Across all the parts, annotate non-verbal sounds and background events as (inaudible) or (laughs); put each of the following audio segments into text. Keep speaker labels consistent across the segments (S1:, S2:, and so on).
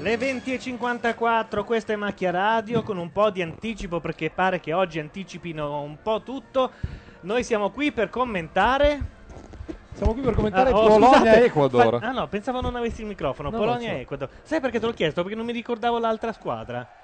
S1: Le 20.54, questa è Macchia Radio con un po' di anticipo perché pare che oggi anticipino un po' tutto. Noi siamo qui per commentare.
S2: Siamo qui per commentare
S1: Ah, oh, scusate.
S2: Polonia-Ecuador.
S1: Fa- Ah no, pensavo non avessi il microfono.
S2: No,
S1: Polonia
S2: no,
S1: e
S2: c'è.
S1: Ecuador. Sai perché te l'ho chiesto? Perché non mi ricordavo l'altra squadra.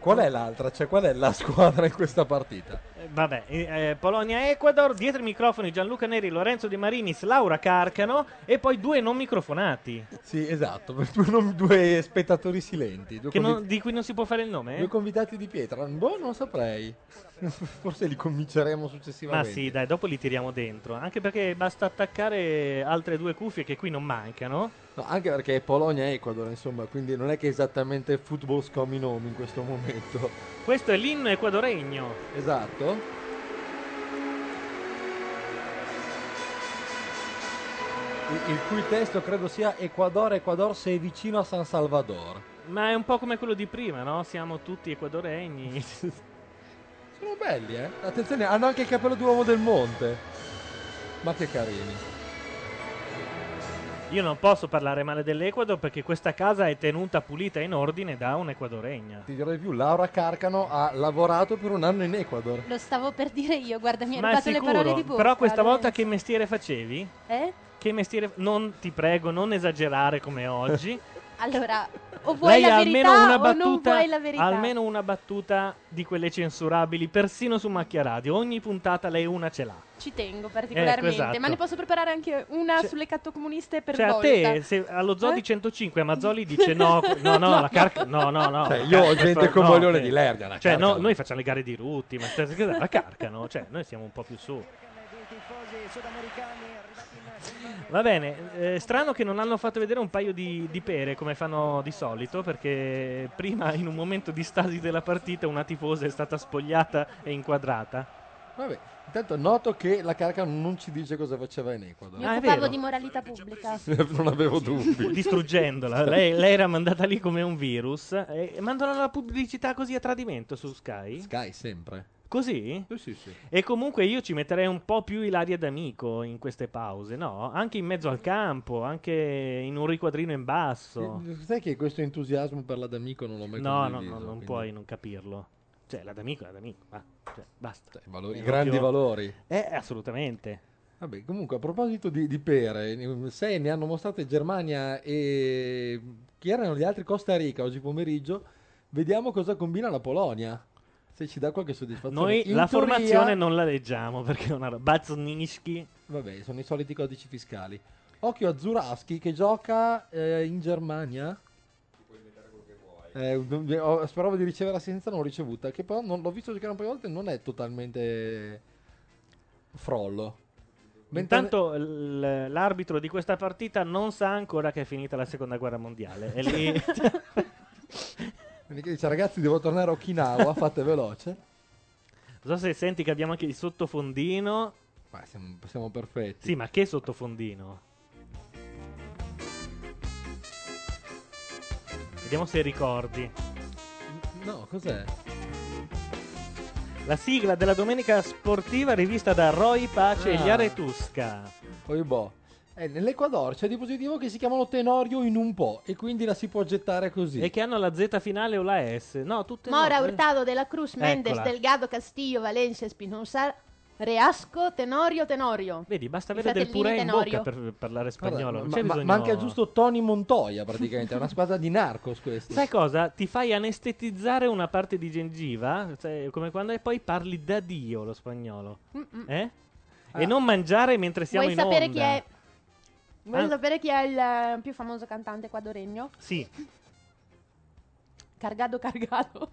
S2: Qual è l'altra? Cioè, qual è la squadra in questa partita?
S1: Eh, Vabbè, eh, eh, Polonia-Ecuador, dietro i microfoni Gianluca Neri, Lorenzo Di Marinis, Laura Carcano e poi due non microfonati,
S2: Sì, esatto, per due, non- due spettatori silenti, due,
S1: che non-
S2: convi-
S1: di cui non si può fare il nome? eh?
S2: due convitati di pietra. Boh, non lo saprei. (laughs) Forse li cominceremo
S1: Ma
S2: successivamente.
S1: sì, dai, dopo li tiriamo dentro, anche perché basta attaccare altre due cuffie che qui non mancano.
S2: No, anche perché è Polonia-Ecuador, insomma, quindi non è che esattamente football scomi nomi in questo momento.
S1: Questo è l'inno equadoregno.
S2: Esatto. Il il cui testo credo sia Ecuador, Ecuador sei vicino a San Salvador.
S1: Ma è un po' come quello di prima, no? Siamo tutti equadoregni.
S2: Sono (laughs) belli, eh? Attenzione, hanno anche il capello d'uomo del monte. Ma che carini.
S1: Io non posso parlare male dell'Ecuador perché questa casa è tenuta pulita e in ordine da un'equadoregna.
S2: Ti dirò di più, Laura Carcano ha lavorato per un anno in Ecuador.
S3: Lo stavo per dire io, guarda, mi ha
S1: Ma è
S3: rubato le parole di
S1: sicuro,
S3: bocca.
S1: però questa volta
S3: Lorenzo.
S1: che mestiere facevi?
S3: Eh?
S1: Che mestiere... Non ti prego, non esagerare come oggi. (laughs)
S3: Allora, o (laughs) vuoi la
S1: ha
S3: verità
S1: almeno una
S3: o non
S1: battuta,
S3: vuoi la verità.
S1: almeno una battuta di quelle censurabili, persino su Macchia Radio. Ogni puntata lei una ce l'ha.
S3: Ci tengo particolarmente,
S1: esatto.
S3: ma ne posso preparare anche una
S1: Cioè-
S3: sulle cattocomuniste per
S1: cioè a
S3: volta. Eh?
S1: te, se allo zoo di 105 Mazzoli
S3: (laughs)
S1: dice no, no, no, la carca, no, no, no.
S2: Cioè,
S1: la
S2: io ho
S1: Carca-
S2: gente con Voglione
S1: che-
S2: di Lerga, la
S1: Cioè,
S2: Carca
S1: no,
S2: no.
S1: noi facciamo le gare di Rutti, ma stai scherzando? la carcano, cioè, noi siamo un po' più su. Va bene, eh, strano che non hanno fatto vedere un paio di, di pere come fanno di solito, perché prima in un momento di stasi della partita una tifosa è stata spogliata e inquadrata.
S2: Vabbè, intanto noto che la Carcano non ci dice cosa faceva in Ecuador.
S3: Mi
S1: Ah, è
S3: occupavo
S1: vero.
S3: di moralità pubblica.
S2: (laughs) non avevo dubbi.
S1: Distruggendola, lei, lei era mandata lì come un virus. E e mandano la pubblicità così a tradimento su Sky?
S2: Sky sempre.
S1: Così?
S2: Sì, sì, sì.
S1: E comunque io ci metterei un po' più Ilaria d'amico in queste pause, no? Anche in mezzo al campo, anche in un riquadrino in basso.
S2: Eh, Sai che questo entusiasmo per la D'Amico non l'ho mai
S1: No, no,
S2: condiviso,
S1: no, non
S2: quindi-
S1: puoi non capirlo. Cioè, la d'amico è la d'amico, va. Cioè, basta.
S2: I valori-
S1: Non
S2: grandi
S1: più-
S2: valori.
S1: Eh, assolutamente.
S2: Vabbè, comunque, a proposito di, di pere, ne- sei ne hanno mostrate Germania e chi erano gli altri? Costa Rica oggi pomeriggio. Vediamo cosa combina la Polonia. Se ci dà qualche soddisfazione.
S1: Noi
S2: In
S1: la
S2: teoria-
S1: formazione non la leggiamo (laughs) perché è una roba. Baznischi.
S2: Vabbè, sono i soliti codici fiscali. Occhio a Zuraschi che gioca eh, in Germania. Eh, non- ho- speravo di ricevere l'assistenza, non l'ho ricevuta. Che però non- l'ho visto giocare un paio di volte. Non è totalmente frollo. Mentre-
S1: Intanto l- l'arbitro di questa partita non sa ancora che è finita la seconda guerra mondiale. E
S2: (laughs)
S1: lì. (laughs)
S2: Quindi che dice ragazzi devo tornare a Okinawa, (laughs) fate veloce.
S1: Non so se senti che abbiamo anche il sottofondino.
S2: Ma siamo, siamo perfetti.
S1: Sì, ma che sottofondino? Vediamo se ricordi.
S2: No, cos'è?
S1: La sigla della domenica sportiva rivista da Roy Pace
S2: Ah.
S1: e Iaretusca.
S2: Poi boh. Eh, nell'Ecuador c'è di positivo che si chiamano Tenorio in un po' e quindi la si può gettare così.
S1: E che hanno la Z finale o la S? No, tutte
S3: Mora,
S1: no, eh.
S3: Hurtado, Della Cruz, Mendes,
S1: Eccola.
S3: Delgado, Castillo, Valencia, Espinosa, Reasco, Tenorio, Tenorio.
S1: Vedi, basta
S3: I
S1: avere del
S3: fratellini
S1: purè in
S3: Tenorio.
S1: bocca per parlare
S2: Guarda,
S1: spagnolo. Non
S2: ma-
S1: c'è
S2: ma-
S1: bisogno.
S2: manca giusto Tony Montoya praticamente, è
S1: (laughs)
S2: una spada di narcos questa.
S1: Sai cosa? Ti fai anestetizzare una parte di gengiva, sai, come quando e poi parli da Dio lo spagnolo.
S3: Mm-mm.
S1: Eh?
S2: Ah.
S1: E non mangiare mentre siamo
S3: Mm. Vuoi
S1: in onda.
S3: sapere chi è? Vuoi
S1: Ah.
S3: sapere chi è il eh, più famoso cantante equadoregno?
S1: Sì,
S3: Cargado Cargado.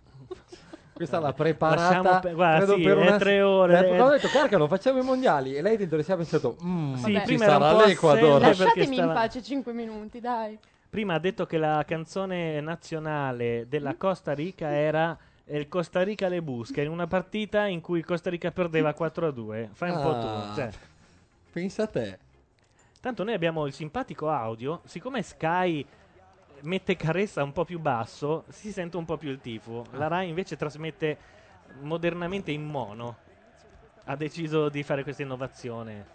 S2: Questa l'ha
S1: Vabbè,
S2: preparata
S1: lasciamo pe- guarda,
S2: credo
S1: sì,
S2: per
S1: è
S2: una-
S1: tre ore,
S2: Eh,
S1: eh.
S2: Ho detto "Carca, non facciamo i mondiali" e lei dentro le si è pensato "Mm,
S1: Sì,
S2: ci
S3: prima
S1: era
S2: sarà
S1: un po'
S2: l'Ecuador".
S1: assente. perché
S3: Lasciatemi
S1: stava-
S3: in pace 5 minuti, dai.
S1: prima ha detto che la canzone nazionale della Costa Rica era eh, Il Costa Rica le busca in una partita in cui il Costa Rica perdeva 4 a 2. Fai un
S2: Ah.
S1: po' tu. cioè.
S2: Pensa a te.
S1: Tanto noi abbiamo il simpatico audio, siccome Sky mette caressa un po' più basso, si sente un po' più il tifo. La Rai invece trasmette modernamente in mono. Ha deciso di fare questa innovazione.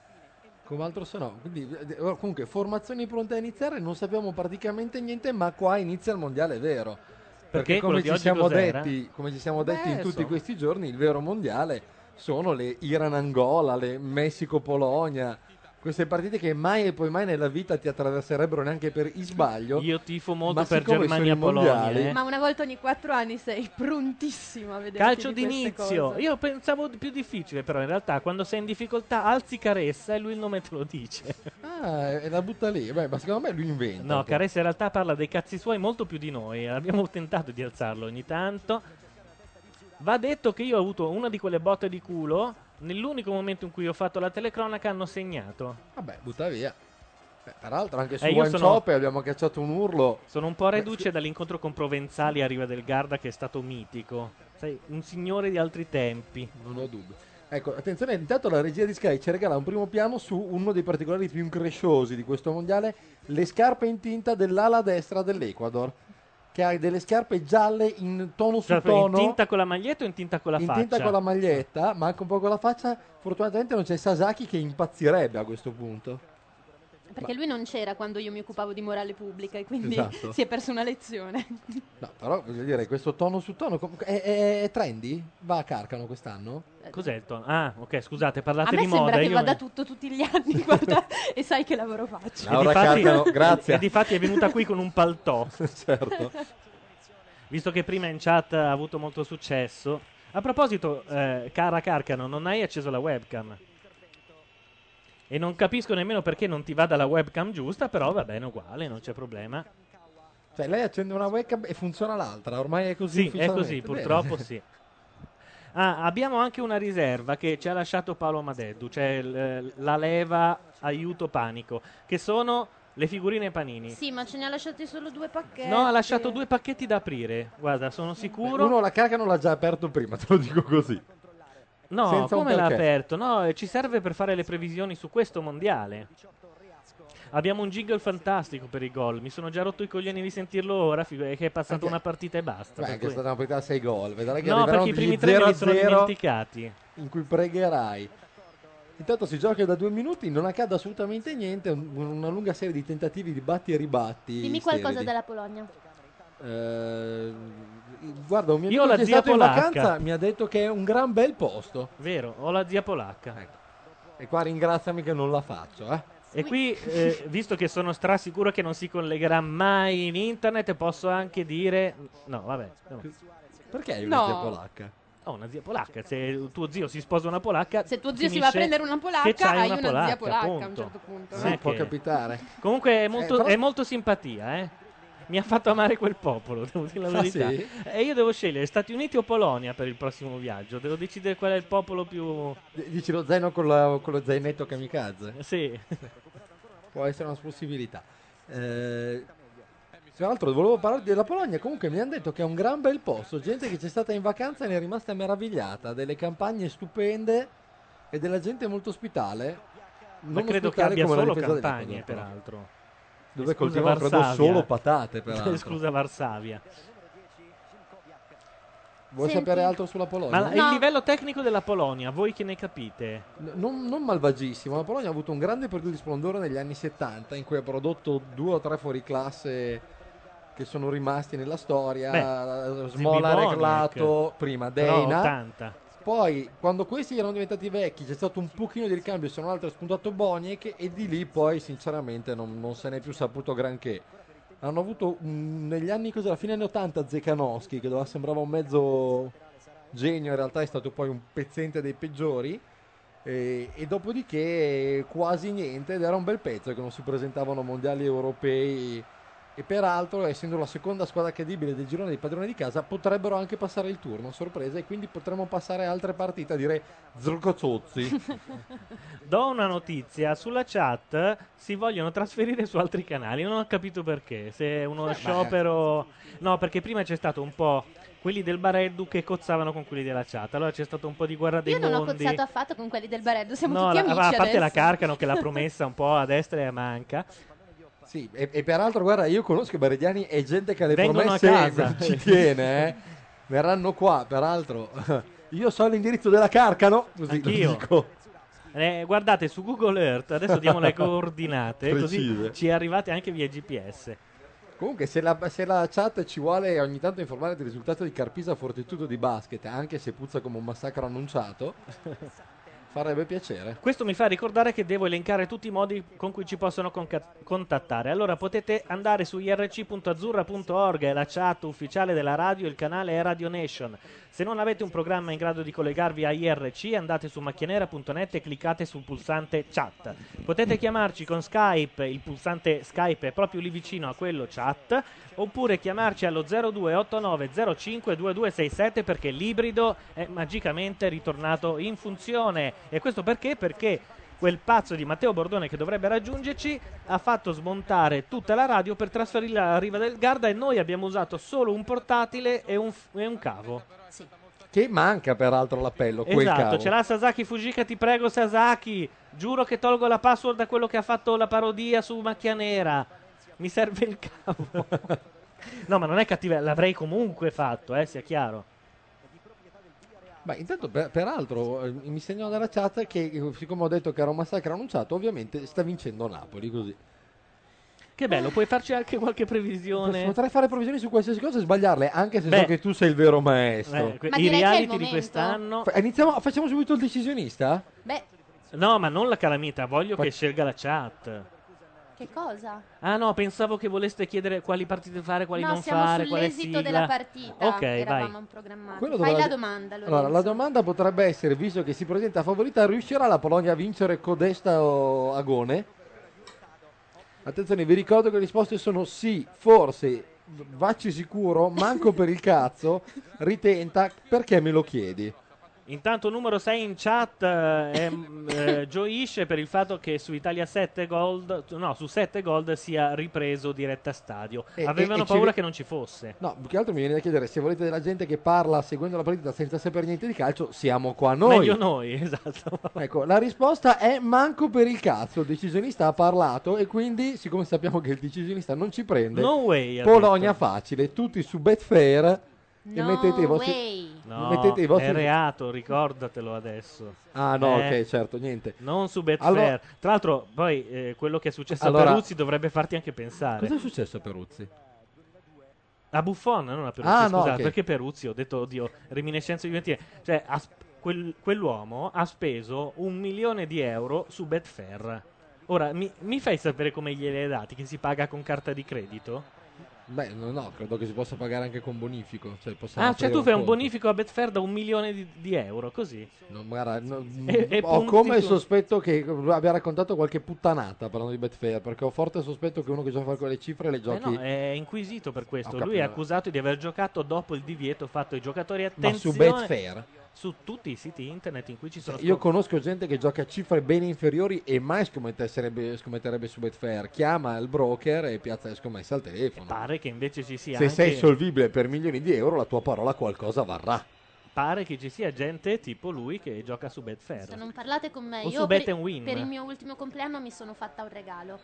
S2: Come altro se no. Quindi, eh, comunque, formazioni pronte a iniziare, non sappiamo praticamente niente, ma qua inizia il mondiale vero.
S1: Perché quello
S2: come
S1: di
S2: ci,
S1: oggi
S2: siamo
S1: cos'era?
S2: detti, come ci siamo detti
S1: Beh,
S2: in tutti
S1: insomma.
S2: questi giorni, il vero mondiale sono le Iran-Angola, le Messico-Polonia, queste partite che mai e poi mai nella vita ti attraverserebbero neanche per sbaglio.
S1: Io tifo molto
S2: Ma
S1: per
S2: siccome sono i
S1: Germania-Polonia.
S2: mondiali-
S1: eh.
S3: Ma una volta ogni quattro anni sei prontissimo a vedere.
S1: Calcio d'inizio. Io pensavo di più difficile, però in realtà quando sei in difficoltà alzi Caressa e lui il nome te lo dice.
S2: Ah, e la butta lì. Beh, ma secondo me lui inventa.
S1: No,
S2: un po'.
S1: Caressa in realtà parla dei cazzi suoi molto più di noi. Abbiamo tentato di alzarlo ogni tanto. Va detto che io ho avuto una di quelle botte di culo. Nell'unico momento in cui ho fatto la telecronaca hanno segnato.
S2: Vabbè, butta via. Beh, peraltro, anche su
S1: Eh, io
S2: One
S1: sono-
S2: Chop abbiamo cacciato un urlo. Eh,
S1: Sono un po' reduce dall'incontro con Provenzali a Riva del Garda che è stato mitico. Sai, un signore di altri tempi.
S2: Non ho dubbi. Ecco, attenzione, intanto la regia di Sky ci regala un primo piano su uno dei particolari più incresciosi di questo mondiale, le scarpe in tinta dell'ala destra dell'Ecuador, che ha delle scarpe gialle in tono su
S1: Cioè, in
S2: tono,
S1: tinta con la maglietta o in tinta con la
S2: in
S1: faccia?
S2: tinta con la maglietta, ma anche un po' con la faccia. Fortunatamente non c'è Sasaki che impazzirebbe a questo punto.
S3: Perché lui non c'era quando io mi occupavo di morale pubblica e quindi (laughs)
S2: Esatto.
S3: si è perso una lezione.
S2: No, però voglio dire, questo tono su tono comunque, è, è- è trendy? Va a Carcano quest'anno?
S1: Cos'è il tono? Ah, ok, scusate,
S3: A
S1: parlate
S3: me
S1: di moda.
S3: sembra che
S1: io
S3: vada
S1: mi-
S3: tutto tutti gli anni, (laughs) guarda, e sai che lavoro faccio.
S1: E
S2: Laura
S1: difatti-
S2: Carcano,
S1: (laughs)
S2: grazie.
S1: E difatti è venuta qui con un paltò.
S2: (laughs) certo.
S1: Visto che prima in chat ha avuto molto successo. A proposito, eh, cara Carcano, non hai acceso la webcam. E non capisco nemmeno perché non ti vada la webcam giusta, però va bene uguale, non c'è problema.
S2: Cioè, lei accende una webcam e funziona l'altra, ormai è così.
S1: Sì, è così,
S2: ufficialmente.
S1: purtroppo
S2: Bene. (laughs)
S1: sì. Ah, abbiamo anche una riserva che ci ha lasciato Paolo Madeddu, cioè l- la leva aiuto panico, che sono le figurine panini.
S3: (laughs) Sì, ma ce ne ha lasciati solo due pacchetti.
S1: No,
S4: eh,
S1: ha lasciato due pacchetti da aprire. Guarda, sono sicuro.
S2: Uno la Carcano l'ha già aperto prima, te lo dico così.
S1: No,
S2: senza un
S1: come l'ha
S2: perché.
S1: aperto? No, eh, ci serve per fare le previsioni su questo mondiale. Abbiamo un jingle fantastico per i gol. Mi sono già rotto i coglioni di sentirlo ora, figu- che è passata
S2: Anche-
S1: una partita e basta.
S2: Beh,
S1: per
S2: che è
S1: cui-
S2: stata una partita a 6 gol. Vedrai che
S1: No,
S2: arriveranno
S1: perché i
S2: degli
S1: primi tre me li
S2: 0-0
S1: sono dimenticati.
S2: in cui pregherai. Intanto si gioca da due minuti, non accade assolutamente niente, un- una lunga serie di tentativi di batti e ribatti.
S3: Dimmi qualcosa
S2: sterili.
S3: della Polonia.
S2: Eh, guarda, un mio
S1: Io
S2: amico
S1: la
S2: che è
S1: zia
S2: stato in
S1: polacca.
S2: vacanza mi ha detto che è un gran bel posto. Ecco.
S1: Vero, ho la zia polacca. (laughs)
S2: E qua ringraziami che non la faccio, eh.
S1: E qui, eh, visto che sono strasicuro che non si collegherà mai in internet, posso anche dire... No, vabbè. no.
S2: Perché hai una
S3: No.
S2: zia polacca?
S1: Ho una zia polacca. Se tuo zio si sposa una polacca...
S3: Se tuo zio si va a
S1: finisce
S3: prendere una
S1: che
S3: polacca,
S1: c'hai
S3: hai una, zia polacca a un
S1: punto.
S3: certo punto.
S1: Non
S2: Sì,
S1: è
S2: può
S1: che-
S2: capitare.
S1: Comunque è molto,
S2: Eh, però-
S1: è molto simpatia, eh. Mi ha fatto amare quel popolo, devo dire la
S2: Ah,
S1: verità.
S2: sì?
S1: E io devo scegliere Stati Uniti o Polonia per il prossimo viaggio. Devo decidere qual è il popolo più.
S2: D- Dici lo zaino con, la- con lo zainetto kamikaze?
S1: Sì.
S2: (laughs) Può essere una possibilità. Eh, tra l'altro volevo parlare della Polonia, comunque mi hanno detto che è un gran bel posto, gente che c'è stata in vacanza e ne è rimasta meravigliata, delle campagne stupende e della gente molto ospitale.
S1: Ma
S2: Non
S1: credo che
S2: ospitale
S1: abbia
S2: come la
S1: solo
S2: difesa dell'Ecuador,
S1: campagne,
S2: però.
S1: peraltro.
S2: Dove
S1: Scusa,
S2: coltivano credo
S1: Varsavia.
S2: solo patate,
S1: (laughs)
S2: peraltro.
S1: Scusa, Varsavia.
S2: Vuoi
S3: Senti.
S2: sapere altro sulla Polonia?
S1: Ma
S3: No.
S1: il livello tecnico della Polonia, voi che ne capite?
S2: N- Non, non malvagissimo, la Polonia ha avuto un grande periodo di splendore negli anni 70 in cui ha prodotto due o tre fuoriclasse che sono rimasti nella storia,
S1: Beh,
S2: Smola
S1: Zibiboniek,
S2: reglato, prima
S1: Però
S2: Deina,
S1: 80.
S2: poi quando questi erano diventati vecchi c'è stato un pochino di ricambio, se non altro è spuntato Boniek e di lì poi sinceramente non, non se n'è più saputo granché. Hanno avuto mm, negli anni, cos'era, fine anni 80 Zekanowski che doveva- sembrava un mezzo genio, in realtà è stato poi un pezzente dei peggiori. E, e dopodiché quasi niente ed era un bel pezzo che non si presentavano mondiali europei e peraltro essendo la seconda squadra credibile del girone dei padroni di casa potrebbero anche passare il turno a sorpresa e quindi potremmo passare altre partite a dire
S3: (laughs)
S2: Zrocozozzi
S1: Do una notizia, sulla chat si vogliono trasferire su altri canali, non ho capito perché, se è uno sciopero... No, perché prima c'è stato un po' quelli del Bareddu che cozzavano con quelli della chat, allora c'è stato un po' di guerra dei
S3: Io non ho
S1: mondi.
S3: cozzato affatto con quelli del Bareddo, siamo
S1: no,
S3: tutti
S1: la-
S3: amici
S1: a parte la
S3: adesso.
S1: Carcano che
S3: (laughs)
S1: l'ha promessa un po' a destra e a manca.
S2: sì e, e peraltro guarda io conosco i barediani e gente che alle
S1: Vengono a
S2: promesse
S1: casa.
S2: (laughs) ci tiene eh. (laughs) verranno qua peraltro io so l'indirizzo della Carcano così lo
S1: Anch'io.
S2: dico
S1: Eh, guardate su Google Earth, adesso diamo
S2: (laughs)
S1: le coordinate, così
S2: Precise.
S1: ci arrivate anche via GPS.
S2: (laughs) Comunque, se la, se la chat ci vuole ogni tanto informare del risultato di Carpisa Fortitudo di basket, anche se puzza come un massacro annunciato, (laughs) farebbe piacere.
S1: Questo mi fa ricordare che devo elencare tutti i modi con cui ci possono conca- contattare. Allora potete andare su irc.azzurra.org, è la chat ufficiale della radio, il canale è Radio Nation. Se non avete un programma in grado di collegarvi a IRC, andate su macchianera.net e cliccate sul pulsante chat. Potete chiamarci con Skype, il pulsante Skype è proprio lì vicino a quello chat, oppure chiamarci allo 0289052267 perché l'ibrido è magicamente ritornato in funzione. E questo perché? Perché quel pazzo di Matteo Bordone che dovrebbe raggiungerci ha fatto smontare tutta la radio per trasferirla alla riva del Garda e noi abbiamo usato solo un portatile e un, f- e un cavo.
S2: Che manca peraltro l'appello, quel
S1: esatto,
S2: cavo.
S1: ce l'ha Sasaki Fujika, ti prego Sasaki, giuro che tolgo la password da quello che ha fatto la parodia su Macchia Nera. Mi serve il
S2: (laughs)
S1: cavo. no, ma non è cattiva, l'avrei comunque fatto, eh, sia chiaro.
S2: Ma intanto, per- peraltro, eh, mi segnò nella chat che, eh, siccome ho detto che era un massacro annunciato, ovviamente sta vincendo Napoli così.
S1: Che bello, puoi farci anche qualche previsione?
S2: Potrei fare provisioni su qualsiasi cosa e sbagliarle, anche se
S1: Beh.
S2: so che tu sei il vero maestro.
S1: Eh, que- I reality di quest'anno.
S2: Fa- iniziamo- facciamo subito il decisionista?
S4: Beh,
S1: No, ma non la calamita, voglio che scelga la chat.
S4: che cosa?
S1: Ah no, pensavo che voleste chiedere quali partite fare, quali
S4: no,
S1: non
S4: siamo
S1: fare, quale
S4: sull'esito
S1: sigla.
S4: della partita
S1: Ok,
S4: che eravamo
S1: vai.
S4: programmati.
S2: Quello
S4: Fai
S2: dovrà-
S4: la domanda, Lorenzo.
S2: Allora, la domanda potrebbe essere, visto che si presenta favorita, riuscirà la Polonia a vincere Codesta o Agone? Attenzione, vi ricordo che le risposte sono sì, forse, vacci sicuro, manco per il cazzo, ritenta, perché me lo chiedi?
S1: Intanto numero 6 in chat eh,
S4: (laughs)
S1: è, mm, eh, gioisce per il fatto che su Italia 7 Gold, no, su 7 Gold sia ripreso diretta stadio.
S2: E-
S1: Avevano
S2: e- e ci
S1: paura
S2: ri-
S1: che non ci fosse.
S2: No, più che altro mi viene da chiedere, se volete della gente che parla seguendo la partita senza sapere niente di calcio, siamo qua noi.
S1: Meglio noi, (laughs) esatto.
S2: Ecco, la risposta è manco per il cazzo. Il decisionista ha parlato e quindi, siccome sappiamo che il decisionista non ci prende,
S1: No way, ha
S2: Polonia facile, tutti su Betfair e
S4: No
S2: mettete i vostri...
S4: way.
S1: No,
S2: mettete i vostri-
S1: è reato, ricordatelo adesso.
S2: Ah no,
S1: Eh.
S2: ok, certo, niente.
S1: Non su Betfair.
S2: Allora-
S1: Tra l'altro, poi eh, quello che è successo a
S2: Allora-
S1: Peruzzi dovrebbe farti anche pensare.
S2: Cosa è successo a Peruzzi?
S1: A Buffon, non a Peruzzi,
S2: Ah, no,
S1: scusate,
S2: ok.
S1: perché Peruzzi, ho detto, oddio, reminiscenze di Cioè, ha sp- quel- quell'uomo ha speso un milione di euro su Betfair. Ora, mi, mi fai sapere come glieli hai dati, che si paga con carta di credito?
S2: Beh, no, no, credo che si possa pagare anche con bonifico. Cioè, possiamo
S1: ah, cioè
S2: aprire
S1: tu fai un
S2: conto.
S1: bonifico a Betfair da un milione di, di euro, così?
S2: No, guarda, no, mm,
S1: E- e
S2: ho
S1: punti
S2: come
S1: su-
S2: sospetto che abbia raccontato qualche puttanata parlando di Betfair, perché ho forte sospetto che uno che gioca con quelle cifre le
S1: Eh
S2: giochi...
S1: no, è inquisito per questo.
S2: Ho
S1: Lui è
S2: capito.
S1: accusato di aver giocato dopo il divieto fatto ai giocatori.
S2: Ma su
S1: Attenzione,
S2: Betfair? Cioè,
S1: su tutti i siti internet in cui ci sono...
S2: Io conosco gente che gioca a cifre ben inferiori e mai scommetterebbe, scommetterebbe su Betfair. Chiama il broker e piazza le scommesse al telefono.
S1: Pare che invece ci sia
S2: Se
S1: anche...
S2: sei solvibile per milioni di euro, la tua parola qualcosa varrà.
S1: pare che ci sia gente tipo lui che gioca su Betfair.
S4: Se Cioè, non parlate con me,
S1: O
S4: io
S1: su
S4: per,
S1: Bet and Win.
S4: per il mio ultimo compleanno mi sono fatta un regalo.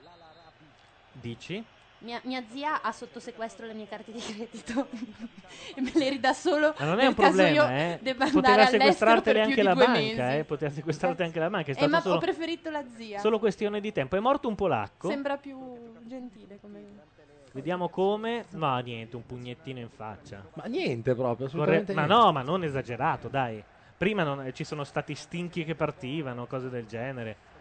S1: Dici?
S4: Mia, mia zia ha sotto sequestro le mie carte di credito (laughs) e me le ridà solo
S1: Ma non è
S4: nel
S1: un
S4: caso
S1: problema,
S4: io
S1: eh.
S4: debba andare
S1: Poteva
S4: all'estero per
S1: sequestrartele
S4: più
S1: anche
S4: di
S1: la
S4: due
S1: banca,
S4: mesi.
S1: eh. Poteva sequestrarti anche la banca. È
S4: Eh,
S1: stato
S4: ma ho
S1: solo,
S4: preferito la zia.
S1: solo questione di tempo. È morto un polacco.
S4: Sembra più gentile come...
S1: Vediamo come. No, niente, un pugnettino in faccia.
S2: Ma niente
S1: Vorrei-
S2: proprio, assolutamente
S1: Ma
S2: niente.
S1: no, ma non esagerato, dai. Prima non- eh, ci sono stati stinchi che partivano, cose del genere.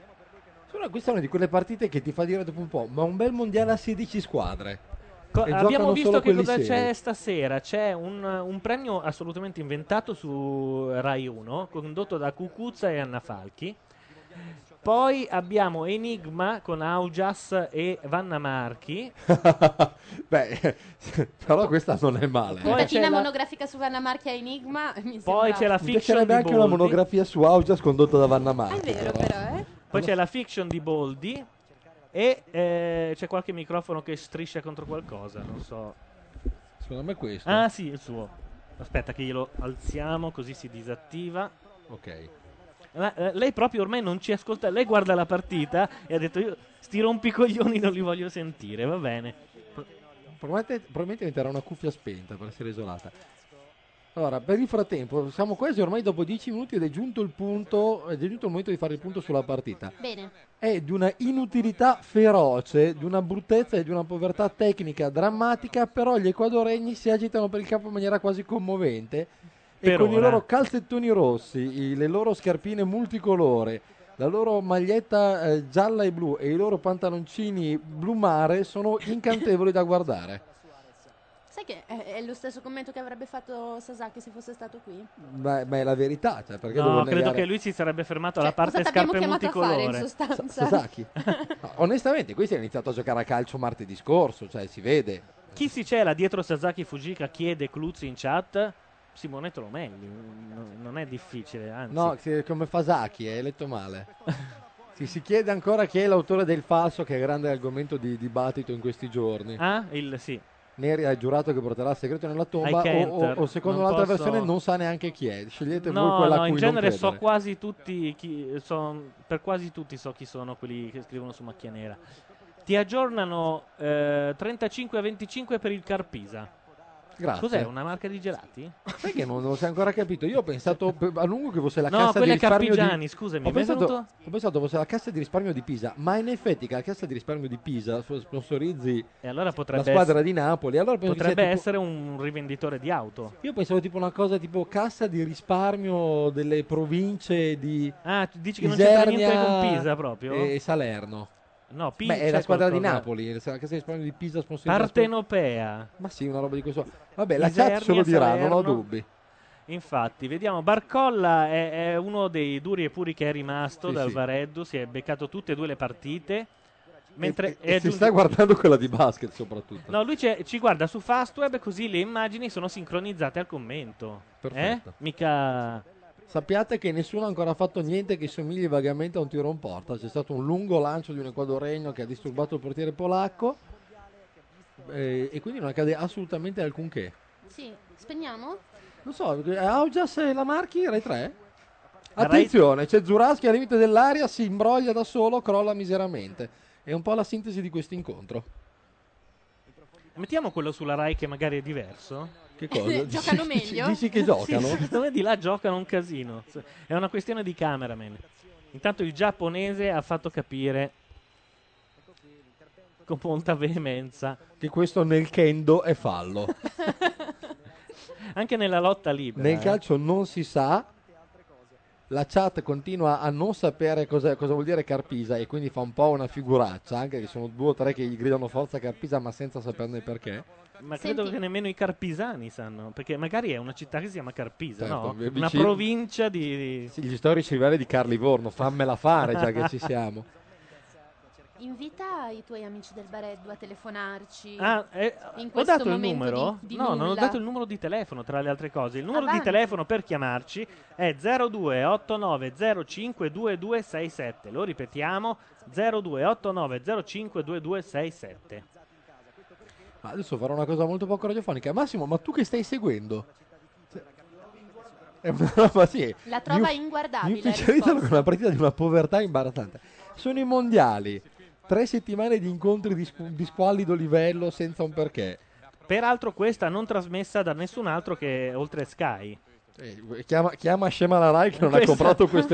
S2: Solo questa è una di quelle partite che ti fa dire dopo un po', ma un bel mondiale a 16 squadre.
S1: Co-
S2: E
S1: abbiamo
S2: giocano
S1: visto
S2: solo
S1: che
S2: quelli
S1: cosa c'è
S2: seri.
S1: stasera. C'è un, un premio assolutamente inventato su Rai 1, condotto da Cucuzza e Anna Falchi. Poi abbiamo Enigma con Augias e Vanna
S2: (laughs)
S1: Marchi.
S2: Beh, (laughs) però questa non è male. eh.
S1: Poi c'è
S4: Puntatina
S1: la-
S4: monografica su Vanna Marchia Enigma. (laughs) Mi
S1: Poi
S4: sembra-
S1: c'è la
S2: Mi
S1: fiction
S2: piacerebbe
S1: di
S2: anche una
S1: Boldi.
S2: monografia su Augias condotta da Vanna
S4: Ah, È
S2: Marchi.
S4: vero, però, eh.
S1: Poi c'è la fiction di Boldi. E eh, c'è qualche microfono che striscia contro qualcosa. Non so.
S2: Secondo me questo.
S1: Ah, sì, il suo. Aspetta, che glielo alziamo così si disattiva.
S2: Ok.
S1: Ma, eh, lei proprio ormai non ci ascolta, lei guarda la partita e ha detto io sti rompicoglioni non li voglio sentire, va bene.
S2: Probabilmente, probabilmente diventerà una cuffia spenta per essere isolata. Allora, per il frattempo, siamo quasi ormai dopo 10 minuti ed è giunto il punto, ed è giunto il momento di fare il punto sulla partita.
S4: Bene.
S2: È di una inutilità feroce, di una bruttezza e di una povertà tecnica drammatica, però gli equadoregni si agitano per il campo in maniera quasi commovente e
S1: Per
S2: con i
S1: ora.
S2: loro calzettoni rossi, i- le loro scarpine multicolore, la loro maglietta eh, gialla e blu e i loro pantaloncini blu mare sono incantevoli da guardare.
S4: Sai che è, è lo stesso commento che avrebbe fatto Sasaki se fosse stato qui?
S2: Ma, ma è la verità, cioè, perché
S1: No,
S2: devo
S1: credo
S2: negare-
S1: che lui si sarebbe fermato alla
S4: Cioè,
S1: parte
S4: cosa t'abbiamo
S1: scarpe
S4: chiamato a fare in
S1: multicolore.
S4: sostanza? (laughs)
S2: Sasaki. No, onestamente, qui si è iniziato a giocare a calcio martedì scorso, cioè si vede.
S1: Chi si cela dietro Sasaki Fujika chiede Cluzzi in chat. Simone Tromelli, n- non è difficile, anzi.
S2: No, si- come Fasaki, hai letto male. Si, si chiede ancora chi è l'autore del falso, che è grande argomento di dibattito in questi giorni.
S1: Ah, il sì.
S2: Neri ha giurato che porterà il segreto nella tomba,
S1: I
S2: o,
S1: can't.
S2: o- o secondo
S1: Non
S2: l'altra
S1: posso-
S2: versione non sa neanche chi è. Scegliete voi
S1: No,
S2: quella a
S1: no,
S2: cui
S1: in
S2: non
S1: genere so
S2: credere.
S1: quasi tutti chi son- per quasi tutti so chi sono quelli che scrivono su macchia nera. Ti aggiornano eh, 35 a 25 per il Carpisa.
S2: Grazie.
S1: Cos'è una marca di gelati?
S2: Sai che non, non si è ancora capito? Io ho pensato pe- a lungo che fosse la
S1: no,
S2: cassa di
S1: quella è
S2: risparmio di-
S1: Carpigiani, scusami,
S2: Ho
S1: mi è
S2: pensato,
S1: venuto
S2: ho pensato fosse la cassa di risparmio di Pisa, ma in effetti che la cassa di risparmio di Pisa so- sponsorizzi
S1: e allora
S2: la
S1: potrebbe
S2: squadra
S1: essere,
S2: di Napoli. Allora penso che sia
S1: potrebbe
S2: tipo-
S1: essere un rivenditore di auto.
S2: Io pensavo tipo una cosa tipo cassa di risparmio delle province di
S1: Ah, tu dici che non c'entra
S2: Isernia
S1: niente con Pisa proprio?
S2: e Salerno.
S1: no, Pisa
S2: Beh, è la
S1: c'è
S2: squadra di
S1: qualcosa.
S2: Napoli, la cassa di risparmio di Pisa sponsorizzata.
S1: Partenopea.
S2: Ma sì, una roba di questo. Vabbè, la
S1: Isernia,
S2: chat Eh, ce lo dirà, non ho
S1: Salerno.
S2: dubbi.
S1: Infatti, vediamo, Barcolla è, è uno dei duri e puri che è rimasto
S2: Sì,
S1: dal
S2: sì.
S1: Vareddu, si è beccato tutte e due le partite. Mentre
S2: E- e
S1: è
S2: si
S1: aggiunto-
S2: sta guardando quella di basket soprattutto.
S1: No, lui c'è- ci guarda su Fastweb così le immagini sono sincronizzate al commento.
S2: Perfetto.
S1: Eh? Mica...
S2: Sappiate che nessuno ha ancora fatto niente che somigli vagamente a un tiro in porta. C'è stato un lungo lancio di un equadoregno che ha disturbato il portiere polacco. eh, e quindi non accade assolutamente alcunché.
S4: Sì, spegniamo?
S2: Non so, eh, Augias e Lamarchi, Rai 3?
S1: Rai-
S2: Attenzione, c'è Zuraschi al limite dell'aria, si imbroglia da solo, crolla miseramente. È un po' la sintesi di questo incontro.
S1: Eh? Mettiamo quello sulla Rai che magari è diverso.
S2: Che cosa?
S4: Giocano
S2: Dici- dici-
S4: meglio?
S2: Dici che
S1: Sì,
S2: giocano?
S1: secondo me di là giocano un casino. È una questione di cameraman. Intanto il giapponese ha fatto capire con molta veemenza
S2: Che questo nel kendo è (laughs) fallo.
S1: anche nella lotta libera.
S2: Nel
S1: eh.
S2: calcio non si sa. La chat continua a non sapere cosa, cosa vuol dire Carpisa e quindi fa un po' una figuraccia, anche che sono due o tre che gli gridano forza Carpisa ma senza saperne il perché.
S1: Ma credo
S4: Senti.
S1: che nemmeno i carpisani sanno, perché magari è una città che si chiama Carpisa,
S2: Certo,
S1: no?
S2: vi-
S1: Una
S2: vicino.
S1: provincia di...
S2: Sì, gli storici rivali di Carl Livorno, fammela fare già che ci siamo.
S4: Invita i tuoi amici del Bareddu a telefonarci.
S1: Ah, eh,
S4: In
S1: ho
S4: questo
S1: dato il
S4: momento
S1: numero?
S4: di- di
S1: no, non ho
S4: nulla. Ah,
S1: dato il numero di telefono, tra le altre cose. Il numero di
S4: Avanti.
S1: telefono per chiamarci è 0289052267. Lo ripetiamo, 0289052267.
S2: (laughs) Ma adesso farò una cosa molto poco radiofonica. Massimo, ma tu che stai seguendo? Cioè, (laughs) È una roba sì.
S4: La trova
S2: Mi- Mi
S1: eh,
S4: inguardabile. la
S2: ufficializzano con
S4: risposta.
S2: una partita di una povertà imbarazzante. Sono i mondiali. Tre settimane di incontri di, squ- di squallido livello senza un perché.
S1: Peraltro questa non trasmessa da nessun altro che oltre Sky.
S2: Eh, chiama, chiama scema la Rai che (laughs) non ha
S1: Questa-
S2: comprato questo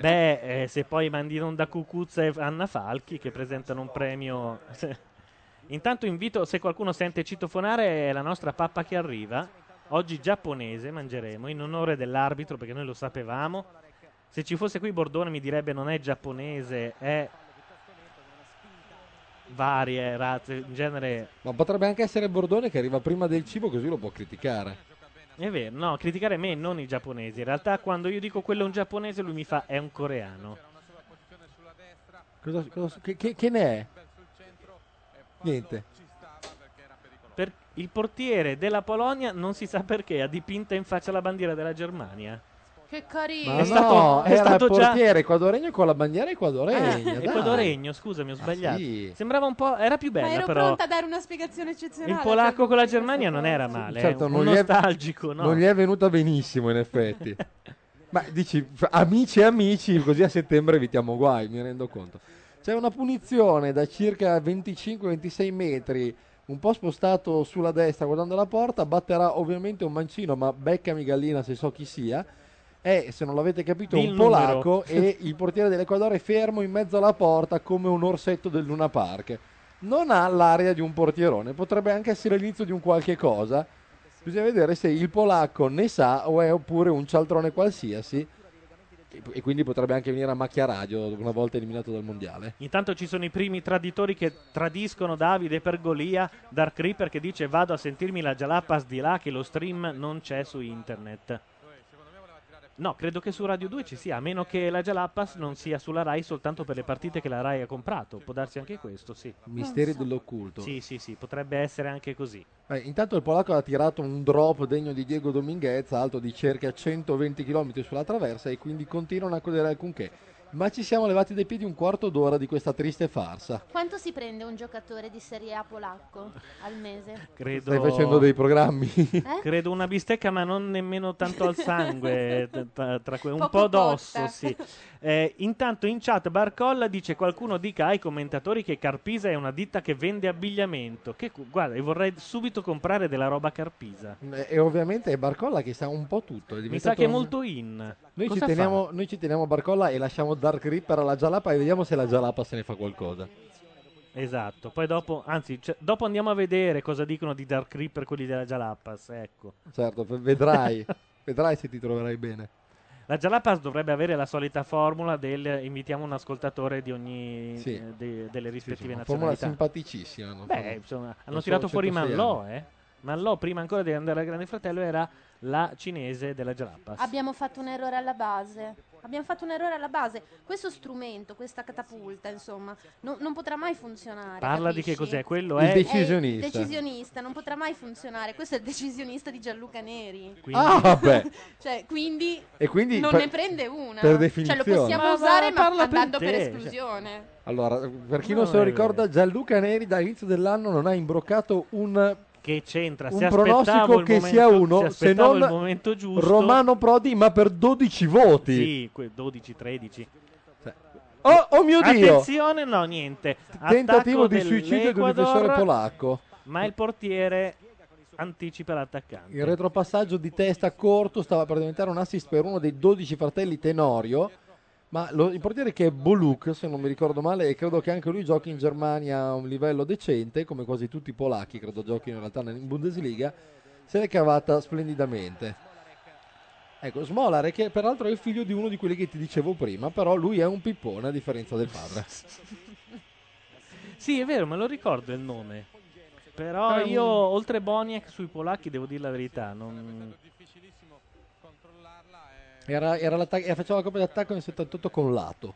S1: (laughs) Beh, eh, se poi mandi in onda Cucuzza e Anna Falchi che presentano un premio. (laughs) Intanto invito, se qualcuno sente citofonare, è la nostra pappa che arriva. Oggi giapponese mangeremo in onore dell'arbitro perché noi lo sapevamo. Se ci fosse qui Bordone mi direbbe non è giapponese, è varie razze, in genere
S2: Ma potrebbe anche essere Bordone che arriva prima del cibo così lo può criticare.
S1: è vero, no, criticare me non i giapponesi. In realtà quando io dico quello è un giapponese lui mi fa è un coreano.
S2: Cosa- cosa- che, che- che ne è? Niente.
S1: Per il portiere della Polonia non si sa perché ha dipinta in faccia la bandiera della Germania.
S4: Che
S2: Ma
S4: carino.
S2: Ah, no,
S1: stato- è
S2: era il
S1: stato già-
S2: portiere equadoregno con la bandiera equadoregna. Eh, dai. Ah,
S1: Equadoregno, Eh, scusami, ho sbagliato.
S2: sì.
S1: Sembrava un po'. Era più
S4: Ma
S1: bella,
S4: ero cioè,
S1: però.
S4: pronta a dare una spiegazione eccezionale.
S1: Il polacco con la Germania non era male.
S2: Certo,
S1: eh, un
S2: non gli è-
S1: nostalgico, no?
S2: Non gli è venuta benissimo,
S1: (laughs)
S2: in effetti. Ma dici, f- amici e amici, così a settembre evitiamo guai, mi rendo conto. C'è una punizione da circa 25-26 metri un po' spostato sulla destra guardando la porta, batterà ovviamente un mancino, ma beccami gallina se so chi sia. È, se non l'avete capito,
S1: Di il
S2: un
S1: numero. (laughs)
S2: polacco e il portiere dell'Equador è fermo in mezzo alla porta come un orsetto del Luna Park. Non ha l'aria di un portierone, potrebbe anche essere l'inizio di un qualche cosa. Bisogna vedere se il polacco ne sa o è oppure un cialtrone qualsiasi. E, e quindi potrebbe anche venire a macchia radio una volta eliminato dal mondiale.
S1: Intanto ci sono i primi traditori che tradiscono Davide per Golia, Dark Reaper che dice vado a sentirmi la Jalapas di là che lo stream non c'è su internet. No, credo che su Radio 2 ci sia, a meno che la Jalapas non sia sulla Rai soltanto per le partite che la Rai ha comprato. Può darsi anche questo, sì.
S2: Misteri dell'occulto.
S1: Sì, sì, sì, potrebbe essere anche così.
S2: Beh, Eh, intanto il polacco ha tirato un drop degno di Diego Dominguez, alto di circa 120 km sulla traversa e quindi continuano a godere alcunché. Ma ci siamo levati dai piedi un quarto d'ora di questa triste farsa.
S4: Quanto si prende un giocatore di Serie A polacco al mese?
S1: Credo... Eh?
S2: Stai facendo dei programmi. (laughs)
S1: Credo una bistecca, ma non nemmeno tanto al sangue. eh, t- tra- tra que- un
S4: Poco
S1: po' d'osso,
S4: cotta.
S1: sì. Eh, intanto in chat Barcolla dice: Qualcuno dica ai commentatori che Carpisa è una ditta che vende abbigliamento. Che, cu- guarda, e vorrei subito comprare della roba Carpisa.
S2: E- Eh, e ovviamente è Barcolla che sa un po' tutto. È
S1: Mi sa
S2: diventato
S1: che è
S2: un-
S1: molto in.
S2: Noi ci,
S1: Cosa fa?
S2: teniamo, noi ci teniamo Barcolla e lasciamo Dark Ripper alla Jalapa e vediamo se la Jalapa se ne fa qualcosa.
S1: Esatto. Poi dopo, anzi, cioè, dopo andiamo a vedere cosa dicono di Dark Reaper quelli della Jalapas. Ecco.
S2: Certo,
S1: (laughs)
S2: v- vedrai. vedrai se ti troverai bene.
S1: La Jalapas dovrebbe avere la solita formula del eh, invitiamo un ascoltatore di ogni
S2: Sì.
S1: eh, de- delle rispettive
S2: Una formula
S1: nazionalità.
S2: simpaticissima. no?
S1: Beh, insomma, hanno
S2: solo
S1: tirato fuori
S2: 106
S1: Manlò, eh. Manlò, prima ancora di andare al Grande Fratello, era la cinese della Jalapas.
S4: Abbiamo fatto un errore alla base. Abbiamo fatto un errore alla base. Questo strumento, questa catapulta, insomma, no- non potrà mai funzionare.
S1: Parla di
S4: capisci?
S1: che cos'è, quello
S2: Il
S1: è...
S2: dec-
S4: È il
S2: Decisionista.
S4: decisionista, non potrà mai funzionare. Questo è il decisionista di Gianluca Neri.
S1: quindi-
S2: Ah, vabbè.
S4: (laughs) Cioè, quindi
S2: E quindi
S4: non
S2: per-
S4: ne prende una.
S2: per
S4: Cioè,
S2: definizione.
S4: lo possiamo
S1: Ma va,
S4: usare, ma
S1: parla per
S4: andando
S1: te,
S4: per
S1: cioè.
S4: esclusione.
S2: Allora, per chi
S1: No,
S2: non se lo
S1: è
S2: ricorda, Gianluca Neri dall'inizio dell'anno non ha imbroccato un,
S1: Che c'entra?
S2: un
S1: se aspettavo
S2: pronostico
S1: il
S2: che
S1: momento,
S2: sia uno, se
S1: aspettavo
S2: non
S1: il momento giusto...
S2: Romano Prodi, ma per 12 voti.
S1: Sì, que- 12, 13.
S2: Oh, oh mio Dio!
S1: Attenzione, no, niente.
S2: Tentativo
S1: Attacco
S2: di suicidio di un
S1: dell'Ecuador,
S2: difensore polacco.
S1: Ma il portiere anticipa l'attaccante.
S2: Il retropassaggio di testa corto stava per diventare un assist per uno dei 12 fratelli Tenorio. Ma lo- il portiere che è Boluk, se non mi ricordo male, e credo che anche lui giochi in Germania a un livello decente, come quasi tutti i polacchi, credo giochino in realtà in Bundesliga, se l'è cavata splendidamente. Ecco, Smolar, che peraltro è il figlio di uno di quelli che ti dicevo prima, però lui è un pippone a differenza del padre.
S1: Sì, è vero, me lo ricordo il nome. Però
S2: Era un-
S1: io, oltre Boniek, sui polacchi, devo dire la verità, non...
S2: Era, era l'attac- eh, faceva la coppia d'attacco nel 78 con Lato.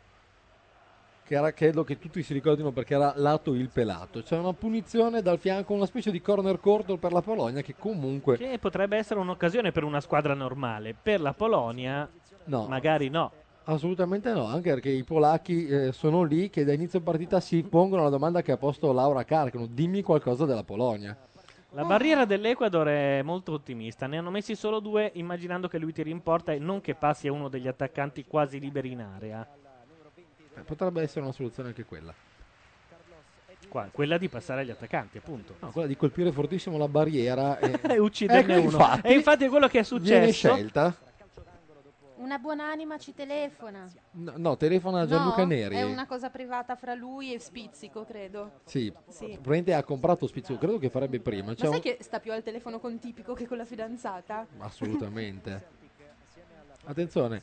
S2: Che era, credo che tutti si ricordino perché era Lato il pelato. C'è una punizione dal fianco, una specie di corner corto per la Polonia che comunque...
S1: Che potrebbe essere un'occasione per una squadra normale. Per la Polonia,
S2: No,
S1: magari no.
S2: assolutamente no, anche perché i polacchi eh, sono lì che da inizio partita si pongono la domanda che ha posto Laura Carcano. Dimmi qualcosa della Polonia.
S1: La barriera dell'Ecuador è molto ottimista. Ne hanno messi solo due, immaginando che lui tiri in porta e non che passi a uno degli attaccanti quasi liberi in area.
S2: Eh, potrebbe essere una soluzione anche quella.
S1: Qua- quella di passare agli attaccanti, appunto.
S2: No, quella di colpire fortissimo la barriera e...
S1: (laughs) E ucciderne
S2: Ecco,
S1: uno.
S2: infatti,
S1: e infatti è quello che è
S2: Viene
S1: successo.
S2: scelta?
S4: Una buonanima ci telefona.
S2: No, no, telefona a Gianluca
S4: no,
S2: Neri.
S4: È una cosa privata fra lui e Spizzico, credo.
S2: Sì,
S4: Sì.
S2: probabilmente ha comprato Spizzo, credo che farebbe prima.
S4: Ma
S2: Cioè
S4: sai
S2: un-
S4: che sta più al telefono con Tipico che con la fidanzata?
S2: Assolutamente. Attenzione,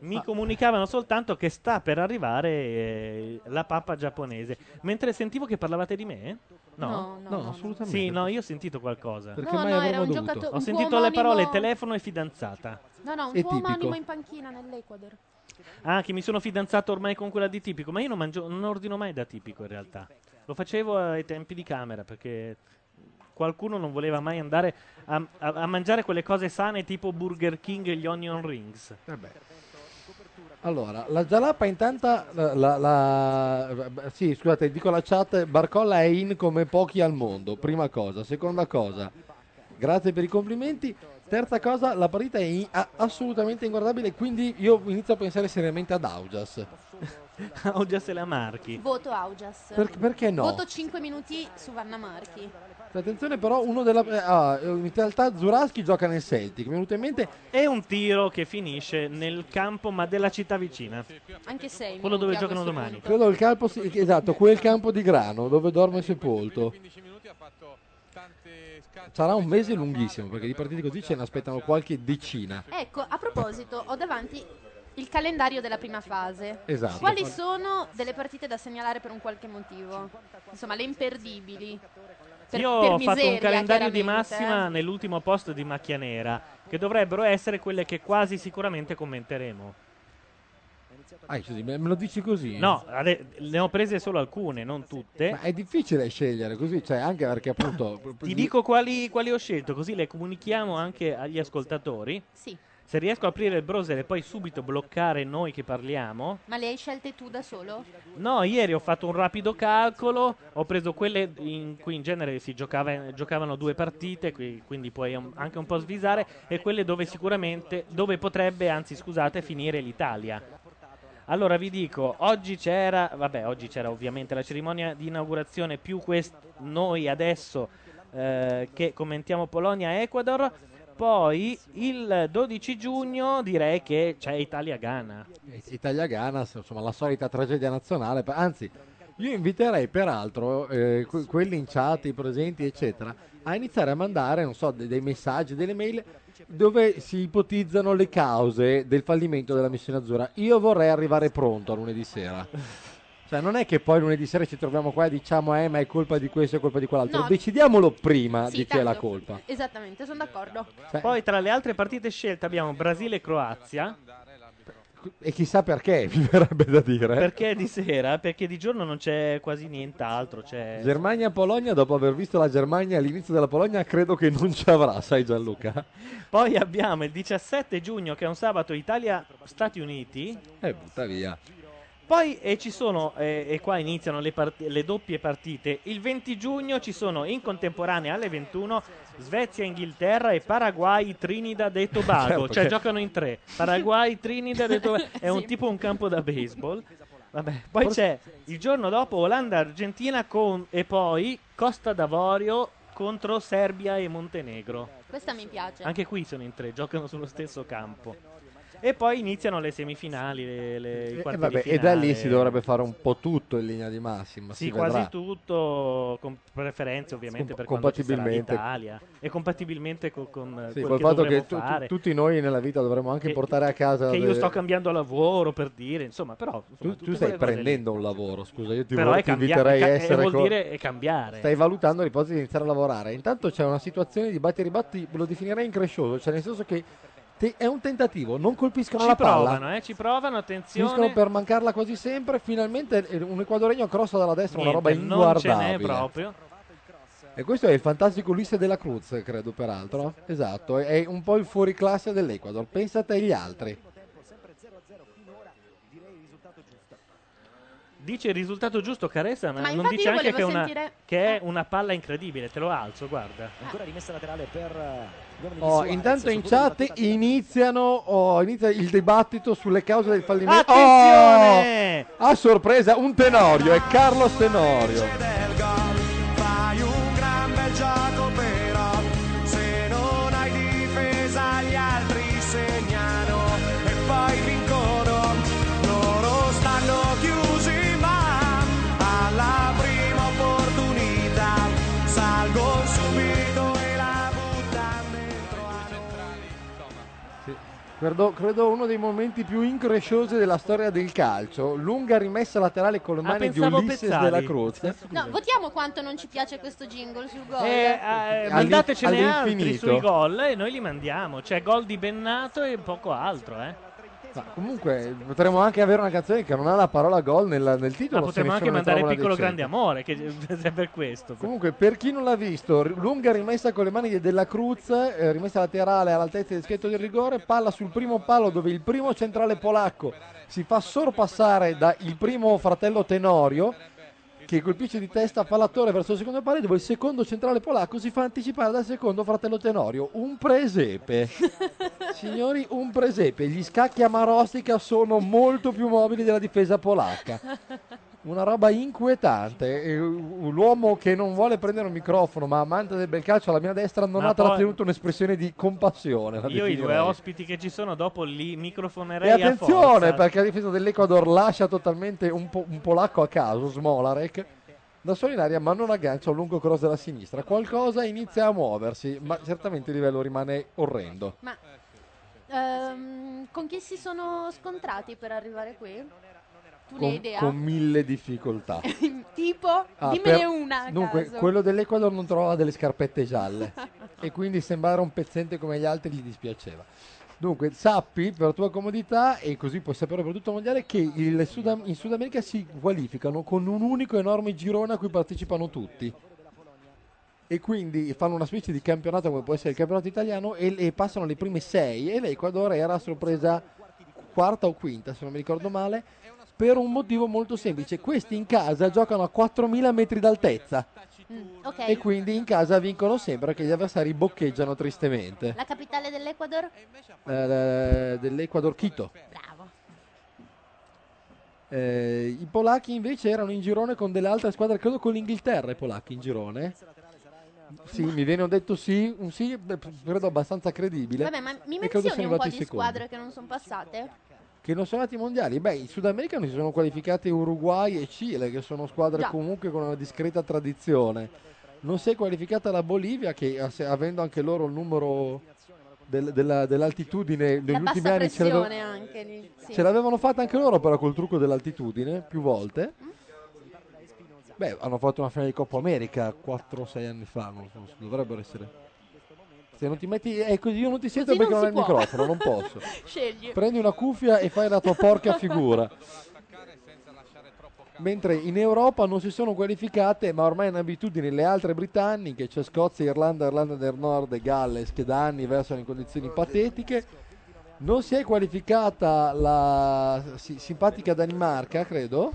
S1: Mi comunicavano soltanto che sta per arrivare eh, la pappa giapponese. Mentre sentivo che parlavate di me? No.
S4: no, no.
S2: no,
S4: no.
S2: assolutamente.
S1: Sì, no, io ho sentito qualcosa.
S2: Perché
S4: No,
S2: mai
S4: no, era
S2: avremmo
S4: un
S2: dovuto?
S4: giocatore-
S1: Ho
S4: Un
S1: sentito
S4: tuo
S1: le parole
S4: omonimo-
S1: telefono e fidanzata.
S4: No, no, un
S2: È
S4: tuo omonimo
S2: tipico.
S4: in panchina nell'Ecuador.
S1: Ah, che mi sono fidanzato ormai con quella di tipico, ma io non, mangio- non ordino mai da tipico in realtà. Lo facevo ai tempi di camera perché qualcuno non voleva mai andare a, a- a mangiare quelle cose sane tipo Burger King e gli onion rings.
S2: Vabbè. Allora, la Jalapa intanto... La, la- la- sì, scusate, dico la chat, Barcolla è in come pochi al mondo, prima cosa. Seconda cosa, grazie per i complimenti. Terza cosa, la partita è in- a- assolutamente inguardabile, quindi io inizio a pensare seriamente ad Augias.
S1: (laughs) Augias e la Marchi.
S4: Voto Augias.
S2: Per- perché no?
S4: Voto 5 minuti su Vanna Marchi.
S2: Attenzione però, uno della... eh, ah, eh, in realtà Zuraschi gioca nel Celtic, mi è venuto in mente...
S1: È un tiro che finisce nel campo, ma della città vicina.
S4: Anche 6.
S1: Quello dove giocano domani.
S2: Credo il campo, si- esatto, quel campo di grano dove dorme sepolto. Sarà un mese lunghissimo perché di partite così ce ne aspettano qualche decina.
S4: Ecco, a proposito, ho davanti il calendario della prima fase.
S2: Esatto.
S4: Quali sono delle partite da segnalare per un qualche motivo? Insomma, le imperdibili. Per-
S1: Io
S4: per
S1: ho fatto un
S4: miseria,
S1: calendario di
S4: chiaramente,
S1: massima
S4: eh.
S1: nell'ultimo posto di Macchia Nera, che dovrebbero essere quelle che quasi sicuramente commenteremo.
S2: Ah, scusi, me me lo dici così?
S1: No, ade- ne ho prese solo alcune, non tutte.
S2: Ma è difficile scegliere così, cioè anche perché appunto...
S1: Ti dico quali, quali ho scelto, così le comunichiamo anche agli ascoltatori.
S4: Sì.
S1: Se riesco a aprire il browser e poi subito bloccare noi che parliamo.
S4: Ma le hai scelte tu da solo?
S1: No, ieri ho fatto un rapido calcolo, ho preso quelle in cui in genere si giocava- giocavano due partite, qui- quindi puoi un- anche un po' svisare, e quelle dove sicuramente, dove potrebbe, anzi scusate, finire l'Italia. Allora vi dico, oggi c'era, vabbè, oggi c'era ovviamente la cerimonia di inaugurazione più quest- noi adesso eh, che commentiamo Polonia-Ecuador, poi il 12 giugno direi che cioè, c'è Italia-Ghana.
S2: Italia-Ghana, s- insomma, la solita tragedia nazionale. pa- Anzi, io inviterei peraltro eh, que- quelli in chat, i presenti, eccetera, a iniziare a mandare, non so, de- dei messaggi, delle mail dove si ipotizzano le cause del fallimento della missione azzurra. Io vorrei arrivare pronto a lunedì sera. Cioè, non è che poi lunedì sera ci troviamo qua e diciamo, eh, ma è colpa di questo, è colpa di quell'altro.
S4: No.
S2: Decidiamolo prima
S4: Sì,
S2: di chi è la
S4: tanto.
S2: colpa.
S4: Esattamente, sono d'accordo.
S2: Cioè
S1: Poi tra le altre partite scelte abbiamo Brasile e Croazia.
S2: Eh? E chissà perché, (laughs) mi verrebbe da dire.
S1: Perché è di sera? Perché di giorno non c'è quasi nient'altro. C'è...
S2: Germania-Polonia, dopo aver visto la Germania all'inizio della Polonia, credo che non ci avrà, sai Gianluca?
S1: Poi abbiamo il 17 giugno, che è un sabato, Italia-Stati Uniti.
S2: Eh, butta via.
S1: Poi eh, ci sono, eh, e qua iniziano le, part- le doppie partite. Il 20 giugno ci sono in contemporanea alle 21 Svezia-Inghilterra e Paraguay-Trinidad
S2: (laughs)
S1: e Tobago.
S2: Certo
S1: cioè
S2: che-
S1: giocano in tre: Paraguay-Trinidad e
S2: (laughs)
S1: Tobago. È un tipo un campo da baseball. Vabbè, poi c'è il giorno dopo Olanda-Argentina con- e poi Costa d'Avorio contro Serbia e Montenegro.
S4: Questa mi piace.
S1: Anche qui sono in tre, giocano sullo stesso campo. E poi iniziano le semifinali, le, le- i
S2: E,
S1: quarti
S2: Eh, vabbè,
S1: di
S2: e da lì
S1: finale.
S2: si dovrebbe fare un po' tutto in linea di massima.
S1: Sì,
S2: si
S1: quasi
S2: vedrà.
S1: tutto, con preferenze ovviamente
S2: Com-
S1: per quando ci sarà
S2: compatibilmente.
S1: l'Italia e compatibilmente co- con, eh,
S2: Sì,
S1: quel
S2: col
S1: che
S2: fatto
S1: dovremo
S2: che tu- tu-
S1: fare.
S2: tutti noi nella vita dovremmo anche
S1: Che-
S2: portare a casa...
S1: che io
S2: delle-
S1: sto cambiando lavoro per dire, insomma, però
S2: Tu,
S1: insomma,
S2: tu
S1: tutte
S2: stai
S1: quelle cose lì.
S2: prendendo un lavoro, scusa, io ti,
S1: però
S2: vor-
S1: è
S2: ti
S1: cambiare,
S2: inviterei a
S1: ca- eh,
S2: essere...
S1: vuol
S2: co-
S1: dire è cambiare.
S2: Stai valutando l'ipotesi di iniziare a lavorare. Intanto c'è una situazione di batti e ribatti, lo definirei increscioso, cioè nel senso che te- è un tentativo, non colpiscono
S1: ci
S2: la palla.
S1: provano, eh, ci provano, attenzione.
S2: Finiscono per mancarla quasi sempre. Finalmente eh, un equadoregno crossa dalla destra,
S1: Niente,
S2: una roba
S1: non ce n'è
S2: inguardabile.
S1: proprio.
S2: E questo è il fantastico Ulisse della Cruz, credo peraltro. Esatto, è un po' il fuoriclasse dell'Equador. Pensate agli altri.
S1: Dice il risultato giusto Caressa, ma,
S4: Ma
S1: non
S4: infatti
S1: dice
S4: io
S1: anche che, è
S4: volevo
S1: una-
S4: sentire- Eh. Ah.
S1: che è una palla incredibile, te lo alzo, guarda.
S5: Ancora rimessa laterale per eh, gli uomini di
S2: Oh,
S5: Suarez,
S2: intanto in
S5: soprattutto
S2: chat
S5: battuta di-
S2: iniziano, oh, inizia il dibattito sulle cause del fallimento.
S1: Attenzione!
S2: Oh, a sorpresa un Tenorio, è Carlos Tenorio.
S6: del gol. Fai un gran bel gioco però se non hai difesa gli altri segnano e poi vincono. Loro stanno chiusi ma alla prima opportunità salgo subito e la buttano dentro a noi.
S2: Credo, credo uno dei momenti più incresciosi della storia del calcio. Lunga rimessa laterale con le
S1: Ah,
S2: mani di
S1: pensavo
S2: Ulisse
S1: Pezzali.
S2: della Cruz.
S4: No, votiamo quanto non ci piace questo jingle sul gol.
S1: Eh, eh,
S2: All'in-
S1: mandatecene altri
S2: all'infinito.
S1: sui gol e noi li mandiamo. C'è gol di Bennato e poco altro, eh.
S2: Ma comunque potremmo anche avere una canzone che non ha la parola gol nel, nel titolo.
S1: Ma
S2: se
S1: potremmo anche
S2: nessuno ne
S1: mandare
S2: trova una
S1: Piccolo
S2: decente.
S1: Grande Amore, che (laughs) è per questo.
S2: Comunque, per chi non l'ha visto, ri- lunga rimessa con le mani di della Cruz, eh, rimessa laterale all'altezza del schietto del rigore, palla sul primo palo dove il primo centrale polacco si fa sorpassare dal primo fratello Tenorio che colpisce di testa Pallatore verso il secondo palo dove il secondo centrale polacco si fa anticipare dal secondo fratello Tenorio. Un presepe. Signori, un presepe. Gli scacchi a Marostica sono molto più mobili della difesa polacca. Una roba inquietante. E L'uomo che non vuole prendere un microfono, ma amante del bel calcio alla mia destra, non
S1: Ma
S2: ha
S1: poi-
S2: trattenuto un'espressione di compassione. la
S1: Io i due
S2: definirei.
S1: ospiti che ci sono dopo li microfonerei
S2: E
S1: a
S2: attenzione
S1: forza. (laughs)
S2: perché la difesa dell'Ecuador lascia totalmente un, po- un polacco a caso, Smolarek, da solo in aria ma non aggancia un lungo cross della sinistra. Qualcosa inizia a muoversi, ma certamente il livello rimane orrendo.
S4: Ma ehm, con chi si sono scontrati per arrivare qui? Tu ne hai
S2: Con,
S4: idea?
S2: con mille difficoltà.
S4: tipo,
S2: Ah,
S4: dimmene
S2: per-
S4: una. a
S2: Dunque,
S4: caso.
S2: quello dell'Ecuador non trovava delle scarpette gialle e quindi sembrare un pezzente come gli altri gli dispiaceva. Dunque, sappi per tua comodità, e così puoi sapere per tutto il mondiale, che il Sud- in Sud America si qualificano con un unico enorme girone a cui partecipano tutti. E quindi fanno una specie di campionato come può essere il campionato italiano e, e passano le prime sei. E l'Ecuador era a sorpresa quarta o quinta, se non mi ricordo male, per un motivo molto semplice. Questi in casa giocano a 4000 metri d'altezza
S4: Mm, ok.
S2: e quindi in casa vincono sempre perché gli avversari boccheggiano tristemente.
S4: La capitale dell'Ecuador?
S2: Eh, Dell'Ecuador Quito.
S4: Bravo.
S2: Eh, I polacchi invece erano in girone con delle altre squadre, credo con l'Inghilterra i polacchi in girone. Sì, mi viene un detto sì, un sì beh, credo abbastanza credibile.
S4: Vabbè, ma mi
S2: E credo
S4: menzioni
S2: siano
S4: un po'
S2: arrivati
S4: di
S2: secondi.
S4: squadre che non sono passate?
S2: Che non sono andati ai mondiali? Beh, in Sud America non si sono qualificati Uruguay e Cile, che sono squadre
S4: Già.
S2: comunque con una discreta tradizione. Non si è qualificata la Bolivia, che a- se- avendo anche loro il numero del- della- dell'altitudine negli
S4: La
S2: ultimi
S4: bassa
S2: anni ce l'avevano-
S4: pressione anche lì. Sì.
S2: Ce l'avevano fatta anche loro però col trucco dell'altitudine più volte. Beh, hanno fatto una finale di Coppa America 4-6 anni fa, non so, dovrebbero essere. Se non ti metti, ecco, io non ti sento
S4: Così
S2: perché non
S4: non
S2: hai il
S4: si può.
S2: microfono, non posso.
S4: (laughs) (laughs) Scegli.
S2: Prendi una cuffia e fai la tua porca figura. Mentre in Europa non si sono qualificate, ma ormai è un'abitudine le altre britanniche, cioè Scozia, Irlanda, Irlanda del Nord e Galles, che da anni versano in condizioni patetiche. Non si è qualificata la si- simpatica Danimarca, credo,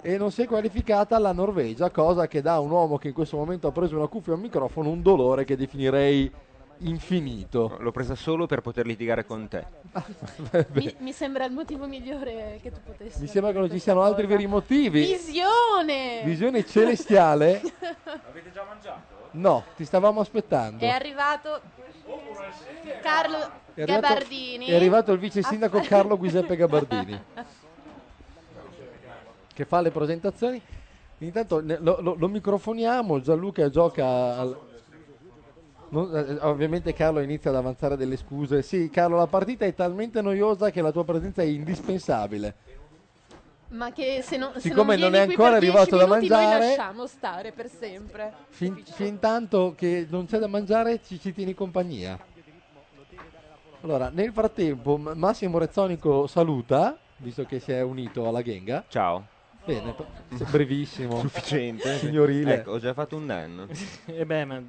S2: e non si è qualificata la Norvegia, cosa che dà a un uomo che in questo momento ha preso una cuffia e un microfono un dolore che definirei infinito.
S7: L'ho presa solo per poter litigare
S2: (laughs)
S7: con te.
S4: Mi, mi sembra il motivo migliore che tu potessi.
S2: Mi sembra che non ci siano altri veri motivi.
S4: Visione! (laughs)
S2: Visione celestiale?
S8: Avete già mangiato?
S2: No, ti stavamo aspettando.
S4: È arrivato Carlo
S2: È arrivato-
S4: Gabardini.
S2: È arrivato il vice sindaco Carlo Giuseppe Gabardini. che fa le presentazioni. Intanto ne- lo, lo- lo microfoniamo, Gianluca gioca al- Non- eh, ovviamente Carlo inizia ad avanzare delle scuse. Sì, Carlo, la partita è talmente noiosa che la tua presenza è indispensabile.
S4: Ma che se non, se
S2: Siccome
S4: non
S2: non è
S4: vieni qui
S2: ancora
S4: per dieci
S2: arrivato da
S4: minuti,
S2: mangiare-
S4: noi lasciamo stare per sempre.
S2: Fin, fin tanto che non c'è da mangiare, ci, ci tieni compagnia. Allora, nel frattempo, M- Massimo Rezzonico saluta, visto che si è unito alla Genga.
S7: Ciao.
S2: Bene, p- se- brevissimo.
S7: (laughs) Sufficiente.
S2: Signorile.
S7: Ecco, ho già fatto un danno.
S1: E Eh beh, ma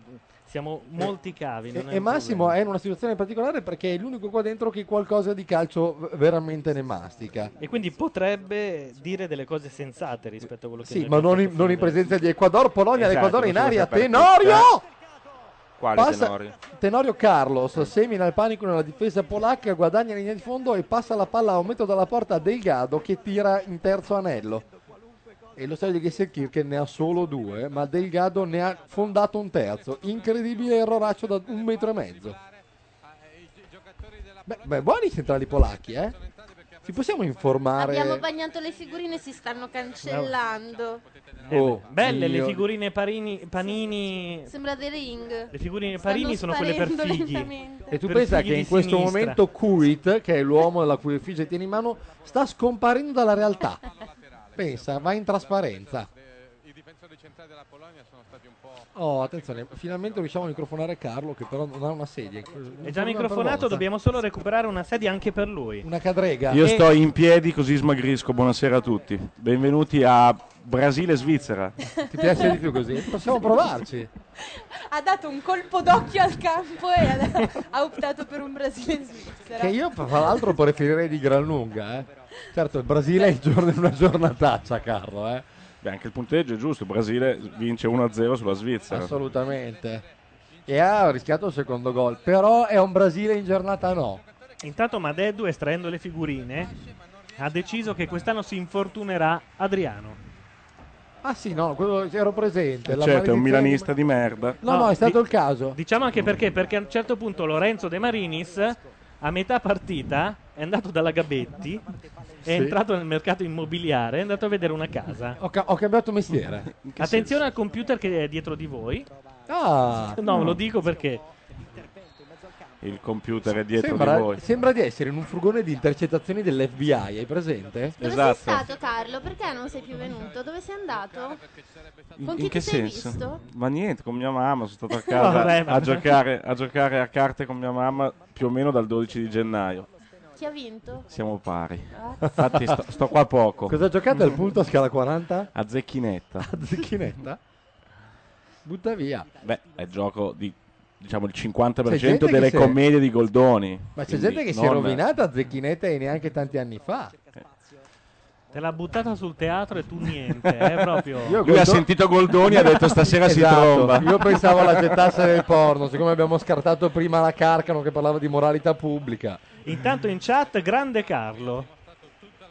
S1: siamo molti cavi.
S2: E,
S1: non è
S2: Eh, e
S1: un
S2: Massimo
S1: problema.
S2: è in una situazione particolare perché è l'unico qua dentro che qualcosa di calcio v- veramente ne mastica.
S1: E quindi potrebbe dire delle cose sensate rispetto a quello che
S2: Sì,
S1: noi
S2: ma non in,
S1: abbiamo
S2: non in
S1: fatto finora.
S2: presenza di Ecuador, Polonia,
S7: Esatto,
S2: l'Ecuador in
S7: possiamo
S2: aria.
S7: sapere
S2: Tenorio!
S7: Quale
S2: Passa-
S1: Eh
S7: Tenorio?
S2: Tenorio Carlos semina il panico nella difesa polacca, guadagna linea di fondo e passa la palla a un metro dalla porta a Delgado che tira in terzo anello. E lo stadio di Gesselkirchen ne ha solo due, ma Delgado ne ha fondato un terzo. Incredibile erroraccio da un metro e mezzo. Beh, beh, buoni i centrali polacchi, eh? Ci possiamo informare?
S4: Abbiamo bagnato le figurine, si stanno cancellando.
S1: Eh,
S2: Oh,
S1: belle le
S2: Dio.
S1: figurine parini, panini.
S4: Sembra The Ring.
S1: Le figurine
S4: Stanno
S1: parini sono quelle per
S4: sparendo
S1: figli.
S4: lentamente.
S2: E tu
S1: per
S2: pensa
S1: figli
S2: che
S1: di
S2: in questo
S1: sinistra.
S2: momento Kuit, che è l'uomo la cui effigie tiene in mano, sta scomparendo dalla realtà. Pensa, va in trasparenza. Oh, attenzione, finalmente riusciamo a microfonare Carlo, che però non ha una sedia.
S1: È già microfonato, dobbiamo solo recuperare una sedia anche per lui.
S2: Una cadrega.
S8: Io
S1: E-
S8: sto in piedi così smagrisco. Buonasera a tutti. Benvenuti a Brasile-Svizzera.
S4: (laughs)
S2: Ti piace di più così? Possiamo provarci.
S4: Ha dato un colpo d'occhio al campo e ha, ha optato per un Brasile-Svizzera.
S2: Che io, tra l'altro, preferirei di gran lunga, eh. Certo, il Brasile è il giorno- una giornataccia, Carlo, eh.
S8: Beh, anche il punteggio è giusto. Il Brasile vince 1-0 sulla Svizzera.
S2: Assolutamente. E ha rischiato il secondo gol. Però è un Brasile in giornata no.
S1: Intanto Madeddu, estraendo le figurine, ha deciso che quest'anno si infortunerà Adriano.
S2: Ah sì, no, quello ero presente. la
S8: Certo, è un
S2: maledizione di-
S8: milanista di merda.
S2: No, no, è stato
S1: di-
S2: il caso.
S1: Diciamo anche perché, perché a un certo punto Lorenzo De Marinis, a metà partita, è andato dalla Gabetti, è
S2: Sì.
S1: entrato nel mercato immobiliare, è andato a vedere una casa.
S2: Ho, ca- ho cambiato mestiere.
S1: Attenzione al computer che è dietro di voi.
S2: Ah,
S1: No, lo dico perché
S8: Il computer è dietro di
S2: sembra,
S8: voi.
S2: sembra di essere in un furgone di intercettazioni dell'FBI, hai presente?
S8: Esatto.
S4: Dove sei stato Carlo? Perché non sei più venuto? Dove sei andato? Con chi
S8: in che
S4: ti sei
S8: senso?
S4: visto?
S8: Ma niente, con mia mamma
S4: (laughs)
S8: sono stato a casa
S1: Vabbè,
S8: a,
S1: vabbè.
S8: giocare, a giocare a carte con mia mamma più o meno dal 12 di gennaio.
S4: Chi ha vinto? Ah.
S8: Siamo pari. Infatti sto, sto qua poco.
S2: Cosa ha giocato al punto a scala 40?
S8: A zecchinetta.
S2: A Zecchinetta? Butta via.
S8: Beh, è gioco di diciamo il 50%
S2: gente
S8: delle
S2: che si è-
S8: commedie di Goldoni.
S2: Ma c'è
S8: Quindi
S2: gente che si è
S8: non-
S2: rovinata a Zecchinetta e neanche tanti anni fa.
S1: Eh, te l'ha buttata sul teatro e tu niente. eh, È proprio.
S2: Io
S8: Lui ha
S2: Goldo-
S8: sentito Goldoni e ha
S2: (laughs)
S8: detto stasera
S2: Esatto,
S8: si tromba.
S2: Io pensavo la gettasse nel porno,
S8: (laughs)
S2: siccome abbiamo scartato prima la Carcano che parlava di moralità pubblica.
S1: Intanto in chat, grande Carlo.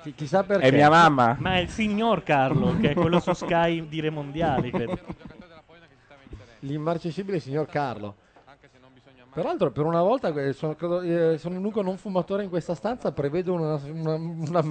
S2: Chi- chissà perché.
S8: È mia mamma.
S1: Ma è il signor Carlo, che è quello
S2: (laughs)
S1: su Sky di Re Mondiali. credo.
S2: L'immarcescibile signor Carlo. Peraltro, per una volta eh, sono, credo, eh, sono l'unico non fumatore in questa stanza. Prevedo una, una- una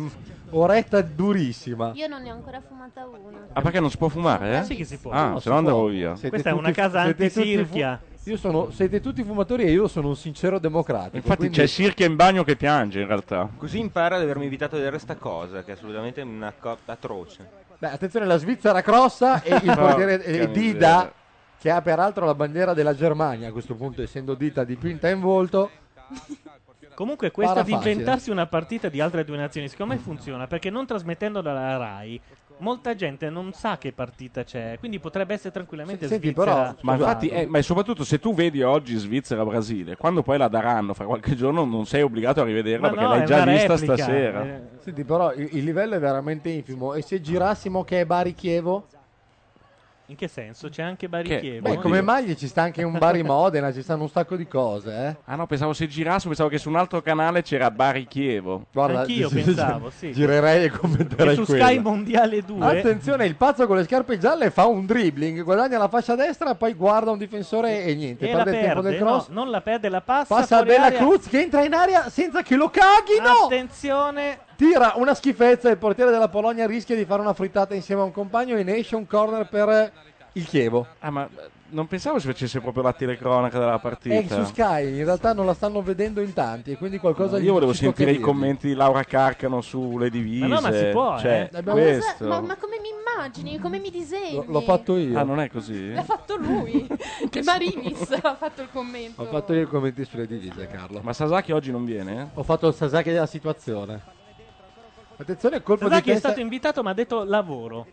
S2: oretta durissima.
S4: Io non ne ho ancora fumata una.
S8: Ah, perché non si può fumare, eh?
S1: Sì che si può.
S8: Ah,
S2: No,
S8: se no
S2: si
S8: andavo
S2: può.
S8: via.
S2: Siete
S1: Questa è una
S2: tutti-
S1: casa
S2: siete tutti fu-
S1: antisirchia.
S2: io sono, siete tutti fumatori e io sono un sincero democratico.
S8: Infatti
S2: quindi-
S8: c'è Sirchia in bagno che piange in realtà.
S7: Così impara ad avermi invitato a vedere sta cosa, che è assolutamente una cosa atroce.
S2: Beh, attenzione, la Svizzera crossa e il
S8: (laughs) No,
S2: portiere
S8: che miseria.
S2: eh, Dida, che ha peraltro la bandiera della Germania a questo punto, essendo Dita dipinta in volto. eh.
S1: Comunque, questa
S2: Para
S1: di
S2: facile.
S1: inventarsi una partita di altre due nazioni, secondo me funziona perché non trasmettendo dalla Rai, molta gente non sa che partita c'è. Quindi potrebbe essere tranquillamente
S2: Senti,
S1: Svizzera.
S2: però,
S8: Ma
S2: Scusate.
S8: infatti, eh, ma soprattutto se tu vedi oggi Svizzera-Brasile, quando poi la daranno fra qualche giorno, non sei obbligato a
S1: Ma
S8: rivederla perché
S1: no, è
S8: l'hai già
S1: una
S8: vista
S1: replica.
S8: stasera.
S1: Eh,
S2: Senti, però il, il livello è veramente infimo. E se girassimo che è Bari Chievo?
S1: In che senso? C'è anche
S8: Che-
S1: Barichievo.
S2: Beh,
S8: Oddio.
S2: come maglie ci sta anche un Bari Modena, ci stanno un sacco di cose, eh.
S8: Ah no, pensavo se girasse, pensavo che su un altro canale c'era Bari Chievo.
S2: Guarda,
S1: Anch'io
S2: gi-
S1: pensavo, sì.
S2: Girerei e
S1: E
S2: commenterei
S1: su
S2: quello.
S1: Sky Mondiale 2
S2: Attenzione, il pazzo con le scarpe gialle fa un dribbling, guadagna la fascia destra, poi guarda un difensore e niente,
S1: e la
S2: perde il tempo del
S1: perde, no,
S2: cross.
S1: non la perde, la passa.
S2: Passa a
S1: fuori
S2: Bella
S1: area.
S2: Cruz che entra in aria senza che lo caghi, no!
S1: Attenzione,
S2: Tira una schifezza e il portiere della Polonia rischia di fare una frittata insieme a un compagno e ne esce un corner per eh, il Chievo.
S8: Ah, ma eh, non pensavo si facesse proprio la telecronaca della partita.
S1: Eh,
S2: E su Sky in realtà non la stanno vedendo in tanti e quindi qualcosa gli
S8: Io volevo
S2: ci
S8: sentire i
S2: tocca dirgli.
S8: commenti di Laura Carcano sulle divise.
S1: Ma no, ma si può,
S8: cioè,
S2: eh.
S4: Ma,
S8: questo.
S4: cosa- ma- ma come mi immagini? Come mi disegni?
S2: L- L'ho fatto io.
S8: Ah, non è così?
S4: L'ha fatto
S8: (laughs)
S4: lui. Marinis ha fatto il commento.
S2: Ho fatto io i commenti sulle divise, Carlo.
S8: Ma Sasaki oggi non viene? eh?
S2: Ho fatto il Sasaki della situazione. Attenzione, colpo
S1: Sasaki
S2: di
S1: è
S2: testa.
S1: stato invitato ma ha detto lavoro.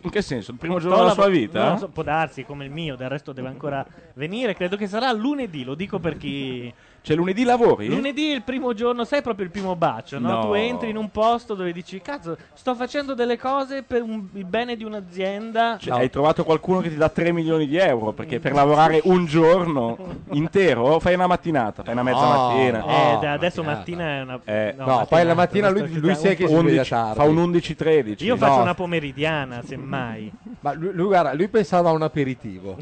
S8: In che senso? Il primo
S1: Sto
S8: giorno della
S1: lav-
S8: sua vita? eh?
S1: Non lo so, può darsi come il mio, del resto deve ancora venire. Credo che sarà lunedì, lo dico per chi.
S8: Cioè lunedì lavori?
S1: Lunedì è il primo giorno, sai proprio il primo bacio, no?
S8: No.
S1: Tu entri in un posto dove dici cazzo, sto facendo delle cose per un- il bene di un'azienda.
S8: Cioè, Hai trovato qualcuno che ti dà 3 milioni di euro perché per lavorare un giorno intero fai una mattinata, fai una mezza mattina.
S1: Eh,
S2: Oh,
S1: da- adesso mattina,
S2: mattinata.
S1: è una.
S8: Eh,
S2: No, poi la mattina lui,
S1: sto
S2: lui si
S1: scherzando.
S2: è che si sveglia
S8: 11
S2: tardi.
S8: fa un 11-13.
S1: Io faccio
S2: No.
S1: una pomeridiana,
S8: (laughs)
S1: semmai.
S2: Ma lui, lui, guarda, lui pensava a
S1: (laughs)
S2: un aperitivo.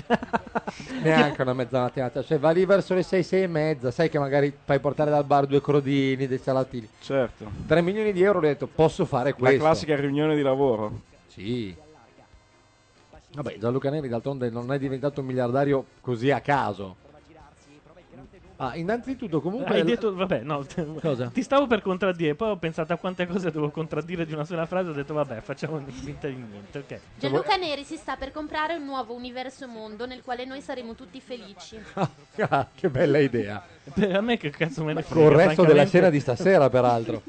S2: Neanche una mezza mattinata. Cioè, va lì verso le 6, 6 e mezza. Sai che magari fai portare dal bar due crodini, dei salatini.
S8: Certo.
S2: 3 milioni di euro, ho detto, posso fare questo.
S8: La classica riunione di lavoro.
S2: Sì. Vabbè, Gianluca Neri d'altronde non è diventato un miliardario così a caso. Ah, innanzitutto comunque...
S1: Hai detto, vabbè, no,
S2: Cosa?
S1: ti stavo per contraddire, poi ho pensato a quante cose devo contraddire di una sola frase, ho detto vabbè, facciamo finta di niente, ok.
S8: Cioè,
S4: Gianluca Neri si sta per comprare un nuovo universo mondo nel quale noi saremo tutti felici.
S2: (laughs) Ah, che bella idea.
S1: Per a me che cazzo me ne frega.
S2: Col resto della
S1: francamente.
S2: cena di stasera, peraltro.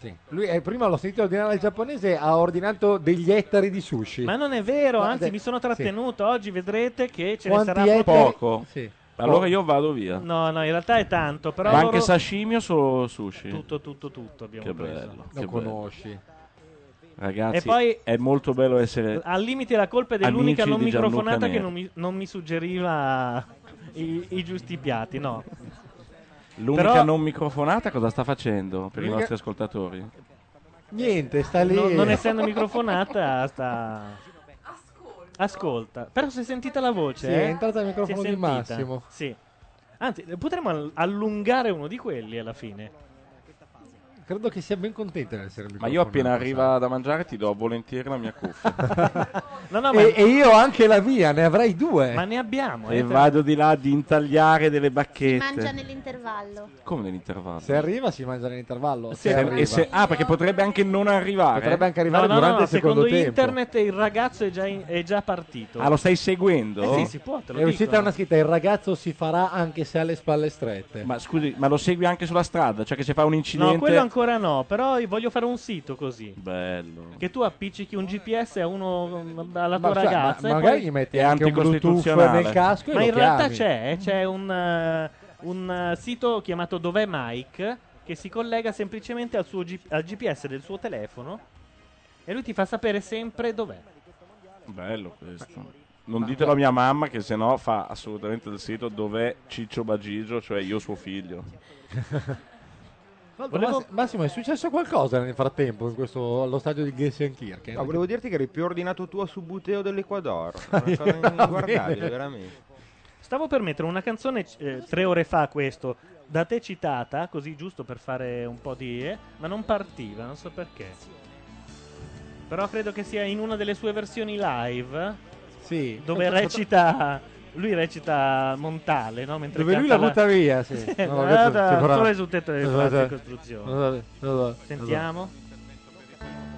S2: Sì. Lui eh, prima l'ho sentito ordinare il giapponese, ha ordinato degli ettari di
S1: (laughs)
S2: sushi.
S1: Ma non è vero,
S2: Ma
S1: anzi
S2: de-
S1: mi sono
S2: sì.
S1: trattenuto, oggi vedrete che ce
S2: Quanti
S1: ne sarà
S2: ettari?
S8: Poco.
S2: Sì.
S8: Allora io vado via.
S1: No, no, in realtà è tanto, però
S8: Ma
S1: loro-
S8: anche sashimi o solo sushi?
S1: tutto, tutto, tutto abbiamo
S8: Che
S1: preso.
S8: bello.
S2: Lo
S8: Che bello.
S2: conosci.
S8: Ragazzi,
S1: E poi-
S8: è molto bello essere
S1: Al limite la colpa è dell'unica
S8: Amici
S1: non
S8: di Gianluca
S1: microfonata che
S8: Neri.
S1: non mi, non mi suggeriva (laughs) i, i giusti piatti, no.
S8: l'unica
S1: però-
S8: non microfonata. Cosa sta facendo per i
S1: L'unica-
S8: nostri ascoltatori?
S2: Niente, sta lì.
S1: Non, non essendo
S2: (laughs)
S1: microfonata sta... Ascolta. Però si è sentita la voce,
S2: Sì,
S1: eh?
S2: è entrata al microfono
S1: Si è
S2: di
S1: sentita,
S2: Massimo.
S1: Sì. Anzi, potremmo all- allungare uno di quelli alla fine.
S2: Credo che sia ben contenta di essere
S8: Ma io appena arriva da mangiare ti do volentieri la mia cuffia.
S1: No, no, ma,
S2: E, e io anche la mia, ne avrei due.
S1: ma ne abbiamo, eh,
S8: e
S1: tra-
S8: vado di là ad intagliare delle bacchette.
S9: Mangia nell'intervallo.
S8: Come nell'intervallo?
S2: Se arriva si mangia nell'intervallo.
S8: Se-
S2: Se arriva.
S8: e se- ah, perché potrebbe anche non arrivare.
S2: Potrebbe anche
S1: No,
S2: arrivare
S1: no, no,
S2: durante
S1: no,
S2: il secondo,
S1: secondo
S2: tempo.
S1: internet il ragazzo è già, in- è già partito.
S8: Ah, lo stai seguendo?
S1: Eh sì, si può, te lo
S2: È uscita
S1: dicono.
S2: una scritta: il ragazzo si farà anche se ha le spalle strette.
S8: Ma scusi, ma lo segui anche sulla strada? Cioè che se fa un incidente...
S1: No, quello ancora no, però io voglio fare un sito così.
S8: Bello.
S1: Che tu appiccichi un GPS a uno mm, alla tua
S2: Ma, cioè,
S1: ragazza.
S2: ma-
S1: e
S2: magari
S1: poi-
S2: gli metti
S8: È
S2: anche un Bluetooth
S8: anticostituzionale.
S2: nel casco e
S1: Ma
S2: lo
S1: in realtà
S2: chiami.
S1: c'è, eh, c'è un, eh, un, eh, sito chiamato Dov'è Mike che si collega semplicemente al, suo G- al GPS del suo telefono e lui ti fa sapere sempre dov'è.
S8: Bello questo. Non ditelo a mia mamma che se no fa assolutamente del sito dov'è Ciccio Bagigio, cioè io suo figlio.
S1: Volevo-
S2: Mass- Massimo, è successo qualcosa nel frattempo in questo, allo stadio di Gelsenkirchen?
S7: No, volevo dirti che eri più ordinato tu a
S2: (laughs)
S7: Subuteo dell'Equador. Una cosa inguardabile, veramente.
S1: Stavo per mettere una canzone eh, tre ore fa, questo, da te citata, così giusto per fare un po' di... eh, ma non partiva, non so perché. Però credo che sia in una delle sue versioni live,
S2: Sì. (laughs)
S1: dove recita... Lui recita Montale, no? Mentre
S2: Dove lui
S1: canta
S2: la butta via,
S1: (laughs)
S2: sì. No, Esatto.
S1: Eh,
S2: questo-
S1: da-
S2: ci farà- Esatto.
S1: solo sul tetto delle
S2: Cosa-
S1: palazzi di costruzione.
S2: cosa- cosa-
S1: Sentiamo.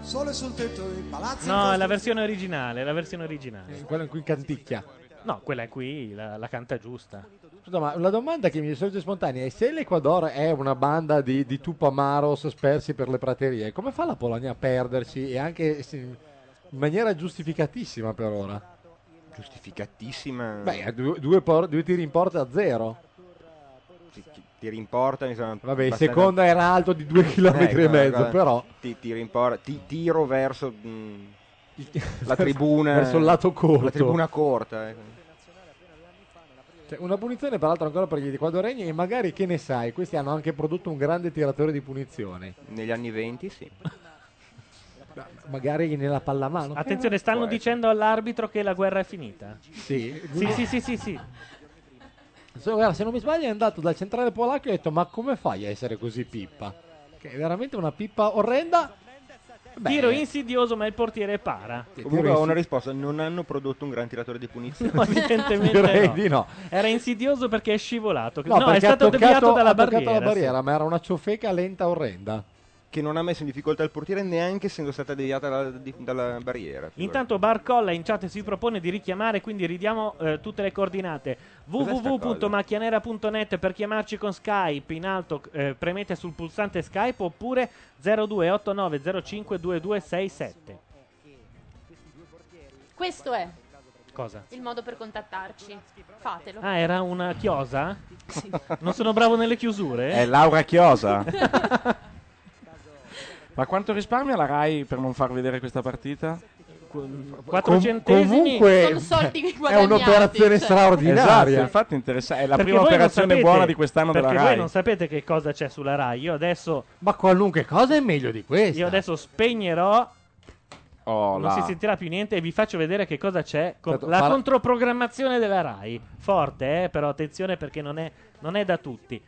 S6: Sole sul tetto dei
S9: Esatto.
S6: palazzi.
S1: No, è la versione originale, è la versione originale.
S2: cosa- Quello in cui canticchia.
S1: No, quella è qui, la, la canta giusta.
S2: Scusa, ma la domanda che mi sorge spontanea è se l'Equador è una banda di, di tupamaros spersi per le praterie, come fa la Polonia a perderci e anche sì, in maniera giustificatissima per ora?
S7: Giustificatissima.
S2: Beh, ha due, due por- due tiri in porta a zero.
S7: Ti- ti- ti rimporta, mi sembra.
S2: Vabbè, il
S7: abbastanza-
S2: secondo era alto di due chilometri e
S7: Ecco,
S2: mezzo,
S7: guarda,
S2: però
S7: Ti, ti rimporta, ti tiro verso mm,
S2: (laughs)
S7: la tribuna.
S2: verso il lato corto.
S7: La tribuna corta. ecco.
S2: Cioè, una punizione peraltro ancora per gli equadoregni e magari che ne sai, questi hanno anche prodotto un grande tiratore di punizioni.
S7: Negli anni 20, sì.
S2: Magari nella pallamano.
S1: (laughs) Attenzione, stanno
S7: Può essere.
S1: dicendo all'arbitro che la guerra è finita.
S2: Sì,
S1: Sì, sì, sì, sì, sì.
S2: Se, guarda, se non mi sbaglio è andato dal centrale polacco e ha detto ma come fai a essere così pippa? Che è veramente una pippa orrenda. Beh,
S1: Tiro insidioso, ma il portiere para.
S2: ti-
S7: Comunque
S2: tiro
S7: ho una
S2: insi-
S7: risposta. Non hanno prodotto un gran tiratore di punizione.
S1: (laughs) No, evidentemente
S2: (laughs) Direi
S1: no.
S2: di no.
S1: Era insidioso perché è scivolato.
S2: No,
S1: No, è
S2: perché ha
S1: stato
S2: toccato,
S1: deviato dalla
S2: ha toccato
S1: barriera.
S2: la barriera, ma era una ciofeca lenta orrenda.
S7: che non ha messo in difficoltà il portiere neanche essendo stata deviata dalla, di- dalla barriera.
S1: sì. Intanto Barcolla in chat si propone di richiamare, quindi ridiamo eh, tutte le coordinate.
S7: Cos'è sta
S1: www.macchianera.net per chiamarci con Skype, in alto eh, premete sul pulsante Skype oppure 0289052267.
S4: Questo è
S1: Cosa?
S4: il modo per contattarci. Fatelo.
S1: Ah, era una chiosa? Non sono bravo nelle chiusure?
S8: È Laura Chiosa. Ma quanto risparmia la Rai per non far vedere questa partita?
S1: Quattro
S2: Com-
S1: centesimi.
S2: comunque
S4: Sono soldi
S2: (laughs)
S4: che
S2: è un'operazione
S4: guadagnate, cioè.
S8: Esatto,
S2: straordinaria.
S8: infatti interessa- è la
S1: Perché
S8: prima
S1: voi non
S8: operazione
S1: sapete-
S8: buona di quest'anno della
S1: Perché voi
S8: Rai.
S1: non sapete che cosa c'è sulla Rai. Io adesso,
S2: Ma qualunque cosa è meglio di questa.
S1: io adesso spegnerò,
S8: Oh,
S1: non
S8: là.
S1: si sentirà più niente e vi faccio vedere che cosa c'è. con
S2: Aspetta,
S1: la
S2: parla-
S1: controprogrammazione della Rai. Forte, eh, però attenzione perché non è, non è da tutti.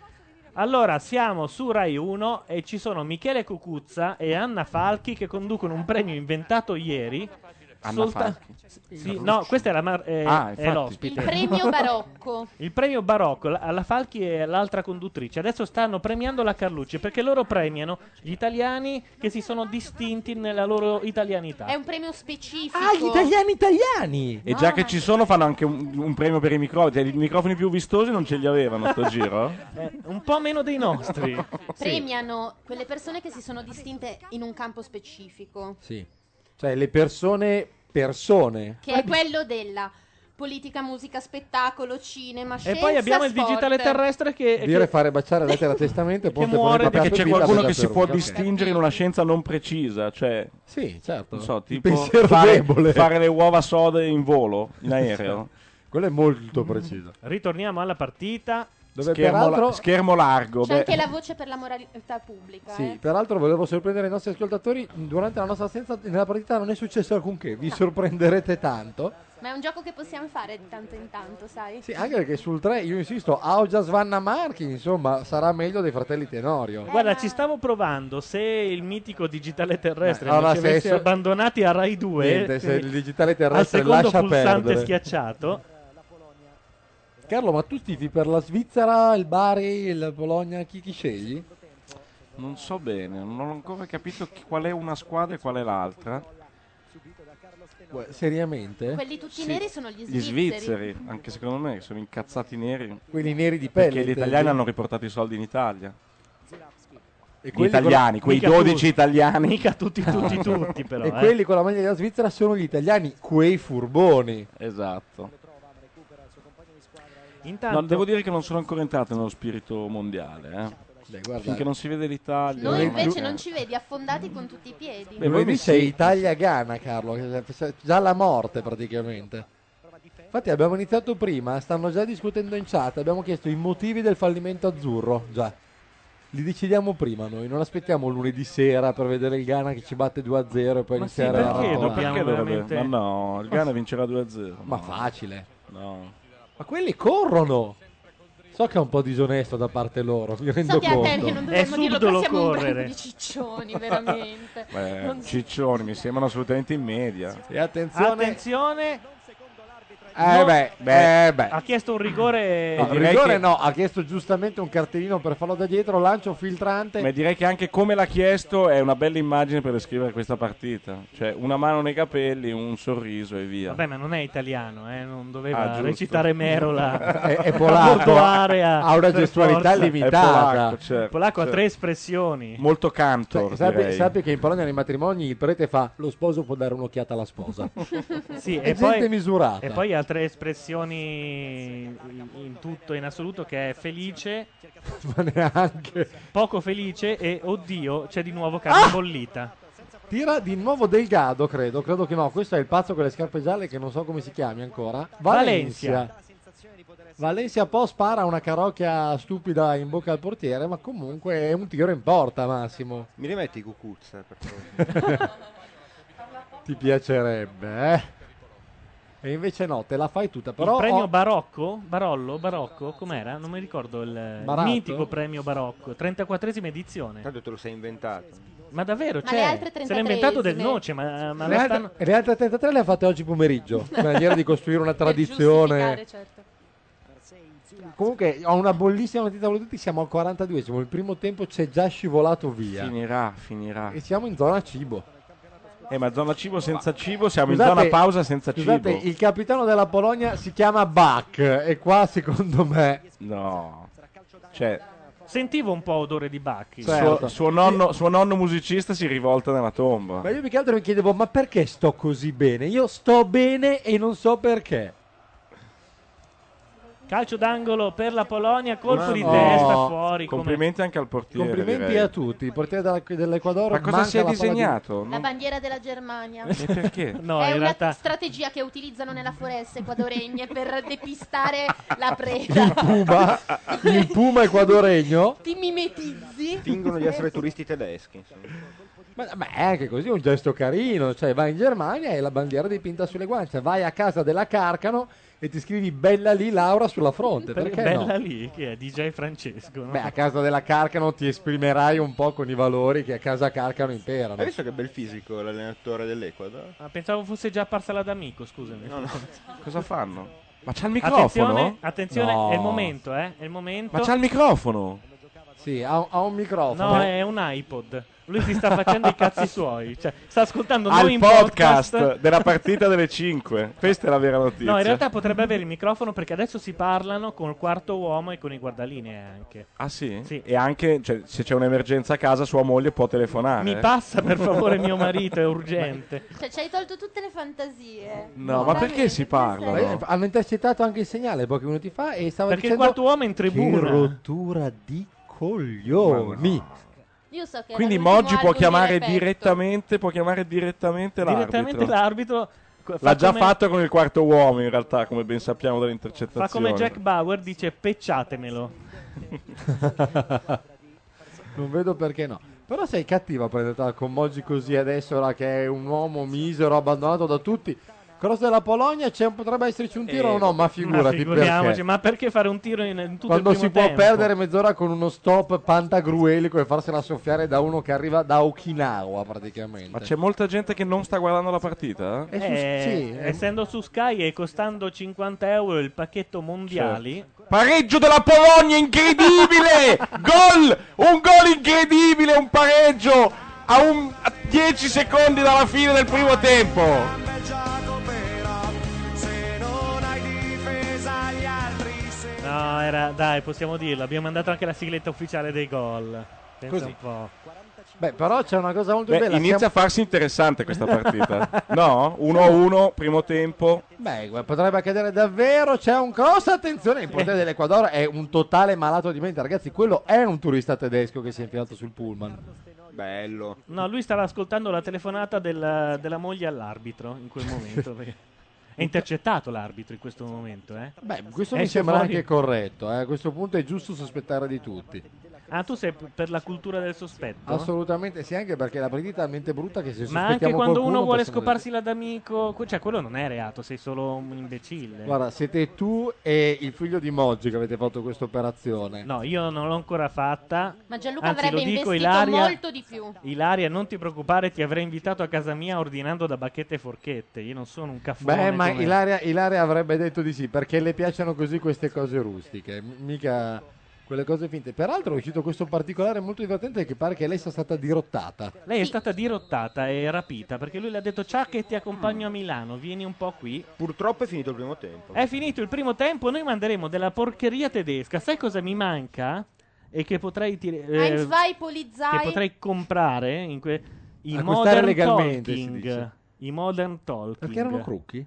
S1: Allora, siamo su Rai 1 e ci sono Michele Cucuzza e Anna Falchi che conducono un premio inventato ieri.
S8: Anna
S1: Solta-
S8: Falchi.
S1: Sì, no, questa è, la mar- eh, è
S8: Ah, infatti.
S4: Il
S1: l'ospite. (laughs)
S4: premio barocco.
S1: Il premio Barocco la- alla Falchi e l'altra conduttrice. Adesso stanno premiando la Carlucci perché loro premiano gli italiani che si sono distinti nella loro italianità.
S4: È un premio specifico.
S2: Ah, gli italiani italiani!
S8: E già che ci sono fanno anche un, un premio per i microfoni. Cioè, I microfoni più vistosi non ce li
S1: (laughs)
S8: avevano sto giro.
S1: Eh, un po' meno dei nostri.
S8: (laughs)
S1: Sì.
S4: (laughs) Premiano quelle persone che si sono distinte in un campo specifico,
S2: Sì. Cioè, le persone persone.
S4: che è quello della politica, musica, spettacolo, cinema,
S1: E
S4: scienza,
S1: poi abbiamo il
S4: sport.
S1: digitale terrestre che...
S2: Dire
S1: che-
S2: fare baciare la terra a testamento e poi
S1: muore
S8: Ma perché c'è qualcuno che si può distinguere in una scienza non precisa, cioè...
S2: Sì, certo.
S8: Non so, tipo
S2: pensiero
S8: fare,
S2: debole. certo.
S8: fare le uova sode in volo, in aereo. Mm.
S2: Quello è molto preciso.
S1: Ritorniamo alla partita.
S2: Dove
S8: schermo,
S2: peraltro-
S8: schermo largo.
S4: C'è
S8: beh.
S4: anche la voce per la moralità pubblica.
S2: Sì,
S4: eh.
S2: peraltro volevo sorprendere i nostri ascoltatori. Durante la nostra assenza nella partita non è successo alcunché, vi sorprenderete tanto.
S4: Ma è un gioco che possiamo fare di tanto in tanto, sai?
S2: Sì, anche perché sul 3, io insisto, Augia Svanna Marchi, insomma, sarà meglio dei fratelli Tenorio.
S1: Guarda, ci stavo provando. Se il mitico digitale terrestre
S2: Ma Eh, allora
S1: non ci
S2: se
S1: avesse
S2: so-
S1: abbandonati a (laughs) Rai 2,
S2: Niente, se il digitale
S1: al
S2: terrestre
S1: secondo
S2: lascia
S1: pulsante
S2: perdere.
S1: schiacciato,
S2: Carlo, ma tu stifi per la Svizzera, il Bari, il Bologna, chi, chi scegli?
S8: Non so bene, non ho ancora capito chi- qual è una squadra e qual è l'altra.
S2: Uè, seriamente?
S4: Quelli tutti
S8: Sì.
S4: neri sono gli
S8: Gli
S4: svizzeri.
S8: svizzeri, anche secondo me, che sono incazzati neri.
S2: Quelli neri di pelle.
S8: Perché gli
S2: intendi?
S8: italiani hanno riportato i soldi in Italia.
S2: E
S8: Gli
S2: quelli con-
S8: italiani, quei
S1: mica
S8: 12
S1: tutti.
S8: italiani.
S1: mica tutti, tutti, tutti però.
S2: (laughs) e
S1: eh.
S2: quelli con la maglia della Svizzera sono gli italiani, quei furboni.
S8: Esatto.
S1: Intanto,
S8: No, devo dire che non sono ancora entrato nello spirito mondiale. eh.
S2: Beh, guarda,
S8: Finché non si vede l'Italia.
S4: Noi invece
S8: eh.
S4: non ci vedi affondati con tutti i piedi.
S8: Beh,
S2: Lunedì
S8: voi mi
S2: c'è
S8: sì.
S2: Italia-Ghana, Carlo. che c'è Già la morte praticamente. Infatti abbiamo iniziato prima, stanno già discutendo in chat, abbiamo chiesto i motivi del fallimento azzurro, già. Li decidiamo prima noi, non aspettiamo lunedì sera per vedere il Ghana che ci batte 2-0 e poi
S1: Ma sì,
S2: iniziare
S1: perché
S2: la
S8: No,
S2: raccolta.
S1: dobbiamo
S8: perché dovrebbe-
S1: veramente-
S8: Ma no, il Ghana vincerà 2-0.
S2: Ma
S8: no.
S2: facile.
S8: No.
S2: Ma quelli corrono. So che è un po' disonesto da parte loro, mi rendo
S4: Sappiate
S2: conto.
S4: che non
S1: È
S4: dovremmo dirlo,
S1: subdolo
S4: però siamo un
S1: correre.
S4: brand di ciccioni,
S1: (laughs)
S4: veramente.
S8: Beh,
S4: Non so.
S8: ciccioni, mi sembrano assolutamente in media.
S2: E attenzione.
S1: attenzione,
S2: eh beh,
S8: Beh.
S2: eh beh.
S1: ha chiesto un rigore.
S2: No,
S8: direi
S2: rigore
S8: che-
S2: no, ha chiesto giustamente un cartellino per farlo da dietro, lancio filtrante.
S8: Ma direi che anche come l'ha chiesto è una bella immagine per descrivere questa partita. Cioè, una mano nei capelli, un sorriso e via.
S1: Vabbè, ma non è italiano, eh, non doveva
S8: Ah, giusto.
S1: recitare Merola.
S2: (laughs) è,
S1: (laughs)
S2: è
S1: Molto
S2: polacco,
S1: area,
S2: ha una
S1: per
S2: gestualità
S1: forza.
S8: È
S2: limitata.
S8: polacco, certo,
S1: Polacco ha
S8: certo.
S1: tre espressioni.
S8: Molto canto.
S2: Cioè, sappi,
S8: direi.
S2: sappi che in Polonia nei matrimoni il prete fa lo sposo può dare un'occhiata alla sposa.
S1: (laughs) Sì,
S2: è
S1: e
S2: gente
S1: poi,
S2: misurata.
S1: e poi ha tre espressioni in in tutto e in assoluto che è felice,
S2: (laughs) Ma neanche. Ah!
S1: poco felice e oddio, c'è di nuovo carne bollita.
S2: Tira di nuovo Delgado, credo. Credo che no. Questo è il pazzo con le scarpe gialle che non so come si chiami ancora. Valencia. Valencia poi spara una carocchia stupida in bocca al portiere, ma comunque è un tiro in porta, Massimo.
S7: Mi rimetti cucuzza, per favore.
S1: (laughs)
S2: Ti piacerebbe, eh? E invece no, te la fai tutta. Però
S1: il premio
S2: ho-
S1: Barocco? Barollo? Barocco? Com'era? Non mi ricordo il il
S2: Baratto?
S1: mitico premio Barocco, 34esima edizione.
S7: Tanto te lo sei inventato.
S1: Ma davvero,
S4: Ma
S1: c'è?
S4: le altre
S1: Se l'ha inventato del
S4: 33esime?
S1: noce, ma, ma
S2: le,
S1: la
S2: altre,
S1: stanno-
S2: le altre 33 le ha fatte oggi pomeriggio.
S1: (laughs)
S2: in maniera di costruire una
S4: Per
S2: tradizione.
S4: giustificare, certo.
S2: Comunque, ho una bollissima notizia per tutti. Siamo al 42esimo. Il primo tempo c'è già scivolato via.
S8: Finirà, finirà.
S2: E siamo in zona cibo.
S8: Eh, ma zona cibo senza cibo, siamo in
S2: Scusate-
S8: zona pausa senza
S2: Scusate,
S8: cibo.
S2: il capitano della Polonia si chiama Bach. E qua, secondo me,
S8: No. Cioè,
S1: Sentivo un po' odore di Bacchi.
S2: Cioè-
S8: suo,
S2: Certo.
S8: suo nonno, suo nonno musicista si rivolta nella tomba.
S2: Ma io più che altro mi chiedevo, ma perché sto così bene? Io sto bene e non so perché.
S1: Calcio d'angolo per la Polonia, colpo
S8: Ma
S1: di
S8: no.
S1: testa
S2: Oh.
S1: fuori. come-
S8: Complimenti anche al portiere.
S2: Complimenti
S8: direi.
S2: a tutti. Il portiere della- dell'Ecuador.
S8: Ma cosa
S2: manca
S8: si è
S2: la palla di-
S8: disegnato?
S4: La
S8: Non-
S4: bandiera della Germania.
S8: (laughs) E perché?
S1: (laughs) No,
S4: è
S1: in
S4: una
S1: realtà
S4: strategia che utilizzano nella foresta equadoregne
S1: (laughs)
S4: per depistare la preda.
S2: Puma, il Puma equadoregno.
S4: Ti mimetizzi.
S7: Fingono di essere turisti tedeschi. insomma.
S2: Ma, ma è anche così un gesto carino. Cioè, vai in Germania e la bandiera dipinta sulle guance. Vai a casa della Carcano e ti scrivi bella lì Laura sulla fronte.
S1: perché
S2: Perché
S1: bella
S2: no?
S1: lì che è DJ Francesco. no?
S2: Beh, a casa della Carcano ti esprimerai un po' con i valori che a casa Carcano imperano.
S7: Hai visto che bel fisico l'allenatore dell'Ecuador?
S1: Ah, pensavo fosse già apparsa la d'amico, scusami.
S7: No, no.
S8: Cosa fanno? Ma c'ha il
S1: Attenzione,
S8: microfono?
S1: attenzione,
S2: No.
S1: è il momento, eh, è il momento.
S8: Ma c'ha il microfono?
S2: Sì, ha, ha un microfono.
S1: No, è un iPod. Lui si sta facendo i cazzi suoi. Cioè, sta ascoltando noi
S8: Al
S1: in
S8: podcast, della partita delle 5. Questa è la vera notizia.
S1: No, in realtà potrebbe avere il microfono perché adesso si parlano con il quarto uomo e con i guardalinee anche.
S8: Ah sì? E anche cioè, se c'è un'emergenza a casa, sua moglie può telefonare.
S1: Mi passa
S8: (laughs)
S1: per favore mio marito, è urgente.
S4: Cioè, ci hai tolto tutte le fantasie.
S8: No, ma perché si parla?
S2: Ma, eh, Hanno intercettato anche il segnale pochi minuti fa e stava
S1: Perché il
S2: dicendo
S1: quarto uomo è in tribuna.
S2: Che rottura di coglioni.
S4: Io so che
S8: Oh, Quindi
S4: era l'ultimo
S8: Moggi può
S4: album di
S8: chiamare
S4: Repetto.
S8: direttamente, può chiamare direttamente l'arbitro.
S1: Direttamente l'arbitro co- fa
S8: L'ha già
S1: come-
S8: fatto con il quarto uomo, in realtà, come ben sappiamo dalle
S1: Fa
S8: intercettazioni.
S1: come Jack Bauer, dice
S8: (laughs)
S1: pecciatemelo.
S2: non vedo perché no. Però sei cattiva a prenderla con Moggi così adesso, ora che è un uomo misero, abbandonato da tutti. Cross della Polonia, c'è, potrebbe esserci un tiro o no? Ma
S1: Eh, ma
S2: figurati
S1: figuriamoci,
S2: perché.
S1: ma perché fare un tiro in, in tutto
S2: Quando
S1: il
S2: si
S1: primo
S2: può
S1: tempo?
S2: perdere mezz'ora con uno stop pantagruelico e farsela soffiare da uno che arriva da Okinawa praticamente.
S8: Ma c'è molta gente che non sta guardando la partita?
S1: Eh, essendo su Sky e costando 50 euro il pacchetto mondiali,
S2: Certo.
S8: Pareggio della Polonia, (laughs) incredibile! gol! Un gol incredibile, un pareggio a, un- a 10 secondi dalla fine del primo tempo.
S1: no, era dai, possiamo dirlo. Abbiamo mandato anche la sigletta ufficiale dei gol. Pensa
S2: Così.
S1: un po'.
S2: Beh, però c'è una cosa molto
S8: Beh,
S2: bella.
S8: inizia a
S2: siamo-
S8: farsi interessante (laughs) questa partita. No? 1-1, primo tempo.
S2: Beh, gu- potrebbe accadere davvero. C'è un cross. Attenzione, il portiere dell'Equador è un totale malato di mente, ragazzi. Quello è un turista tedesco che si è infilato sul pullman.
S7: Bello.
S1: No, lui stava ascoltando la telefonata della, della moglie all'arbitro in quel momento. perché è intercettato l'arbitro in questo momento, eh?
S2: Beh, Questo mi
S1: Esce
S2: sembra
S1: fuori.
S2: anche corretto. eh. A questo punto è giusto sospettare di tutti.
S1: Ah, tu sei p- per la cultura del sospetto?
S2: Assolutamente sì, anche perché la partita è talmente brutta che se
S1: Ma anche
S2: sospettiamo
S1: quando
S2: qualcuno
S1: uno vuole
S2: possiamo-
S1: scoparsi la d'amico, que- cioè quello non è reato, sei solo un imbecille.
S2: Guarda, siete tu e il figlio di Moggi che avete fatto questa operazione.
S1: No, io non l'ho ancora fatta.
S4: Ma Gianluca
S1: Anzi,
S4: avrebbe
S1: lo dico,
S4: investito
S1: Ilaria,
S4: molto di più.
S1: Ilaria, non ti preoccupare, ti avrei invitato a casa mia ordinando da bacchette e forchette. Io non sono un caffone.
S2: Beh, ma
S1: come-
S2: Ilaria, Ilaria avrebbe detto di sì, perché le piacciono così queste cose rustiche, m- mica quelle cose finte. Peraltro è uscito questo particolare molto divertente che pare che lei sia stata dirottata.
S1: Lei è stata dirottata e rapita perché lui le ha detto ciao che ti accompagno a Milano, vieni un po' qui.
S7: Purtroppo è finito il primo tempo.
S1: È finito il primo tempo, noi manderemo della porcheria tedesca. Sai cosa mi manca? E che potrei tir- eh,
S4: Heinz vai, Polizai.
S1: che potrei comprare in que- i
S2: Acquistare
S1: modern
S2: legalmente, si
S1: talking.
S2: dice.
S1: I modern talking.
S2: Perché erano crucchi?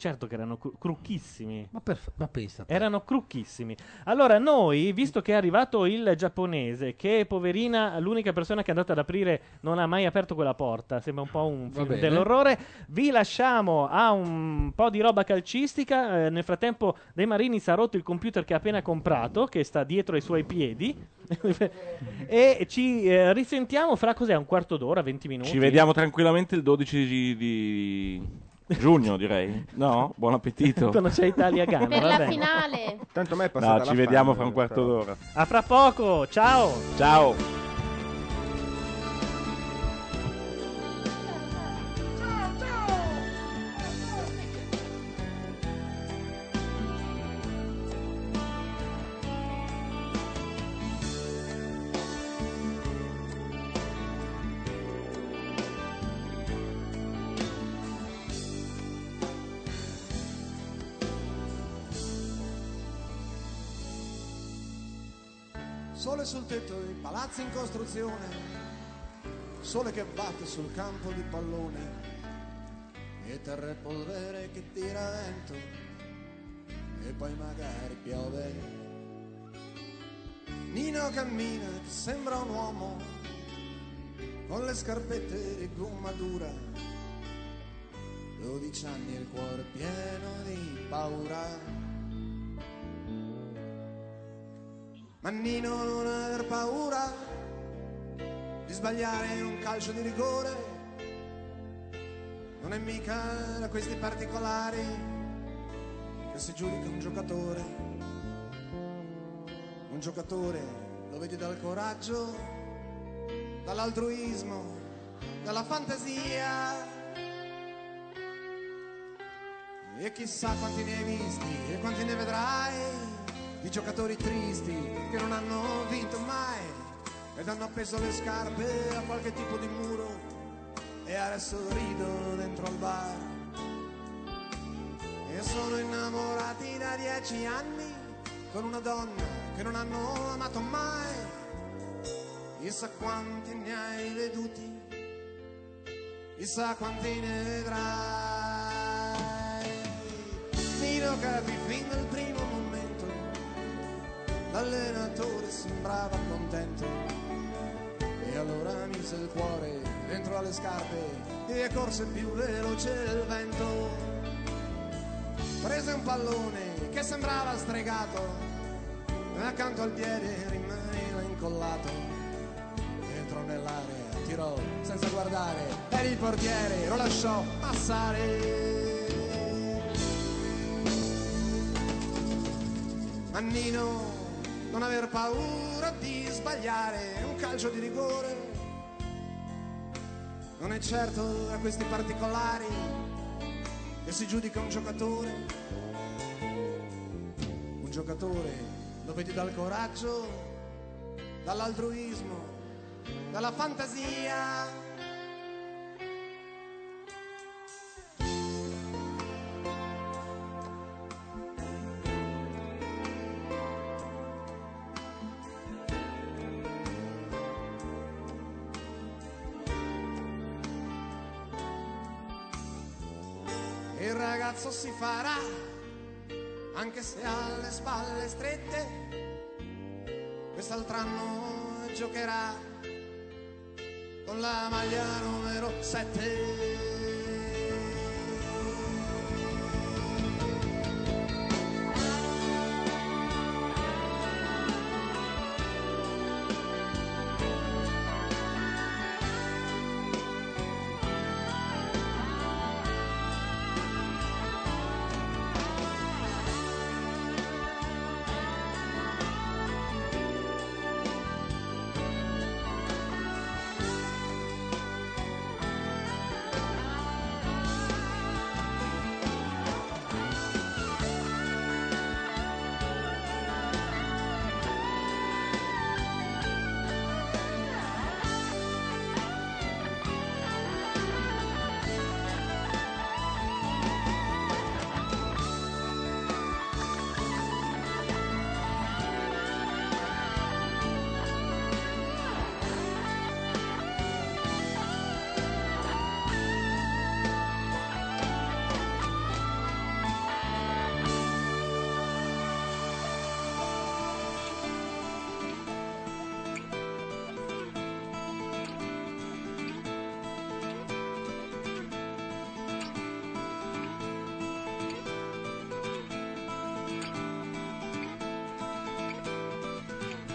S1: Certo che erano cru- crucchissimi.
S2: Ma, per- ma pensa.
S1: Erano crucchissimi. Allora, noi, visto che è arrivato il giapponese, che poverina, l'unica persona che è andata ad aprire non ha mai aperto quella porta, sembra un po' un film
S2: bene.
S1: dell'orrore, vi lasciamo a un po' di roba calcistica. Eh, nel frattempo, De Marini si è rotto il computer che ha appena comprato, che sta dietro ai suoi piedi. (laughs) e ci eh, risentiamo fra cos'è? Un quarto d'ora, 20 minuti.
S8: Ci vediamo tranquillamente il 12 di, di giugno, direi. No? Buon (laughs) appetito.
S1: Tanto non c'è Italia-Ghana, Per la vabbè.
S4: finale.
S7: Tanto a me è
S8: No,
S7: passata
S8: ci
S7: la
S8: vediamo
S7: fame,
S8: fra un quarto d'ora.
S1: A fra poco, ciao!
S8: Ciao!
S9: Sole sul tetto dei palazzi in costruzione, sole che batte sul campo di pallone, e terra e polvere che tira vento, e poi magari piove. Nino cammina che sembra un uomo, con le scarpette di gomma dura, 12 anni e il cuore pieno di paura. Mannino non aver paura di sbagliare un calcio di rigore. Non è mica da questi particolari che si giudica un giocatore. Un giocatore lo vedi dal coraggio, dall'altruismo, dalla fantasia. E chissà quanti ne hai visti e quanti ne vedrai di giocatori tristi che non hanno vinto mai. ed hanno appeso le scarpe a qualche tipo di muro e adesso ridono dentro al bar e sono innamorati da dieci anni con una donna che non hanno amato mai chissà quanti ne hai veduti chissà quanti ne vedrai Nino Carpi fin dal primo momento l'allenatore sembrava contento e allora mise il cuore dentro alle scarpe e corse più veloce del vento prese un pallone che sembrava stregato e accanto al piede rimaneva incollato entrò nell'area tirò senza guardare e il portiere lo lasciò passare Annino non aver paura di sbagliare un calcio di rigore non è certo da questi particolari che si giudica un giocatore un giocatore lo vedi dal coraggio dall'altruismo dalla fantasia il ragazzo si farà anche se ha le spalle strette quest'altro anno giocherà con la maglia numero 7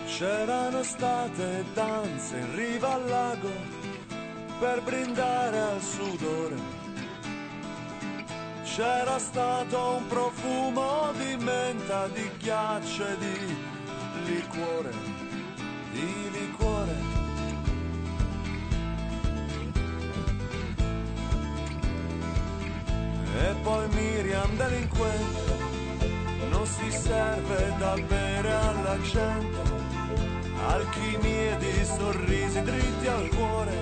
S10: C'erano state danze in riva al lago per brindare al sudore. C'era stato un profumo di menta, di ghiaccio e di liquore, di liquore. E poi Miriam delinquente non si serve da bere alla gente alchimie di sorrisi dritti al cuore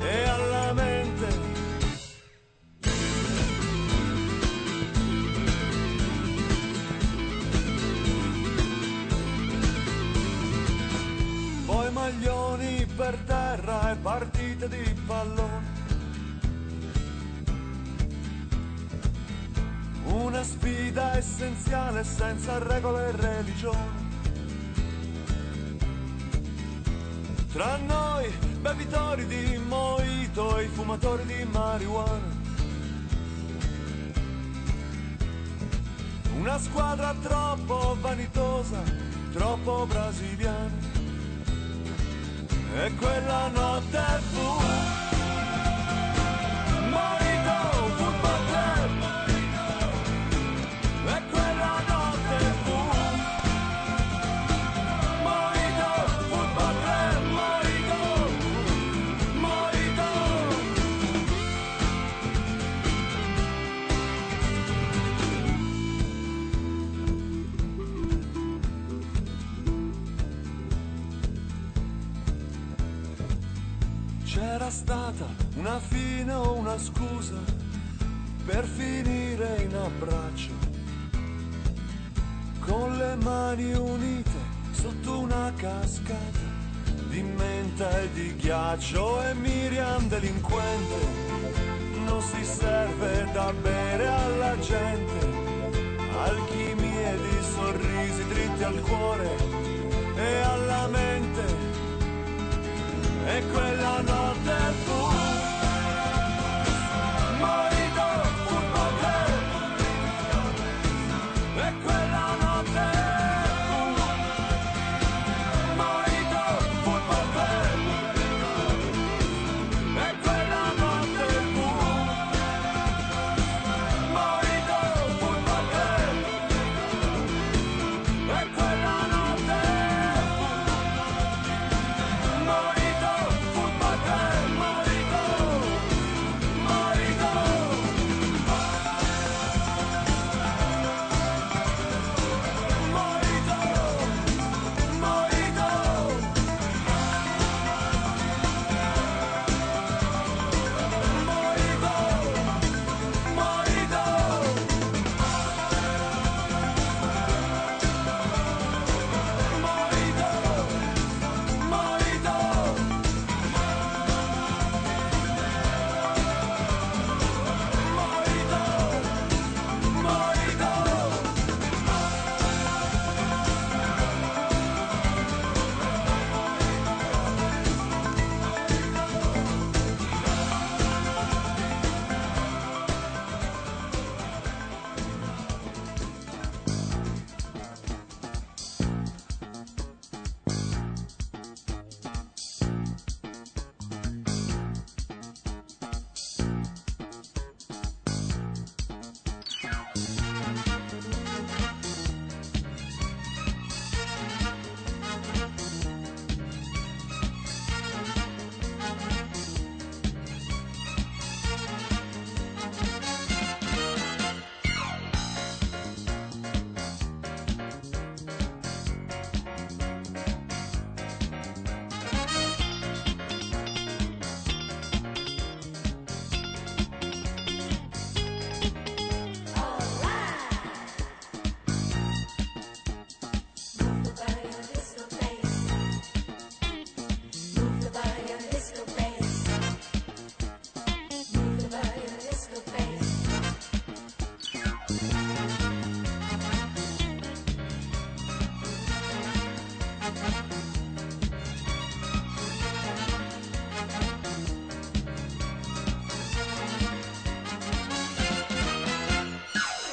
S10: e alla mente. Poi maglioni per terra e partite di pallone. Una sfida essenziale senza regole e religione. Tra noi, bevitori di mojito e fumatori di marijuana. Una squadra troppo vanitosa, troppo brasiliana. E quella notte fu. Mojito, football club. E quella notte fu. Morito, football club, Morito, Morito. stata una fine o una scusa per finire in abbraccio. Con le mani unite sotto una cascata di menta e di ghiaccio e Miriam delinquente. Non si serve da bere alla gente, alchimie di sorrisi dritti al cuore e alla mente e quella notte fu morito un po' te. e quella notte fu morito un po' te. e quella notte fu morito un po' te. e quella notte Morito, football club, Morito, Morito. Morito, Morito. Morito, Morito.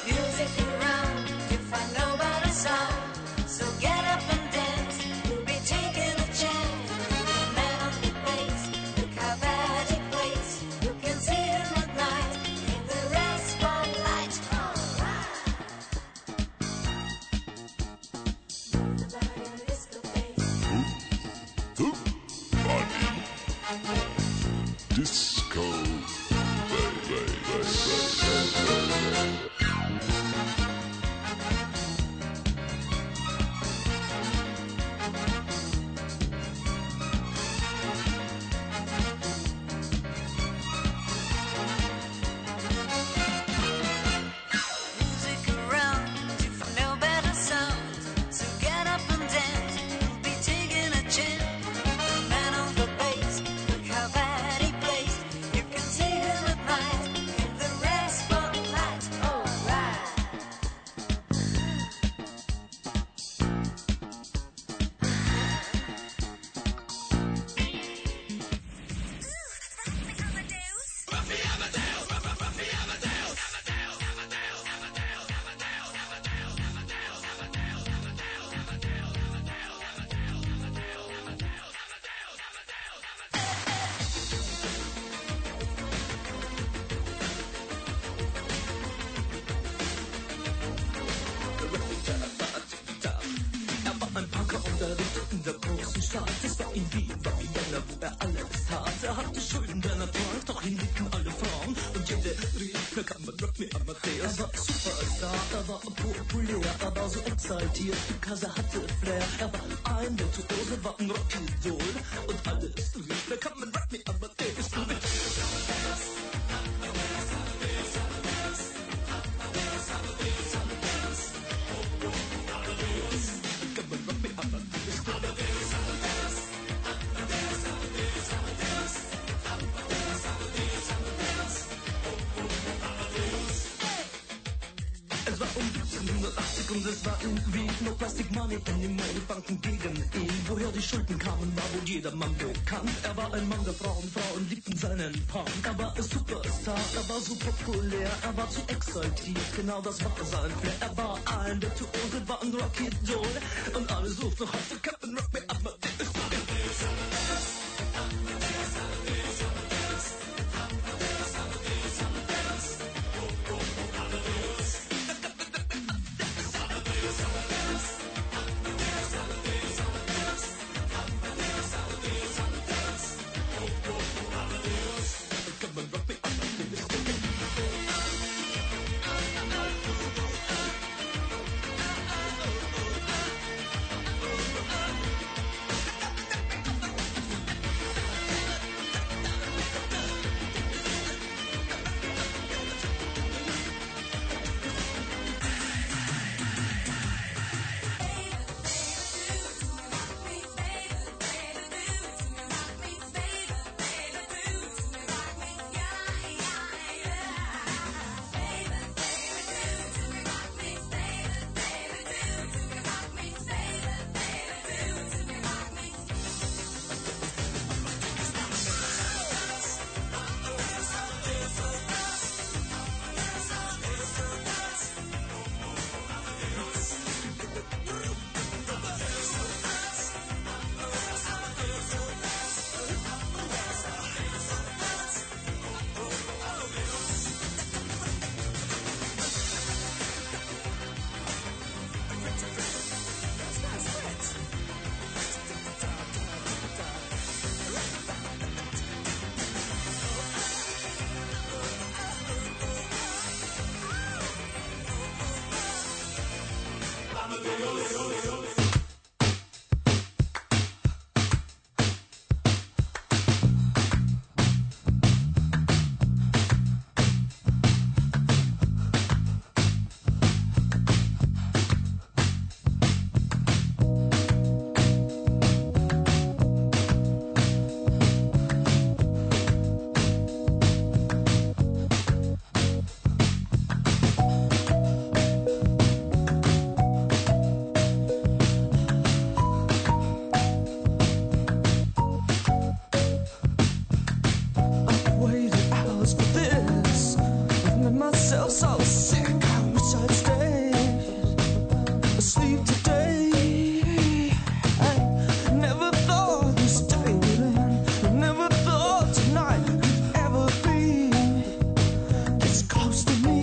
S11: Music around, you find nobody's sound. So get up and dance, you'll be taking a chance. The man on the bass, look how bad he plays. You can see him at night in the red spotlight. Alright. Move the body and disco bass.
S12: Disco.
S11: Music around, you find nobody's sound. So get up and dance, you'll be taking a chance. The man on the bass, look how bad he plays. You can see him at night in the red spotlight. Alright.
S13: Er war ein Punker und er lebte in der großen Stadt. Es war in Wien, war Vienna, wo er alles tat. Er hatte Schulden, der Natur, doch ihn liebten alle Frauen. Und jede rief, na kann man rock me Amadeus. Er war ein Superstar, er war populär, er war so exaltiert, because er hatte Flair. Er war ein Virtuose, war ein Rockidol. Und alles rief, na kann man rock me Amadeus. und es war irgendwie no plastic money in den Moneybanken gegen ihn. Woher die Schulden kamen, war wohl jedermann bekannt. Er war ein Mann der Frauen, Frauen liebten seinen Punk. Er war ein Superstar, er war so populär, er war zu exaltiert, genau das war sein Flair. Er war ein Virtuose, war ein Rocky-Doll und alle suchten noch auf den Captain Rock Me Up.
S11: waited hours for this. I've made myself so sick. I wish I'd stayed asleep today. I never thought this day would end. I never thought tonight could ever be this close to me.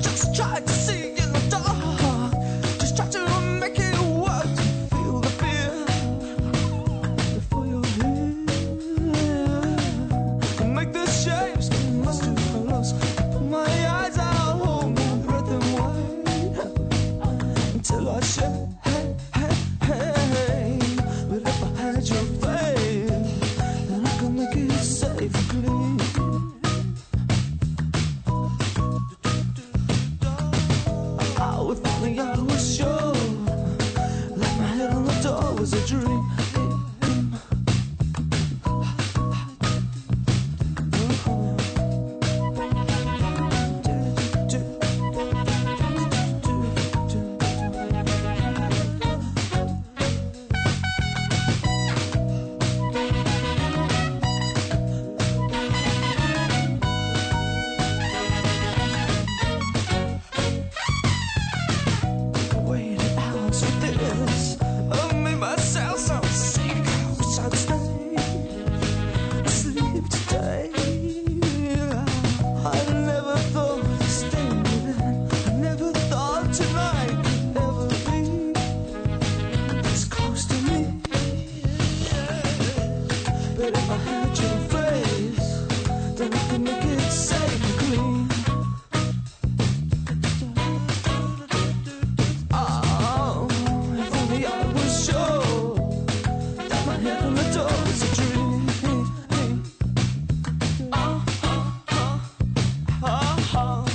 S11: Just try to see in the dark. Just try to make it work. Feel the fear before you're here. Make the shapes come lost in my loss. Put my eyes out, hold my breath and wait until I shed. Hey, hey, hey. But if I had your faith, then I can make it safe and clean. Oh, if only I was sure. Like my head on the door was a dream. Waited hours for this. I made myself so sick. I wish I'd stayed asleep today. I never thought this day would end. I never thought tonight could ever be this close to me. But if I had your face, then I could make it safe and clean. Oh, if only I was sure that my head on the door was a dream. Oh, oh, oh, oh, oh.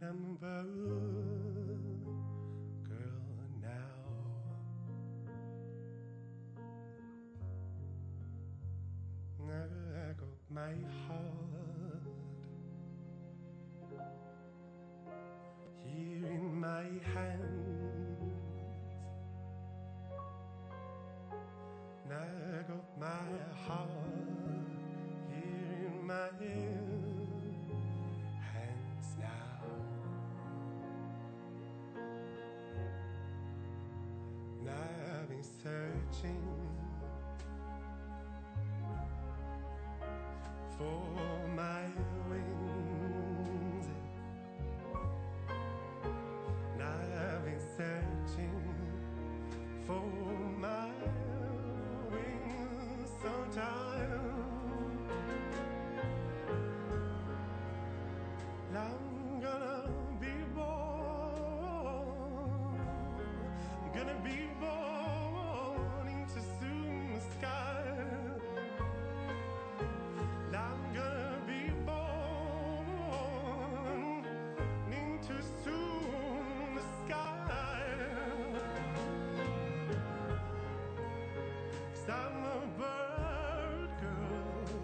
S12: remember, girl, now. Never echo my heart. Here in my hands, nag of my heart. Here in my hands now. And I've been searching for my wings. And I've been searching for my wings sometime. And I'm gonna be born, gonna be born into soon sky. And I'm gonna be born into soon sky. Cause I'm a bird girl,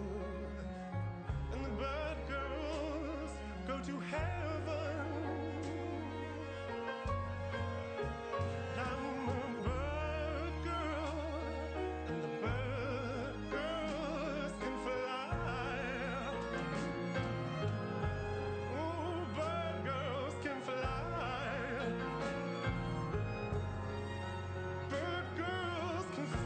S12: and the bird girls go to heaven. I'm a bird girl, and the bird girls can fly. Oh, bird girls can fly. Bird girls can fly. Bird girls can fly.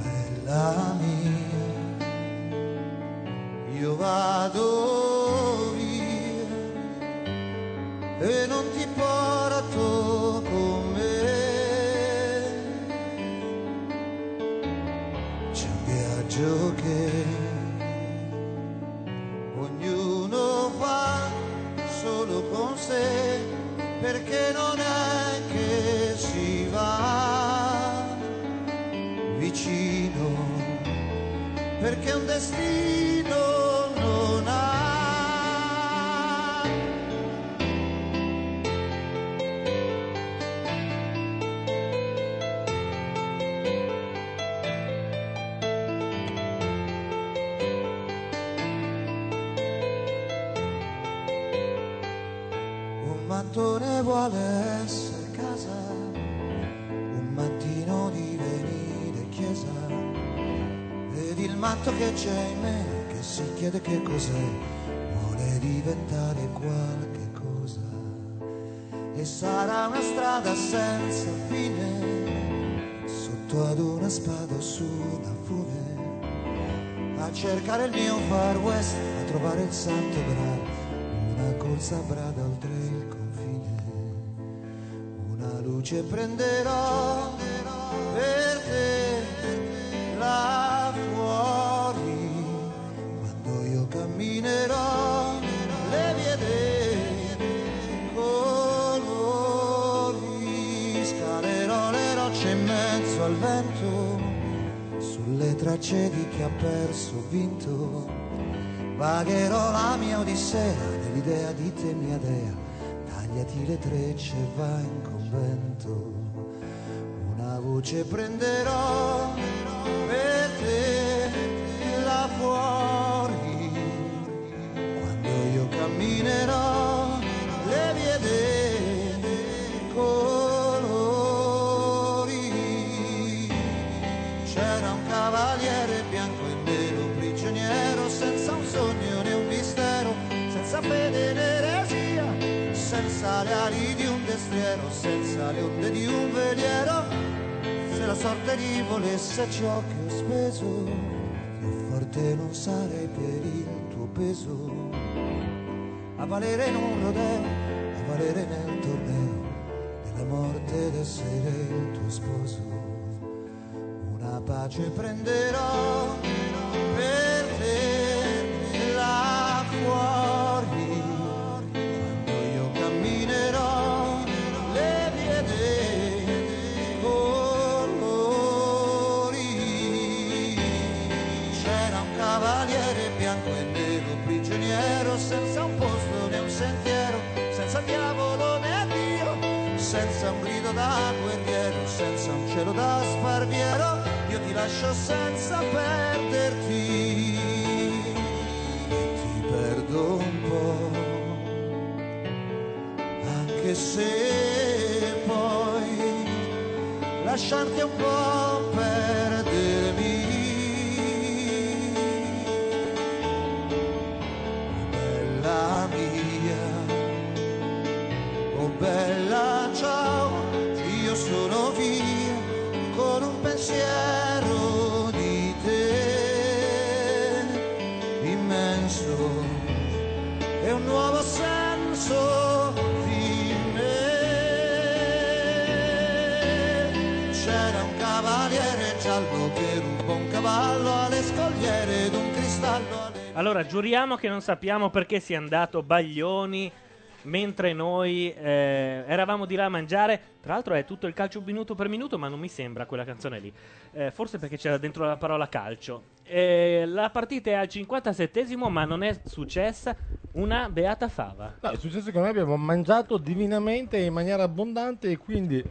S14: bella mia, io vado via e non ti porto con me. C'è un viaggio che ognuno fa solo con sé perché non è che si va vicino perché un destino non ha un mattone vuole essere casa un mattino di venire chiesa ed il matto che c'è in me, che si chiede che cos'è, vuole diventare qualche cosa. E sarà una strada senza fine, sotto ad una spada o su una fune, a cercare il mio far west, a trovare il santo Graal, una corsa a brada oltre il confine. Una luce prenderò per te là fuori quando io camminerò le vie dei colori scalerò le rocce in mezzo al vento sulle tracce di chi ha perso o vinto pagherò la mia odissea nell'idea di te mia dea tagliati le trecce e vai in convento una voce prenderò per te là fuori quando io camminerò le vie dei colori c'è era un cavaliere bianco e nero, prigioniero, senza un sogno né un mistero, senza fede né eresia, senza le ali di un destriero, senza le onde di un veliero. Se la sorte gli volesse ciò che ho speso, più forte non sarei per il tuo peso. A valere in un rodeo, a valere nel torneo, della morte d'essere il tuo sposo una pace prenderò per te là fuori quando io camminerò le vie dei colori c'era un cavaliere bianco e nero prigioniero senza un posto né un sentiero senza diavolo né Dio senza un grido da guerriero senza un cielo da sparviero io ti lascio senza perderti ti perdo un po' anche se poi lasciarti un po' perdermi bella mia oh bella ciao io sono via con un pensiero di te immenso e un nuovo senso di me. C'era un cavaliere giallo che ruba un cavallo alle scogliere d'un cristallo.
S1: Allora, giuriamo che non sappiamo perché sia andato Baglioni mentre noi eh, eravamo di là a mangiare. Tra l'altro è tutto il calcio minuto per minuto, ma non mi sembra quella canzone lì. Eh, forse perché c'era dentro la parola calcio. Eh, la partita è al 57esimo, ma non è successa una beata fava.
S2: No, è successo che noi abbiamo mangiato divinamente in maniera abbondante e quindi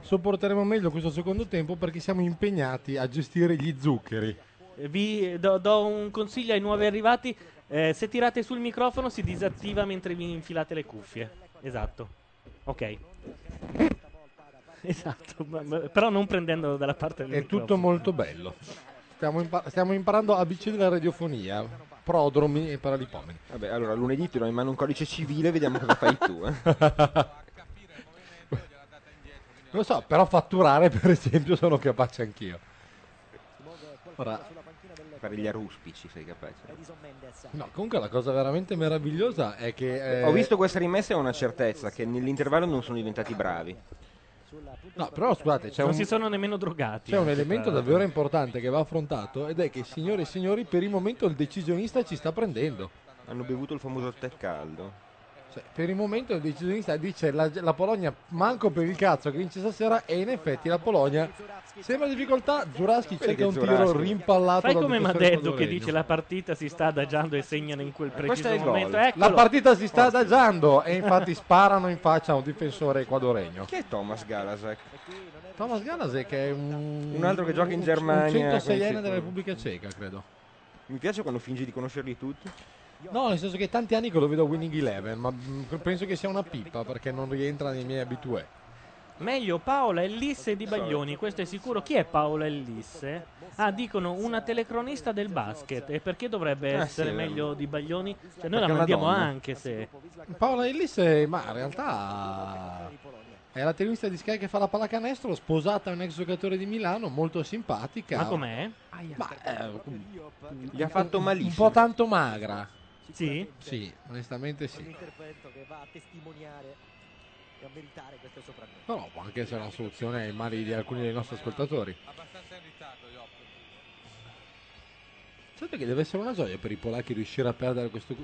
S2: sopporteremo meglio questo secondo tempo perché siamo impegnati a gestire gli zuccheri.
S1: Vi do, do un consiglio ai nuovi arrivati. eh, se tirate sul microfono si disattiva mentre vi infilate le cuffie. Esatto. Ok. (laughs) Esatto, ma- ma- però non prendendo dalla parte del
S2: È
S1: microfono.
S2: tutto molto bello. Stiamo, impar- stiamo imparando a vicenda della radiofonia, prodromi e paralipomeni.
S7: Vabbè, allora lunedì ti do in mano un codice civile, vediamo cosa fai tu. eh.
S2: (laughs) Non lo so, però fatturare per esempio sono capace anch'io. Ora,
S7: Fare gli aruspici, sei capace.
S2: no, comunque la cosa veramente meravigliosa è che... eh,
S7: Ho visto questa rimessa e ho una certezza che nell'intervallo non sono diventati bravi.
S2: No, però scusate, c'è
S1: non
S2: un,
S1: si sono nemmeno drogati. eh,
S2: c'è un
S1: Tra
S2: elemento
S1: l'altro.
S2: davvero importante che va affrontato ed è che, signore e signori, per il momento il decisionista ci sta prendendo.
S7: Hanno bevuto il famoso tè caldo.
S2: Cioè, per il momento il decisionista dice la, la Polonia manco per il cazzo che vince stasera e in effetti la Polonia sembra in difficoltà, Zuraschi
S1: Vedi
S2: cerca
S1: che
S2: un tiro
S1: Zuraschi-
S2: rimpallato
S1: Fai
S2: dal
S1: come
S2: difensore
S1: Madeddu che
S2: salvadoregno.
S1: dice la partita si sta adagiando e segnano in quel preciso
S2: Questo è il gol.
S1: momento.
S2: La
S1: Eccolo.
S2: partita si sta adagiando e infatti sparano in faccia a un difensore equadoregno.
S7: Chi è Thomas Galasek?
S2: Thomas Galasek è un,
S7: Un altro che gioca in
S2: un-
S7: Germania,
S2: Un
S7: quindi
S2: 106enne
S7: sicuro.
S2: della Repubblica Ceca, credo.
S7: Mi piace quando fingi di conoscerli tutti.
S2: No, nel senso che è tanti anni che lo vedo a Winning Eleven, ma mm, penso che sia una pippa perché non rientra nei miei abitué.
S1: Meglio Paola Ellisse di Baglioni, questo è sicuro. Chi è Paola Ellisse? Ah, dicono una telecronista del basket. E perché dovrebbe
S2: Ah,
S1: essere
S2: sì,
S1: meglio di Baglioni? Cioè, noi
S2: Perché è
S1: la
S2: una
S1: mandiamo
S2: donna.
S1: anche se.
S2: Paola Ellis, eh, ma in realtà è la televista di Sky che fa la pallacanestro, sposata a un ex giocatore di Milano, molto simpatica.
S1: Ma com'è?
S2: Ma eh,
S7: Gli ha fatto
S2: un-
S7: malissimo.
S2: Un po' tanto magra.
S1: Sì?
S2: Sì, onestamente sì.
S5: intervento che va a testimoniare e a meritare questo soprannome.
S2: Però può anche essere una soluzione ai mali di alcuni dei nostri ascoltatori.
S15: Abbastanza in ritardo, Jopp.
S2: Certo che deve essere una gioia per i polacchi riuscire a perdere questo.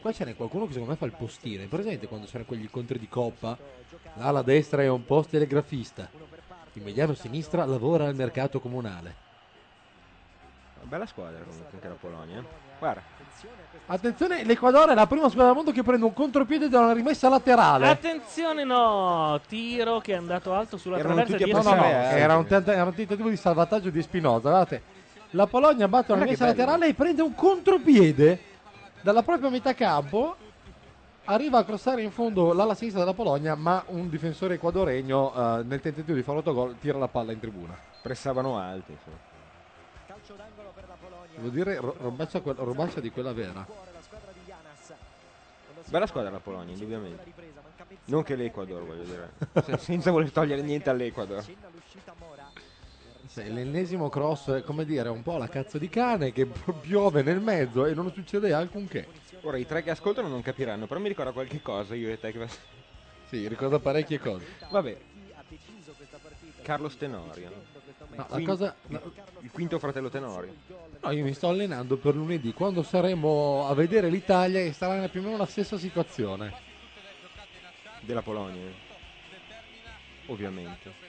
S2: Qua ce n'è qualcuno che secondo me fa il postino. È presente quando c'erano quegli incontri di coppa? L'ala destra è un post telegrafista. Il mediano sinistra lavora al mercato comunale.
S7: Bella squadra comunque anche la Polonia. eh. Guarda,
S2: Attenzione, l'Equador è la prima squadra del mondo che prende un contropiede da una rimessa laterale.
S1: Attenzione, no! Tiro che è andato alto sulla
S2: Erano
S1: traversa
S2: tutti
S1: di
S2: a no, eh, no,
S1: Espinosa.
S2: era, un tenta- era un tentativo di salvataggio di Spinoza. Guardate, la Polonia batte
S1: Guarda che
S2: una rimessa
S1: bello.
S2: laterale e prende un contropiede dalla propria metà campo. Arriva a crossare in fondo l'ala sinistra della Polonia, ma un difensore equadoregno eh, nel tentativo di fare autogol tira la palla in tribuna.
S7: pressavano alti. insomma.
S5: Calcio d'angolo per la Polonia.
S2: Devo dire ro- robaccia, quel- robaccia di quella vera.
S7: Bella squadra la Polonia, indubbiamente. Non che l'Ecuador, voglio
S2: (laughs)
S7: dire. Se- senza voler togliere niente all'Ecuador.
S2: Sì, l'ennesimo cross è come dire un po' la cazzo di cane che (laughs) piove nel mezzo e non succede alcunché.
S7: Ora i tre che ascoltano non capiranno, però mi ricorda qualche cosa io e te che
S2: Sì, ricorda parecchie cose.
S7: Vabbè. Carlos Tenorio.
S2: la
S7: Quin-
S2: cosa-
S7: Il quinto fratello Tenorio.
S2: No, io mi sto allenando per lunedì, quando saremo a vedere l'Italia e sarà più o meno la stessa situazione.
S7: Della Polonia. Ovviamente.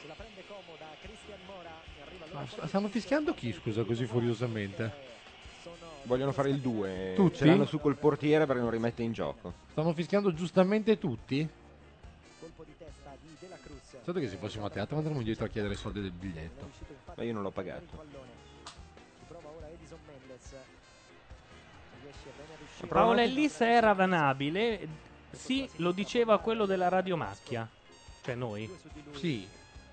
S5: Se la prende comoda Cristian Mora. e Arriva
S2: Ma s- stanno fischiando chi, scusa, così furiosamente?
S7: Vogliono fare il 2.
S2: Tutti?
S7: Ce l'hanno su col portiere perché non rimette in gioco.
S2: Stanno fischiando giustamente tutti?
S5: colpo di testa di Della Cruz.
S2: Certo che se fossimo a teatro andremmo indietro a chiedere i soldi del biglietto.
S7: Ma io non l'ho pagato.
S5: Ci prova ora Edison Mendes. Riesce bene a riuscire.
S1: Paola Ellis era vanabile, sì, lo diceva quello della radiomacchia, cioè noi.
S2: Sì.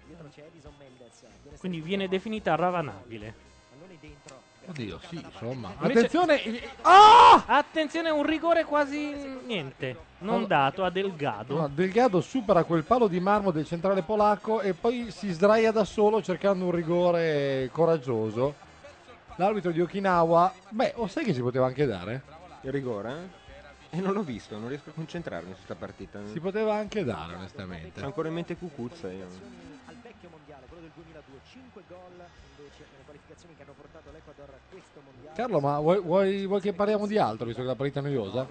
S5: Dietro c'è Edison Mendes. Viene
S1: Quindi viene definita ravanabile.
S2: Oddio, sì, insomma.
S1: Invece- Ah!
S2: Attenzione! Ah!
S1: Attenzione, un rigore quasi niente, non
S2: Ma-
S1: dato a
S7: Esatto.
S1: Delgado.
S2: No, Delgado supera quel palo di marmo del centrale polacco e poi si sdraia da solo cercando un rigore coraggioso. L'arbitro di Okinawa, beh, o sai che si poteva anche dare?
S7: Il rigore? eh? E non l'ho visto, non riesco a concentrarmi su sta partita.
S2: Si poteva anche dare, onestamente.
S7: Ho ancora in mente Cucuzza io.
S5: al vecchio mondiale, quello del 2002. 5 gol invece nelle qualificazioni che hanno portato l'Ecuador a questo mondiale.
S2: Carlo, ma vuoi, vuoi- vuoi che parliamo di altro, visto che la partita è noiosa?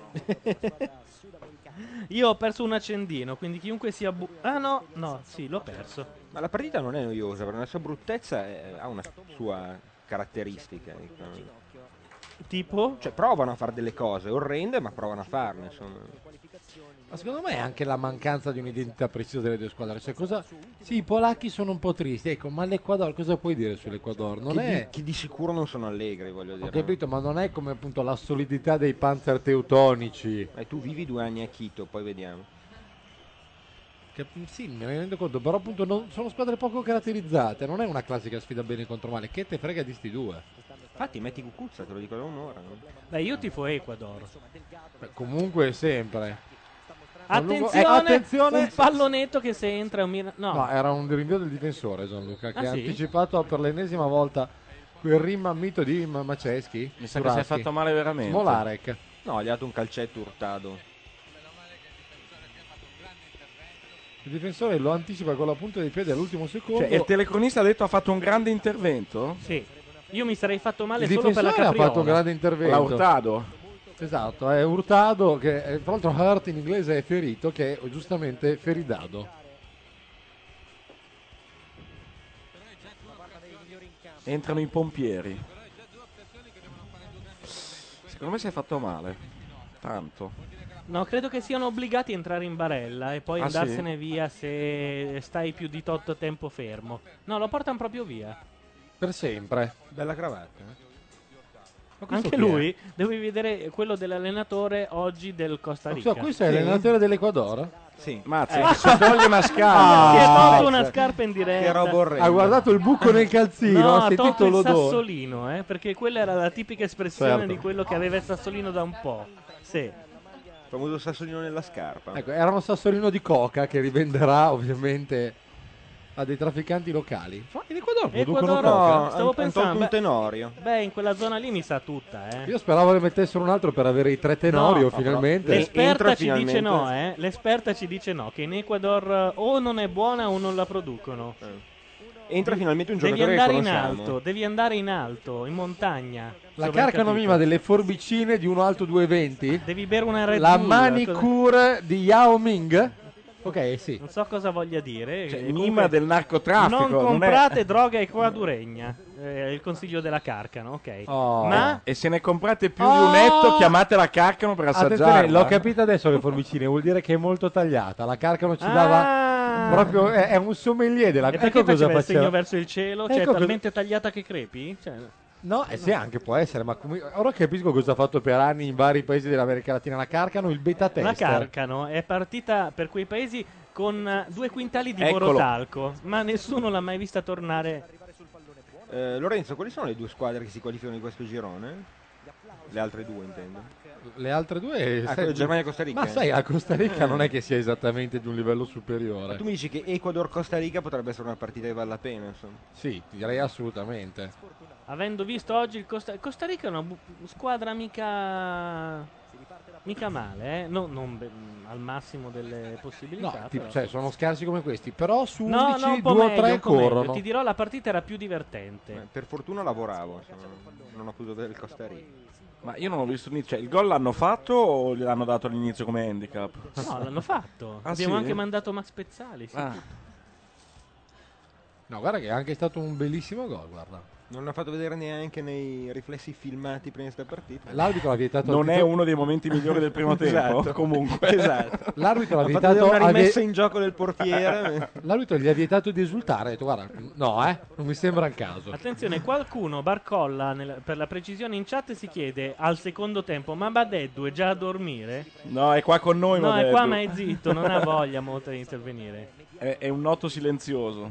S1: Io ho perso un accendino, quindi chiunque sia... bu- ah no, no, sì, l'ho perso.
S7: Ma la partita non è noiosa, perché la sua bruttezza è- ha una sua caratteristica. ecco.
S1: Tipo?
S7: Cioè provano a fare delle cose orrende, ma provano a farne, insomma.
S2: Ma secondo me è anche la mancanza di un'identità precisa delle due squadre. Cioè, cosa... Sì, i polacchi sono un po' tristi, ecco, ma l'Ecuador, cosa puoi dire sull'Ecuador? Non
S7: che,
S2: è...
S7: di, che di sicuro non sono allegri, voglio dire.
S2: Ho capito, ma non è come appunto la solidità dei panzer teutonici.
S7: E tu vivi due anni a Quito, poi vediamo.
S2: Che, sì, me ne rendo conto, però appunto non- sono squadre poco caratterizzate, non è una classica sfida bene contro male, che te frega di sti due.
S7: Infatti metti Cucuzza, te lo dico da un'ora. no?
S1: Beh, io tifo Ecuador.
S2: Beh, comunque sempre. Gianluca-
S1: Attenzione,
S2: eh, attenzione!
S1: un pallonetto che se entra... un mira- No,
S2: No, era un rinvio del difensore Gianluca, che
S1: Ah,
S2: ha
S1: sì?
S2: anticipato per l'ennesima volta quel rimammito di M- Maceschi.
S7: Mi sa che si è
S2: Turaschi.
S7: fatto male veramente.
S2: Smolarek.
S7: No, gli ha dato un calcetto urtato.
S2: Il difensore lo anticipa con la punta dei piedi all'ultimo secondo.
S8: Cioè, il telecronista ha detto ha fatto un grande intervento?
S1: Sì. Io mi sarei fatto male
S2: eh. Il
S1: solo per la
S2: difensore ha
S1: capriola.
S2: fatto un grande intervento.
S8: Lautado.
S2: Esatto, è Urtado che eh, tra l'altro Hurt in inglese è ferito che è giustamente feridado.
S8: Entrano i pompieri. Secondo me si è fatto male. Tanto.
S1: No, credo che siano obbligati a entrare in barella e poi
S8: Ah, sì?
S1: andarsene via se stai più di totto tempo fermo. No, lo portano proprio via.
S2: Per sempre.
S7: Bella cravatta. eh.
S1: Anche lui, devi vedere quello dell'allenatore oggi del Costa Rica.
S2: Cioè, questo è l'allenatore dell'Equador?
S7: Sì.
S1: Mazza,
S2: Eh.
S1: si toglie una
S8: Ah.
S1: scarpa. Si è tolto una scarpa in diretta. Che roba orrenda.
S2: Ha guardato il buco nel calzino,
S1: No,
S2: ha
S1: ha tolto
S2: sentito
S1: il
S2: l'odore.
S1: sassolino, eh, perché quella era la tipica espressione
S2: Certo.
S1: di quello che aveva il sassolino da un po'. Sì.
S7: Famoso sassolino nella scarpa.
S2: Ecco, era un sassolino di coca che rivenderà ovviamente a dei trafficanti locali. Fa- In
S1: Ah,
S2: Ecuador producono
S1: Ecuador,
S2: coca.
S1: stavo pensando... beh-
S7: tenorio.
S1: Beh, in quella zona lì mi sa tutta, eh.
S2: Io speravo ne mettessero un altro per avere i tre tenorio
S1: No,
S2: finalmente.
S1: L'esperta ci dice no, eh. L'esperta ci dice no, che in Ecuador eh, o non è buona o non la producono.
S7: Eh. Entra finalmente un
S1: Devi
S7: giocatore che
S1: andare in
S7: conosciamo. eh.
S1: alto, devi andare in alto, in montagna.
S2: La
S1: Dove
S2: carcano
S1: capito?
S2: mima delle forbicine di un alto 220.
S1: Devi bere una Red
S2: La
S1: Bull,
S2: manicure di Yao Ming. Ok, sì.
S1: Non so cosa voglia dire.
S2: Cioè,
S1: Eh,
S2: mima
S1: comunque,
S2: del narcotraffico,
S1: Non
S2: non è-
S1: comprate droga ecuadoregna. Eh, il consiglio della carcano, ok.
S2: Oh.
S1: Ma Oh.
S8: E se ne comprate più di un etto, chiamatela Carcano per assaggiarla.
S2: Attenzione, l'ho capito adesso le forbicine, vuol dire che è molto tagliata. La carcano ci dava proprio è, è un sommelier della
S1: Ah. e perché
S2: Ecco cosa
S1: faceva il segno
S2: faceva.
S1: verso il cielo?
S2: Ecco
S1: Cioè, è
S2: cosa-
S1: talmente tagliata che crepi? Cioè,
S2: No, eh sì, anche può essere, ma come- ora capisco cosa ha fatto per anni in vari paesi dell'America Latina la carcano, il beta tester.
S1: La carcano è partita per quei paesi con eh, due quintali di
S7: Eccolo.
S1: borotalco, ma nessuno l'ha mai vista tornare.
S7: Eh, Lorenzo, quali sono le due squadre che si qualificano in questo girone? Le altre due, intendo.
S2: Le altre
S8: Eh,
S2: due...
S7: Ah,
S2: sai-
S7: quello Germania e Costa Rica.
S2: Ma sai, a Costa Rica
S7: Eh.
S2: non è che sia esattamente di un livello superiore.
S7: Tu mi dici che Ecuador-Costa Rica potrebbe essere una partita che vale la pena, insomma.
S2: Sì, direi assolutamente.
S1: Avendo visto oggi il Costa, Costa Rica è una bu- squadra mica mica male, eh? No, non be- al massimo delle
S2: No,
S1: possibilità.
S2: tipo,
S8: eh.
S1: però.
S2: cioè, sono scarsi come questi, però su
S1: No,
S2: 11
S1: no, un po'
S2: 2 o
S1: meglio,
S2: 3
S1: un po' meglio.
S2: corrono.
S1: Ti dirò, la partita era più
S2: (laughs)
S1: divertente.
S7: Eh, per fortuna lavoravo, insomma, non ho potuto vedere il Costa Rica.
S8: Ma io non ho visto niente. Cioè, il gol l'hanno fatto o gliel'hanno dato all'inizio come handicap?
S1: No, l'hanno fatto.
S8: Ah,
S1: Abbiamo
S8: sì?
S1: anche mandato Max Pezzali. sì.
S8: Ah.
S2: No, guarda che è anche stato un bellissimo gol, guarda.
S7: Non l'ha fatto vedere neanche nei riflessi filmati prima di questa partita.
S2: L'arbitro ha vietato al
S8: Non è
S2: titolo-
S8: uno dei momenti migliori del
S2: (laughs)
S8: primo tempo.
S1: (laughs)
S7: Esatto.
S8: Comunque,
S7: Esatto.
S2: L'arbitro ha
S7: Ha fatto
S2: vietato
S7: vedere una
S2: ha vie-
S7: rimessa in gioco del portiere.
S2: L'arbitro gli ha vietato di esultare, ha detto guarda, no, eh, non mi sembra il caso.
S1: Attenzione, qualcuno barcolla nel- per la precisione in chat si chiede al secondo tempo: Ma Badeddu è già a dormire?
S8: No, è qua con noi.
S1: No, è
S8: Madeddu.
S1: qua, ma è zitto, non ha voglia molto di intervenire.
S8: (laughs) è, è un noto silenzioso.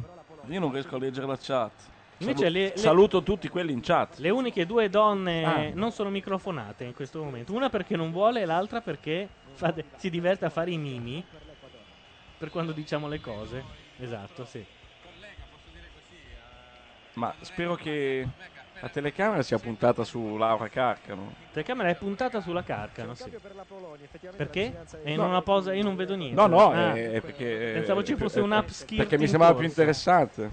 S8: Io non riesco a leggere la chat.
S1: Invece
S8: Salu-
S1: le- le-
S8: Saluto tutti quelli in chat.
S1: Le uniche due donne
S8: Ah.
S1: non sono microfonate in questo momento. Una perché non vuole, e l'altra perché fa de- si diverte a fare i mimi per quando diciamo le cose. Esatto, sì.
S8: Ma spero che la telecamera sia puntata su Laura Carcano.
S1: La telecamera è puntata sulla carcano, sì. Perché? E in
S8: No.
S1: una posa io non vedo niente.
S8: No, no,
S1: Ah.
S8: è, è perché. eh,
S1: Pensavo ci
S8: è più-
S1: fosse
S8: è-
S1: un upskill.
S8: Perché mi
S1: in
S8: sembrava più
S1: corso.
S8: interessante.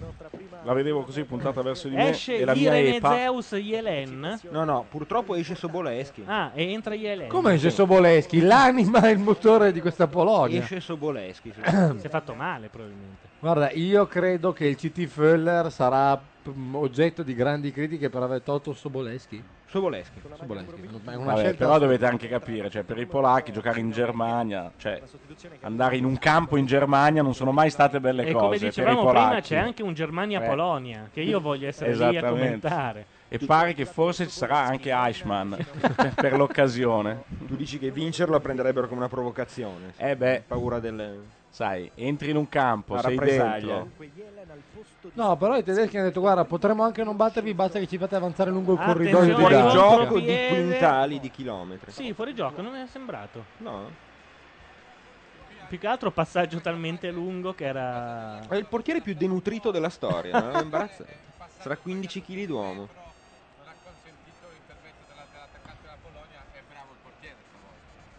S8: La vedevo così puntata verso di
S1: (laughs)
S8: me.
S1: Esce
S8: e la mia
S1: Irene
S8: EPA.
S1: Zeus Yelen.
S7: No, no, purtroppo esce Soboleschi.
S1: Ah, e entra Yelen.
S2: Come esce Soboleschi? L'anima e il motore di questa Polonia.
S7: Esce
S8: (coughs)
S7: Soboleschi. sì.
S1: Si è fatto male, probabilmente.
S2: Guarda, io credo che il CT Föller sarà p- oggetto di grandi critiche per aver tolto Soboleschi.
S7: Soboleschi.
S2: Soboleschi. Ma è una
S8: Vabbè,
S2: scelta...
S8: però dovete anche capire, cioè, per i polacchi giocare in Germania, cioè andare in un campo in Germania non sono mai state belle
S1: E
S8: cose.
S1: come
S8: per i
S1: dicevamo prima,
S8: polacchi. Eh.
S1: c'è anche un Germania-Polonia, che io voglio essere lì a
S8: Esattamente.
S1: commentare.
S8: E pare che forse ci sarà anche Eichmann (laughs) per l'occasione.
S7: Tu dici che vincerlo la prenderebbero come una provocazione.
S8: Eh beh,
S7: paura del
S8: sai, entri in un campo,
S7: Una
S8: sei
S7: rappresaglia.
S8: dentro.
S2: No, però i tedeschi hanno detto guarda, potremmo anche non battervi, basta che ci fate avanzare lungo il corridoio.
S1: Attenzione,
S2: di Danza.
S1: contro
S7: gioco di
S1: Pieve.
S7: quintali di chilometri.
S1: Sì, fuori gioco, non mi è sembrato.
S7: No.
S1: Più che altro passaggio talmente lungo che era...
S7: È Eh, il portiere più denutrito della storia, no? È imbarazzante. Sarà 15 kg d'uomo.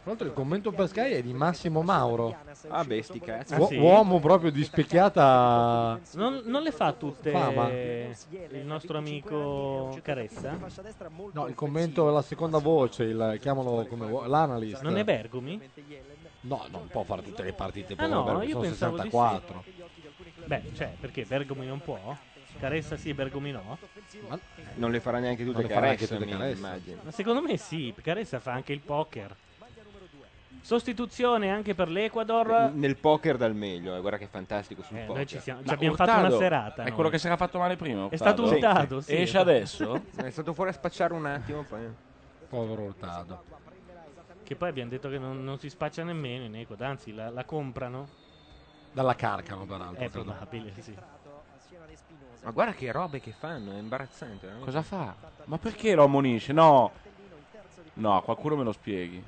S2: Tra l'altro il commento per Sky è di Massimo Mauro.
S7: Ah beh, sti cazzi.
S2: Uo- Uomo proprio di specchiata...
S1: Non, non le fa tutte
S2: Fama.
S1: il nostro amico Carezza?
S2: No, il commento, la seconda voce, il, chiamalo come vuoi, l'analyst.
S1: Non è Bergomi?
S2: No, non può fare tutte le partite,
S1: Ah
S2: povero
S1: no,
S2: Bergomi,
S1: io
S2: sono
S1: pensavo
S2: 64.
S1: di sì. Beh, cioè, perché Bergomi non può? Carezza sì, Bergomi no?
S7: Non le farà neanche tutte
S2: Non le farà neanche
S7: carezze,
S2: tutte
S7: mi
S2: carezze.
S7: immagino.
S1: Ma secondo me sì, Carezza fa anche il poker. Sostituzione anche per l'Ecuador.
S7: Nel poker dal meglio, eh, guarda che fantastico sul
S1: Eh, noi
S7: poker.
S1: ci siamo- ci Ma abbiamo fatto Hurtado una serata,
S8: È quello che si era fatto male prima.
S1: È stato
S8: Hurtado?
S1: Hurtado, sì.
S8: Esce adesso?
S7: (laughs) È stato fuori a spacciare un attimo. Poi...
S2: Povero Hurtado.
S1: Che poi abbiamo detto che non, non si spaccia nemmeno in Ecuador, anzi la, la comprano.
S2: Dalla Carcano, peraltro.
S1: È
S2: credo.
S1: probabile, sì.
S7: Ma guarda che robe che fanno, è imbarazzante. veramente.
S8: Cosa fa? Ma perché lo ammonisce? No. No, qualcuno me lo spieghi.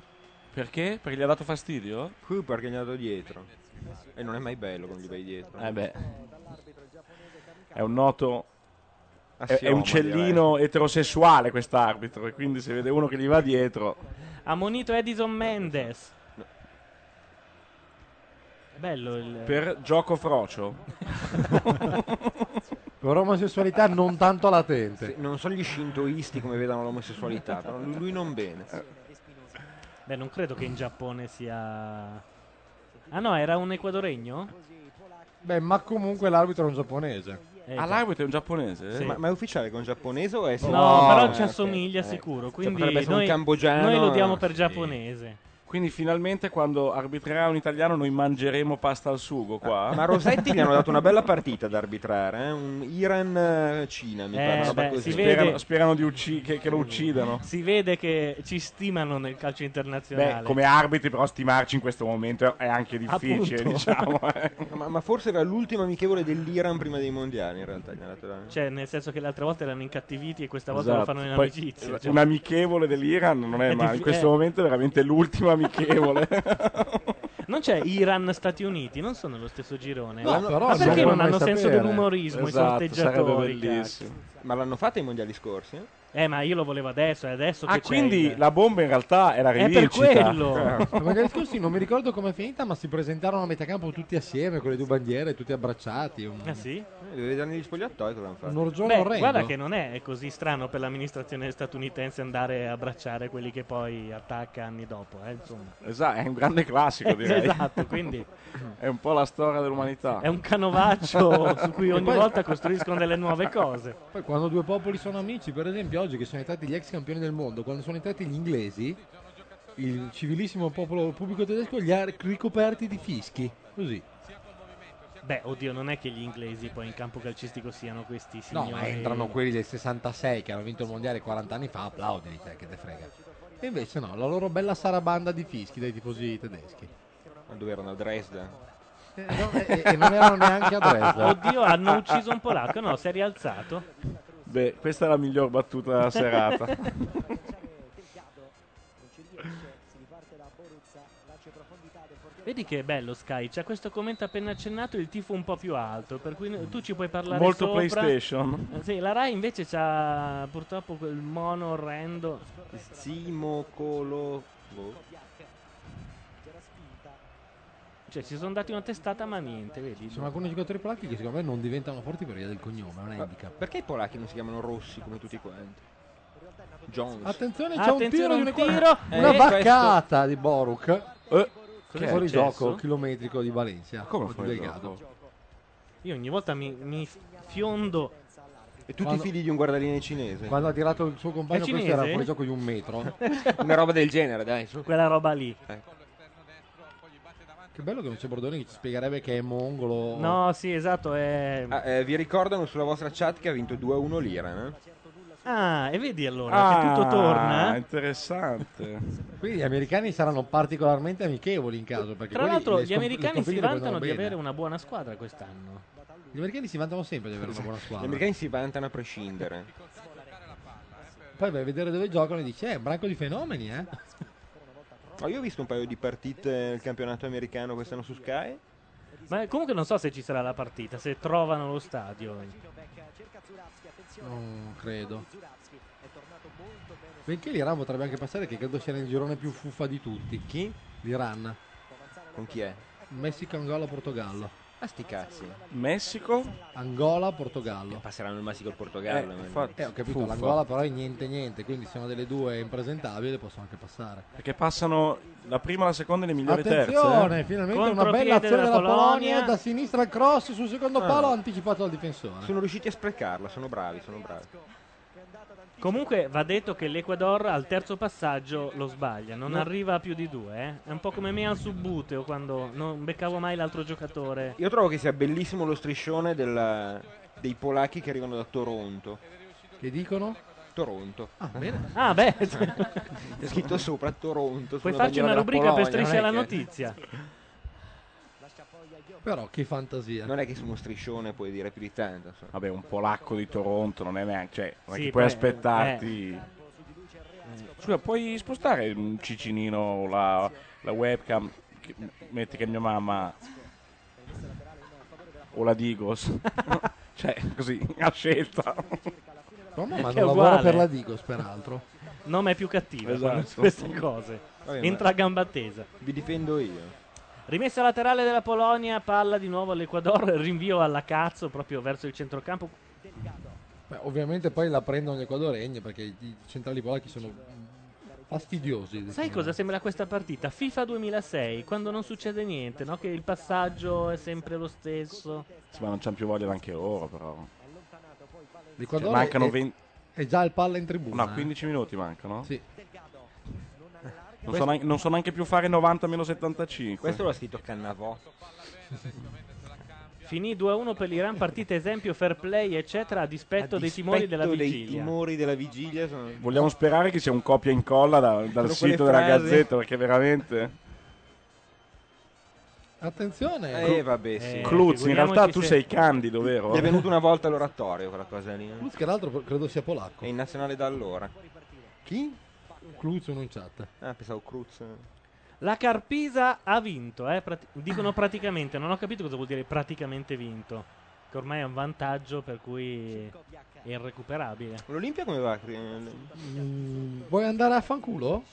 S8: Perché? Perché gli ha dato fastidio?
S7: Qui perché gli è andato dietro. E non è mai bello quando gli vai dietro.
S8: Eh beh. È un noto. È, è
S7: Assioma,
S8: un cellino eterosessuale quest'arbitro. E quindi se vede uno che gli va dietro.
S1: Ha monito Edison Mendes. Bello il...
S8: Per gioco frocio. (laughs)
S2: (laughs) Per omosessualità non tanto latente.
S7: Sì, non sono gli shintoisti come vedono l'omosessualità, però lui non bene.
S5: eh,
S1: Beh, non credo che in Giappone sia... Ah no, era un equadoregno?
S2: Beh, ma comunque l'arbitro è un giapponese.
S1: Eh,
S8: Ah, l'arbitro è un giapponese?
S1: Sì.
S7: Ma, ma è ufficiale con giapponese o è
S1: No, però ci
S7: ok.
S1: assomiglia
S7: Eh.
S1: sicuro.
S7: Cioè,
S1: Quindi
S7: potrebbe essere
S1: noi,
S7: un cambogiano. eh,
S1: noi lo diamo per
S7: sì.
S1: giapponese.
S8: Quindi finalmente quando arbitrerà un italiano noi mangeremo pasta al sugo qua.
S7: Ah, Ma a Rosetti gli hanno dato una bella partita da arbitrare, eh? un Iran-Cina, mi
S1: Eh,
S7: pare. una roba così.
S8: sperano, (laughs) sperano di ucci- che, che lo uccidano.
S1: Si vede che ci stimano nel calcio
S8: Beh,
S1: internazionale.
S8: come arbitri però stimarci in questo momento è anche difficile,
S1: Appunto.
S8: diciamo. eh.
S7: ma, ma forse era l'ultima amichevole dell'Iran prima dei mondiali, in realtà. gli hanno dato la-
S1: Cioè, nel senso che l'altra volta erano incattiviti e questa volta lo
S8: Esatto.
S1: fanno in
S8: Poi,
S1: amicizia.
S8: eh,
S1: cioè.
S8: un amichevole dell'Iran non è,
S1: È
S8: male,
S1: diffi-
S8: in questo
S1: eh.
S8: momento è veramente l'ultimo
S1: (laughs)
S8: amichevole.
S1: Non c'è Iran-Stati Uniti, non sono nello stesso girone.
S7: No,
S1: ma
S7: però
S1: ma
S7: non
S1: perché
S7: lo
S1: non
S7: mai
S1: hanno senso
S7: sapere.
S1: dell'umorismo
S7: Esatto,
S1: i sorteggiatori?
S7: sarebbe bellissimo. Ma l'hanno fatta i mondiali scorsi? eh?
S1: Eh, ma io lo volevo adesso, è adesso
S7: Ah,
S1: che
S7: quindi
S1: c'è il-
S8: La bomba in realtà era
S1: È per
S8: rivincita.
S1: quello.
S2: Eh, Ma magari scorsi non mi ricordo com'è finita, ma si presentarono a metà campo tutti assieme con le due bandiere, tutti abbracciati. Un...
S1: Eh sì?
S7: Dovevi dargli gli spogliatoi cosa hanno fatto?
S2: Un orgione
S1: Beh,
S2: orrendo.
S1: guarda che non è così strano per l'amministrazione statunitense andare a abbracciare quelli che poi attacca anni dopo, eh, insomma.
S8: Esatto, è un
S1: (laughs)
S8: grande classico direi.
S1: Esatto, quindi
S8: (laughs) è un po' la storia dell'umanità.
S1: è un canovaccio
S2: (laughs)
S1: su cui ogni
S2: E poi-
S1: volta costruiscono delle nuove cose.
S2: Poi quando due popoli sono amici, per esempio oggi che sono entrati gli ex campioni del mondo, quando sono entrati gli inglesi, il civilissimo popolo pubblico tedesco li ha ricoperti di fischi. Così.
S1: Beh, oddio, non è che gli inglesi poi in campo calcistico siano questi
S2: No,
S1: signori.
S2: ma entrano quelli del 66 che hanno vinto il mondiale 40 anni fa, applaudili, cioè, che te frega. E invece no, la loro bella sarabanda di fischi dai tifosi tedeschi. Eh,
S7: Ma dove erano a Dresda?
S8: Eh,
S2: e- e non erano neanche a Dresda.
S1: Oddio, hanno ucciso un polacco, no, si è rialzato.
S8: Beh, questa è la miglior battuta
S1: (laughs)
S8: della serata.
S1: Vedi che bello Sky, c'è questo commento appena accennato, il tifo un po' più alto, per cui no- tu ci puoi parlare
S8: Molto
S1: sopra.
S8: PlayStation.
S1: Eh, Sì, la Rai invece c'ha purtroppo quel mono orrendo.
S7: Zimocolo.
S1: Cioè, si sono dati una testata ma niente, vedi?
S2: Ci sono alcuni giocatori polacchi che secondo me non (laughs) diventano forti per via del cognome, è un handicap.
S7: Perché i polacchi non si chiamano rossi come tutti quanti? Jones.
S2: Attenzione, c'è un tiro, di
S7: un
S2: una,
S7: tiro.
S2: una
S7: Eh,
S2: vaccata di Boruk.
S1: Cos'è
S2: fuori
S1: successo?
S2: gioco chilometrico di Valencia.
S1: Come
S2: Di
S1: fuori
S2: Delgado.
S1: Io ogni volta mi, mi f- fiondo.
S7: E tutti i figli di un guardalinee cinese.
S2: Quando ha tirato il suo compagno,
S1: È
S2: questo
S1: cinese?
S2: era fuori gioco di un metro.
S7: Una roba del genere, dai. su.
S1: Quella roba lì.
S7: Eh.
S2: Che bello che non c'è Bordone che ci spiegherebbe che è mongolo.
S1: (laughs) No, sì, esatto, è...
S7: Ah, eh, vi ricordano sulla vostra chat che ha vinto 2-1 l'Iran. eh?
S1: Ah, e vedi allora che
S7: Ah,
S1: tutto torna. eh.
S8: interessante.
S2: (laughs) Quindi gli americani saranno particolarmente amichevoli in caso. Perché
S1: Tra
S2: quelli
S1: l'altro,
S2: le
S1: gli
S2: scon- le
S1: americani si
S2: sconfitte le
S1: vantano
S2: prendono
S1: di
S2: bene.
S1: avere una buona squadra quest'anno.
S2: Gli americani si vantano sempre di avere una buona
S7: Gli
S2: squadra.
S7: americani si vantano a prescindere.
S2: Poi vai a vedere dove giocano e dici, eh, è un branco di fenomeni, eh.
S7: Ma Ah, io ho visto un paio di partite nel campionato americano quest'anno su Sky.
S1: Ma comunque non so se ci sarà la partita, se trovano lo stadio.
S2: Non credo. Benché l'Iran potrebbe anche passare, che credo sia nel girone più fuffa di tutti. Chi? L'Iran.
S7: Con chi è?
S2: Messico, Angola, Portogallo.
S7: Ah, sti cazzi.
S8: Messico?
S2: Angola, Portogallo.
S7: Passeranno il Messico e il Portogallo. ma-
S2: Eh, ho capito, l'Angola però è niente niente, quindi se una delle due è impresentabile possono anche passare.
S8: Perché passano la prima, la seconda e le migliori terze.
S2: Attenzione,
S8: eh.
S2: finalmente una bella azione della, Polonia. da sinistra il cross sul secondo
S7: Ah.
S2: palo anticipato dal difensore.
S7: Sono riusciti a sprecarla, sono bravi, sono bravi.
S1: Comunque va detto che l'Ecuador al terzo passaggio lo sbaglia, non
S7: No.
S1: arriva a più di due. eh. È un po' come me al subbuteo quando non beccavo mai l'altro giocatore.
S7: Io trovo che sia bellissimo lo striscione della- dei polacchi che arrivano da Toronto.
S2: Che dicono?
S7: Toronto.
S2: Ah, bene.
S1: Ah, beh.
S7: (laughs) C'è scritto sopra Toronto.
S1: Puoi
S7: sulla
S1: farci
S7: bandiera
S1: una
S7: della
S1: rubrica per
S7: Polonia,
S1: striscia la
S7: non è che-
S1: notizia.
S2: Però che fantasia.
S7: Non è che su uno striscione puoi dire più di tanto. insomma.
S8: Vabbè, un polacco di Toronto non è neanche. Cioè, non è
S7: Sì,
S8: che puoi
S7: beh,
S8: aspettarti.
S1: eh.
S8: Scusa, puoi spostare un cicinino o la, la webcam? Che- metti che mia mamma. O
S1: (laughs)
S8: la Digos. cioè, così, a scelta.
S2: Tua mamma
S1: Che
S2: non
S1: è
S2: lavora
S1: uguale.
S2: per la Digos, peraltro.
S1: Nome è più cattivo
S2: Esatto.
S1: quando su queste cose.
S2: Vabbè, ma-
S1: Entra a gamba tesa.
S7: Vi difendo io.
S1: Rimessa laterale della Polonia, palla di nuovo all'Ecuador, rinvio alla cazzo proprio verso il centrocampo.
S2: Beh, ovviamente poi la prendono gli equadoregni perché i centrali polacchi sono fastidiosi. diciamo.
S1: Sai cosa sembra questa partita? FIFA 2006, quando non succede niente, no? che il passaggio è sempre lo stesso.
S8: Sì, ma non c'hanno più voglia anche ora, però. Cioè,
S2: L'Ecuador
S8: mancano
S2: è-
S8: 20.
S7: eh.
S2: È già il palla in tribuna.
S8: No,
S2: eh.
S8: 15 minuti mancano.
S2: Sì.
S8: Non, so neanche, non so neanche più fare 90-75.
S7: Questo lo ha scritto Cannavò.
S2: Eh.
S1: Finì 2-1 per l'Iran, partita esempio, fair play, eccetera, a dispetto, dei timori della
S7: dei
S1: vigilia.
S7: timori della vigilia sono-
S8: Vogliamo sperare che sia un copia e incolla da- dal
S7: Sono
S8: sito
S7: quelle
S8: della
S7: frasi.
S8: Gazzetta, perché veramente...
S2: Attenzione.
S7: Eh, vabbè, sì.
S8: Cluz, in realtà tu sei candido, vero?
S7: Gli è venuto una volta all'oratorio quella cosa lì.
S2: Cluz, che l'altro credo sia polacco.
S7: È in nazionale da allora.
S2: Chi? Cluz uno in chat.
S7: Ah, pensavo Cruz.
S1: La Carpisa ha vinto, eh, prati- dicono praticamente, non ho capito cosa vuol dire praticamente vinto, che ormai è un vantaggio per cui è irrecuperabile.
S7: L'Olimpia come va? eh,
S2: Mm, Vuoi andare a fanculo?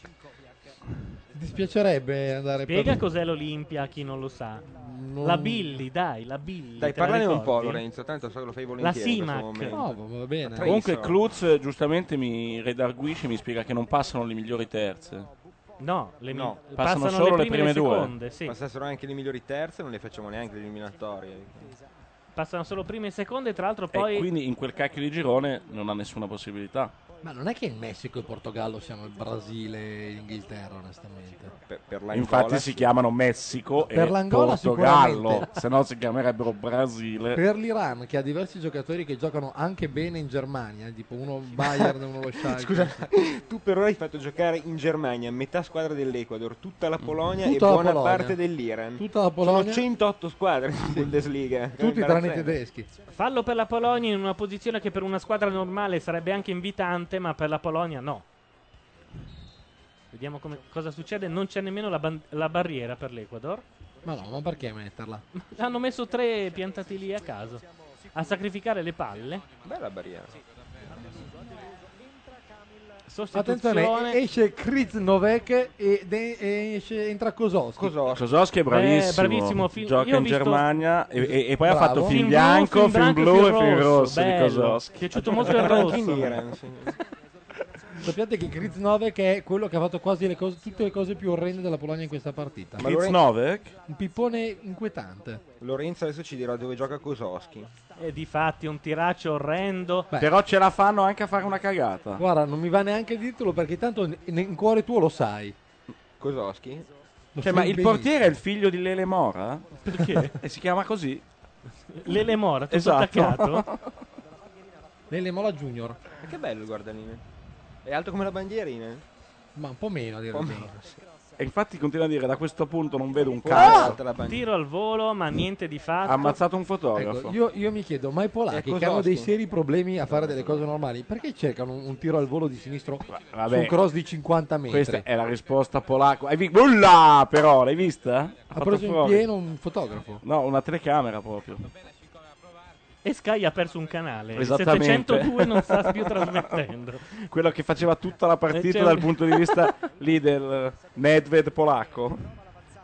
S2: Ti dispiacerebbe andare
S1: Spiega
S2: per...
S1: cos'è l'Olimpia a chi non lo sa. La Billy, dai, la Billy.
S7: Dai,
S1: te la
S7: parlane un po',
S1: ricordi?
S7: Lorenzo, tanto so che lo fai volentieri. in questo
S1: Simac.
S7: momento.
S1: No, ma va bene.
S7: Ma tre
S8: Comunque
S7: sono.
S8: Cluz eh, giustamente mi redarguisce e mi spiega che non passano le migliori terze.
S1: No, le mi-
S7: No.
S8: Passano, solo le prime, due.
S7: Passassero anche le migliori terze, non le facciamo neanche le eliminatorie. (laughs)
S1: Passano solo prime e seconde, tra
S7: Eh,
S1: l'altro poi...
S8: E quindi in quel cacchio di girone non ha nessuna possibilità.
S2: Ma non è che il Messico e il Portogallo siano il Brasile e l'Inghilterra, onestamente.
S7: Per,
S8: Infatti si chiamano Messico
S2: Per
S8: e
S2: l'Angola
S8: Portogallo,
S2: sicuramente.
S8: se no si chiamerebbero Brasile.
S2: Per l'Iran, che ha diversi giocatori che giocano anche bene in Germania, tipo uno Bayern,
S8: (laughs)
S2: uno lo Schalke.
S7: Scusa, tu per ora hai fatto giocare in Germania metà squadra dell'Ecuador, tutta la Polonia
S2: Mm. Tutta
S7: e
S2: la
S7: buona
S2: Polonia.
S7: parte dell'Iran.
S2: Tutta la Polonia.
S7: Sono 108 squadre in Bundesliga.
S2: Tutti tranne i
S7: Imbarazzante.
S2: tedeschi.
S1: Fallo per la Polonia in una posizione che per una squadra normale sarebbe anche invitante, ma per la Polonia no. Vediamo come- cosa succede. Non c'è nemmeno la, ban- la barriera per l'Ecuador.
S2: Ma no, ma perché metterla?
S1: Hanno messo tre piantati lì a caso. A sacrificare le palle.
S7: Bella barriera.
S2: Attenzione,
S1: Sostituzione.
S2: esce Kriz Novek e, de- e esce- entra Kozowski.
S8: Kozowski è bravissimo,
S1: Eh, film- io
S8: gioca
S1: ho
S8: in
S1: visto-
S8: Germania e, e- e poi ha
S2: Bravo.
S8: fatto film
S1: blu,
S2: Film
S8: bianco,
S1: film
S8: film
S1: bianco,
S8: blu e
S1: film
S8: film
S1: rosso,
S8: rosso di
S1: bello.
S8: Kozowski.
S1: Piaciuto molto
S8: (laughs)
S1: il rosso.
S7: Anche in Iran, sì.
S2: Sappiate che Kriz Novek è quello che ha fatto quasi le cose, tutte le cose più orrende della Polonia in questa partita.
S7: Ma Kriz
S8: Novek?
S2: Un pippone inquietante.
S7: Lorenzo adesso ci dirà dove gioca Kozowski.
S1: E Eh, di fatti un tiraccio orrendo.
S8: Però ce la fanno anche a fare una cagata.
S2: Guarda, non mi va neanche dirtelo perché tanto ne- in cuore tuo lo sai.
S7: Kozowski?
S8: Cioè, ma il portiere è il figlio di Lele Mora? (laughs)
S1: Perché?
S8: e si chiama così?
S1: Lele Mora, tutto
S8: Eh, Esatto.
S2: (laughs)
S1: attaccato?
S2: Lele Mola Junior.
S8: Eh,
S7: Ma che bello il guardaline. È alto come la bandierina.
S2: Ma un po' meno, direi.
S7: Un po' meno,
S8: (laughs) E infatti continua a dire, da questo punto non vedo un cazzo.
S7: Guarda la bandierina.
S1: Tiro al volo, ma niente di fatto.
S8: Ha ammazzato un fotografo. Ecco,
S2: Ecco, io, io mi chiedo, ma i
S1: E
S2: polacchi che
S1: Kozowski?
S2: hanno dei seri problemi a fare delle cose normali, perché cercano un, un tiro al volo di sinistro su un cross di 50 metri?
S8: Questa è la risposta polacca. Hai vi- Ulla, però, l'hai vista? Ha,
S2: ha
S8: fatto
S2: preso in
S8: fuori.
S2: pieno un fotografo.
S8: No, una telecamera proprio.
S1: E Sky ha perso un canale. Il
S8: Esattamente.
S1: 702 non sta
S8: (laughs)
S1: più trasmettendo. Cioè,
S8: Quello che faceva tutta la
S1: E
S8: partita
S1: c'è-
S8: dal punto di
S1: (laughs)
S8: vista lì del Nedved polacco.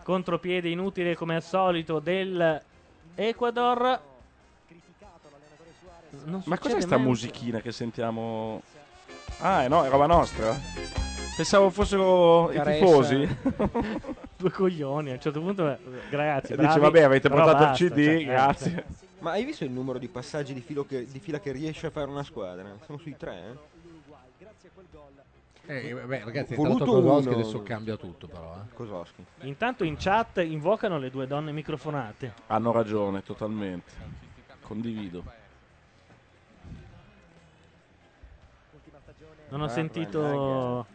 S1: Contropiede inutile come al solito del Ecuador. Non
S8: Ma
S1: succede
S8: cos'è
S1: mai
S8: sta
S1: un-
S8: musichina che sentiamo? Ah, eh no, è roba nostra. Pensavo fossero i tifosi.
S1: (laughs) Due coglioni. A un certo punto, eh, ragazzi.
S8: E
S1: bravi,
S8: dice, vabbè, avete
S1: però
S8: portato
S1: basta,
S8: il CD,
S1: cioè, eh,
S8: grazie.
S1: cioè.
S7: Ma hai visto il numero di passaggi di, filo che- di fila che riesce a fare una squadra? Sono sui tre, eh?
S2: Eh, beh, ragazzi, è
S7: Voluto
S2: entrato Kozowski,
S7: uno.
S2: adesso cambia tutto però. eh.
S7: Kozowski.
S1: Intanto in chat invocano le due donne microfonate.
S8: Hanno ragione, totalmente. Condivido.
S1: Non ho
S8: Eh,
S1: sentito.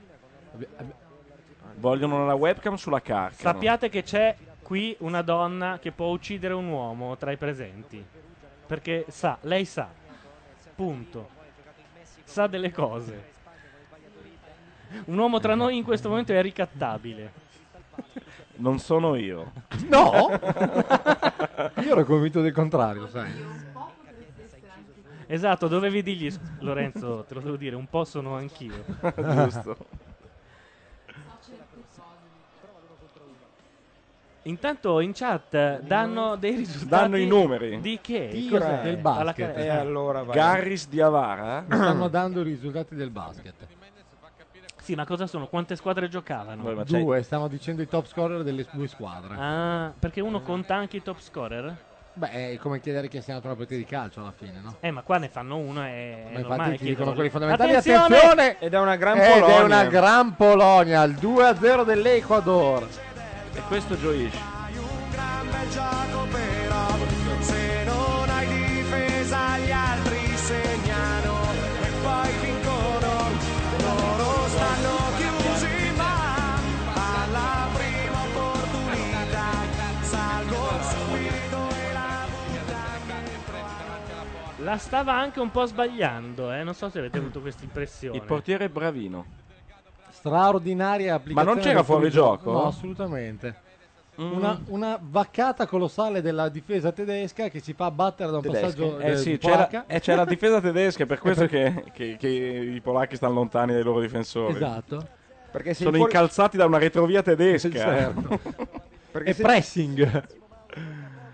S8: Vogliono la webcam sulla carca.
S1: Sappiate che c'è qui una donna che può uccidere un uomo tra i presenti. Perché sa, lei sa. Punto. Sa delle cose. Un uomo tra noi in questo momento è ricattabile.
S8: Non sono
S2: (laughs)
S8: io.
S1: No!
S2: Io ero convinto del contrario, sai.
S1: Esatto, dovevi dirgli, s- Lorenzo, te lo devo dire, un po' sono anch'io.
S8: (laughs) Giusto.
S1: Intanto in chat danno dei risultati.
S8: Danno i numeri.
S1: Di che?
S2: Tira.
S1: Cos'è?
S2: Del
S1: Alla eh,
S2: basket.
S1: care-
S2: E allora vai.
S8: Garris di Avara.
S2: Stanno dando i risultati del basket.
S1: Sì, ma cosa sono? Quante squadre giocavano?
S8: Ecco.
S2: Due, stanno dicendo i top scorer delle due squadre.
S1: Ah, perché uno conta anche i top scorer?
S2: Beh, è come chiedere che sia nato una partita di calcio alla fine, no?
S1: Eh, ma qua ne fanno uno e. è normale
S2: Ma infatti ti
S1: chiederlo.
S2: dicono quelli fondamentali. Attenzione!
S1: Attenzione!
S7: Ed è una gran
S2: Ed
S7: Polonia.
S2: è una gran Polonia, il 2-0 dell'Ecuador.
S7: E questo gioisce.
S6: Se non hai difesa gli altri segnano e poi vincono. Loro stanno chiusi ma alla prima opportunità salgono subito e la
S1: La stava anche un po' sbagliando, eh. Non so se avete avuto questa impressione.
S8: Il portiere è bravino.
S2: Straordinaria applicazione.
S8: non c'era
S2: del
S8: fuori gioco?
S2: No, assolutamente.
S8: Mm.
S2: Una, una vaccata colossale della difesa tedesca che si fa battere da un passaggio
S8: eh
S2: eh,
S8: sì,
S2: polacca.
S8: c'era, eh, c'è la difesa tedesca,
S2: (laughs)
S8: è per questo che, che- che i polacchi stanno lontani dai loro difensori.
S2: Esatto.
S7: Perché se
S8: Sono
S7: fuori-
S8: incalzati da una retrovia
S2: (laughs)
S8: tedesca.
S7: Certo. Perché
S8: E
S7: se-
S2: pressing.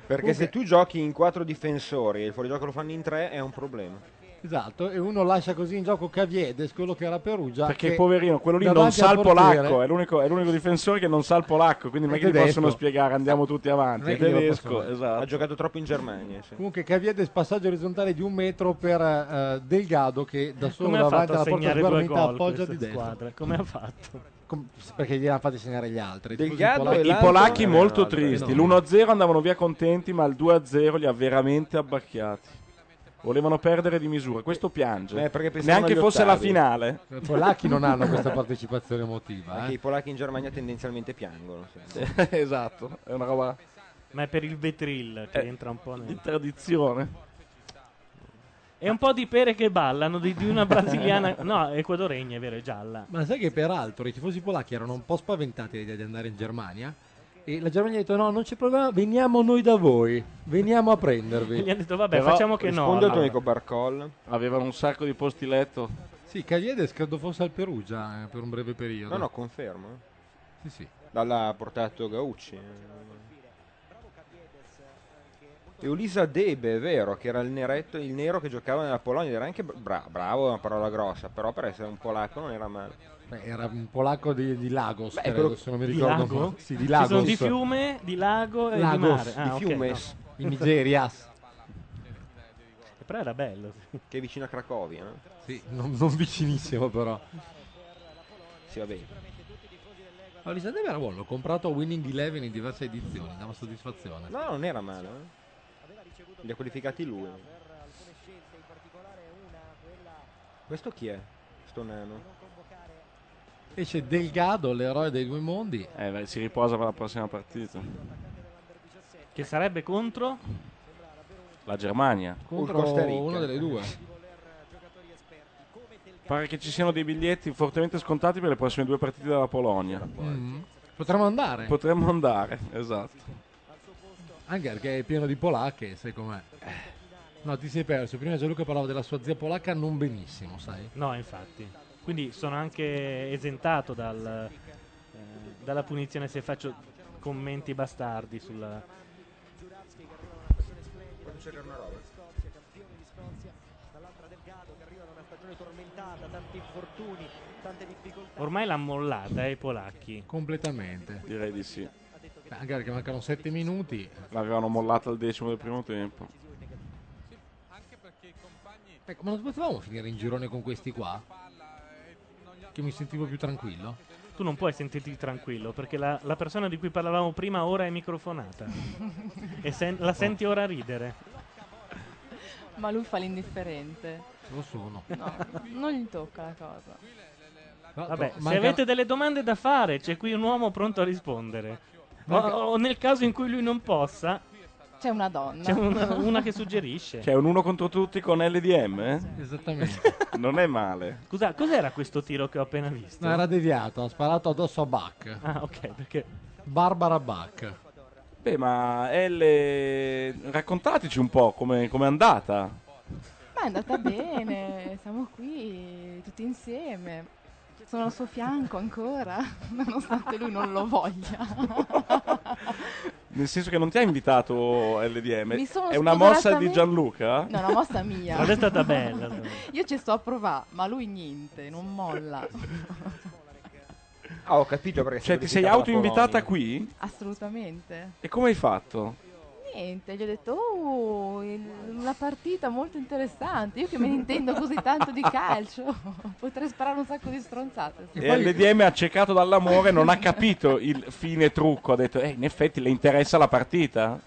S7: Perché se tu giochi in quattro difensori e il fuorigioco lo fanno in tre è un problema.
S8: Ecco,
S2: Esatto, e uno lascia così in gioco Caviedes, quello che era Perugia.
S8: Perché
S2: che
S8: poverino, quello lì non eh.
S2: davanti
S8: sa
S2: al
S8: il
S2: portiere-
S8: polacco, è l'unico, è l'unico difensore che non sa il polacco, quindi non è
S2: È
S8: che gli
S2: tedesco.
S8: possono spiegare andiamo tutti
S2: Non
S8: avanti.
S2: è
S8: È
S2: che glielo
S8: tedesco,
S2: possono-
S8: esatto.
S7: Ha giocato troppo in Germania. sì.
S2: Comunque Caviedes passaggio orizzontale di un metro per eh, Delgado che da solo
S1: Come ha fatto
S2: davanti
S1: a
S2: alla porta
S1: segnare due
S2: sguarnita
S1: gol
S2: appoggia
S1: questa
S2: di destra.
S1: squadra? Come ha fatto?
S2: Com- perché gliel'hanno fatti segnare gli altri. Tifosi
S8: Perché
S2: polacchi-
S8: I polacchi molto
S2: No.
S8: tristi. L'1-0 andavano via contenti, ma il 2-0 li ha veramente abbacchiati. Volevano perdere di misura. Questo piange.
S7: Eh, perché pensavano
S8: Neanche
S7: agli
S8: fosse la
S7: ottavi.
S8: finale.
S2: I polacchi non hanno questa partecipazione emotiva.
S7: Anche
S2: Eh?
S7: i polacchi in Germania tendenzialmente piangono. sì.
S2: (laughs)
S8: esatto, è una roba.
S1: Ma è per il vetrill che entra un po' nel.
S8: Eh, tradizione.
S1: È un po' di pere che ballano, di, di una brasiliana. (laughs) no, equadoregna, è vero, è gialla.
S2: Ma sai che peraltro i tifosi polacchi erano un po' spaventati dall'idea di andare in Germania? E la Germania ha detto: No, non c'è problema, veniamo noi da voi, veniamo a prendervi.
S1: (laughs) Gli ha (laughs) detto, "Vabbè, Però facciamo che no, risponde al tuo allora." amico
S7: Barcoll.
S8: Avevano un sacco di posti letto.
S2: Sì, Caviedes credo fosse al Perugia eh, per un breve periodo.
S7: No, no, confermo.
S2: Sì, sì.
S7: L'ha portato Gaucci. E Ulisa Debe, è vero, che era il neretto, il nero che giocava nella Polonia, ed era anche bra- bravo, è una parola grossa, però per essere un polacco non era male.
S2: Beh, era un polacco di, di Lagos, credo,
S7: quello-
S2: se non mi
S7: di
S2: ricordo.
S7: Lago?
S2: male. Sì, di
S7: Ci
S2: Lagos.
S1: Sono di fiume, di lago e di
S2: Lagos,
S1: mare. Ah, ok,
S7: Fiumes.
S1: no.
S2: In Nigeria.
S1: Però era bello.
S7: Che è vicino a Cracovia, no?
S2: Sì, non, non vicinissimo però.
S7: Sì, vabbè.
S2: Ma Lisandro era buono, l'ho comprato a Winning Eleven in diverse edizioni, dava soddisfazione.
S7: No, non era male. eh. Li ha qualificati lui. Questo chi è? Sto nano.
S2: Invece Delgado, l'eroe dei due mondi.
S8: Eh, beh, si riposa per la prossima partita.
S1: Che sarebbe contro?
S8: La Germania.
S2: Contro Costa Rica. una delle due.
S8: Pare che ci siano dei biglietti fortemente scontati per le prossime due partite della Polonia.
S2: Mm. Potremmo andare,
S8: Potremmo andare, esatto.
S2: anche perché è pieno di polacche, sai com'è. No, ti sei perso. Prima Gianluca parlava della sua zia polacca, non benissimo, sai.
S1: No, infatti. Quindi sono anche esentato dal, eh, dalla punizione se faccio commenti bastardi sulla...
S7: Voglio cercare una roba.
S5: campione di Scozia, dall'altra Delgado che arriva da una stagione tormentata, tanti infortuni, tante difficoltà.
S1: Ormai l'ha mollata, eh, i polacchi.
S2: Completamente.
S8: Direi di sì.
S2: Beh, Anche perché mancano sette minuti.
S8: L'avevano mollata al decimo del primo tempo.
S2: Ecco, ma non potevamo finire in girone con questi qua? Che mi sentivo più tranquillo.
S1: Tu non puoi sentirti tranquillo perché la, la persona di cui parlavamo prima ora è
S2: (laughs)
S1: microfonata. e sen- la senti ora ridere.
S16: Ma lui fa l'indifferente.
S2: Lo sono.
S16: No, non gli tocca la cosa.
S1: Vabbè, se
S2: manca-
S1: avete delle domande da fare, c'è qui un uomo pronto a rispondere. O,
S16: Manca-
S1: o nel caso in cui lui non possa,
S16: C'è una donna.
S1: c'è una, una
S2: (laughs)
S1: che suggerisce.
S8: Cioè, un uno contro tutti con LDM? eh?
S2: Esattamente.
S8: (laughs) non è male.
S1: Scusa, cos'era questo tiro che ho appena visto?
S2: No, era deviato, ha sparato addosso a Bach.
S1: Ah, ok, perché...
S2: Barbara Bach.
S8: Beh, ma L. Raccontateci un po' come come è andata.
S16: Ma è andata bene, siamo qui tutti insieme. Sono al suo fianco ancora, (laughs) nonostante lui non lo voglia.
S8: Nel senso che non ti ha invitato LDM.
S16: Mi sono
S8: è una mossa di
S16: spudoratamente-
S8: Gianluca?
S16: No, è una mossa mia.
S8: Ma è stata bella,
S16: Io ci sto a provare, ma lui niente, non molla. (laughs)
S7: Ah, ho capito perché
S8: Cioè,
S7: si è
S8: ti sei
S1: Cioè,
S7: qualificata la
S8: autoinvitata
S7: Polonia.
S8: qui?
S16: Assolutamente.
S8: E come hai fatto?
S16: niente, gli ho detto, oh, il- una partita molto interessante, io che me ne intendo così tanto di calcio, (laughs) potrei sparare un sacco di stronzate.
S8: E l'DM accecato dall'amore non ha capito il fine trucco, ha detto "Eh, in effetti le interessa la partita".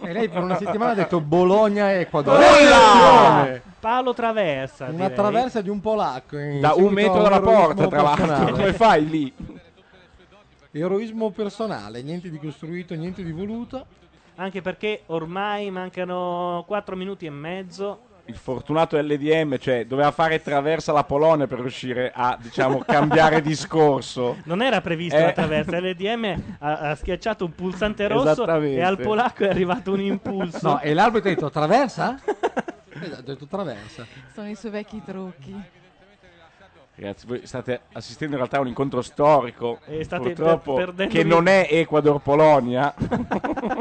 S2: E lei per una settimana ha detto Bologna Ecuador.
S8: Bologna!
S1: Palo traversa.
S2: Una
S1: direi.
S2: traversa di un polacco. in
S8: Da un
S2: seguito
S8: metro
S2: a
S8: dalla
S2: eroismo
S8: porta, tra l'altro.
S2: personale.
S8: Come fai lì?
S2: Eroismo personale, niente di costruito, niente di voluto.
S1: Anche perché ormai mancano 4 minuti e mezzo.
S8: Il fortunato LDM, cioè, doveva fare traversa la Polonia per riuscire a, diciamo, cambiare discorso.
S1: Non era prevista
S8: Eh.
S1: la traversa. L'EDM ha, ha schiacciato un pulsante rosso
S8: Esattamente.
S1: e al polacco è arrivato un impulso.
S2: No, e l'arbitro ha detto
S8: (laughs)
S2: traversa? Esatto, ha detto traversa.
S16: Sono i suoi vecchi trucchi.
S8: Ragazzi, voi state assistendo in realtà a un incontro storico,
S1: E state
S8: purtroppo,
S1: per- perdendovi-
S8: che non è Ecuador-Polonia, (laughs)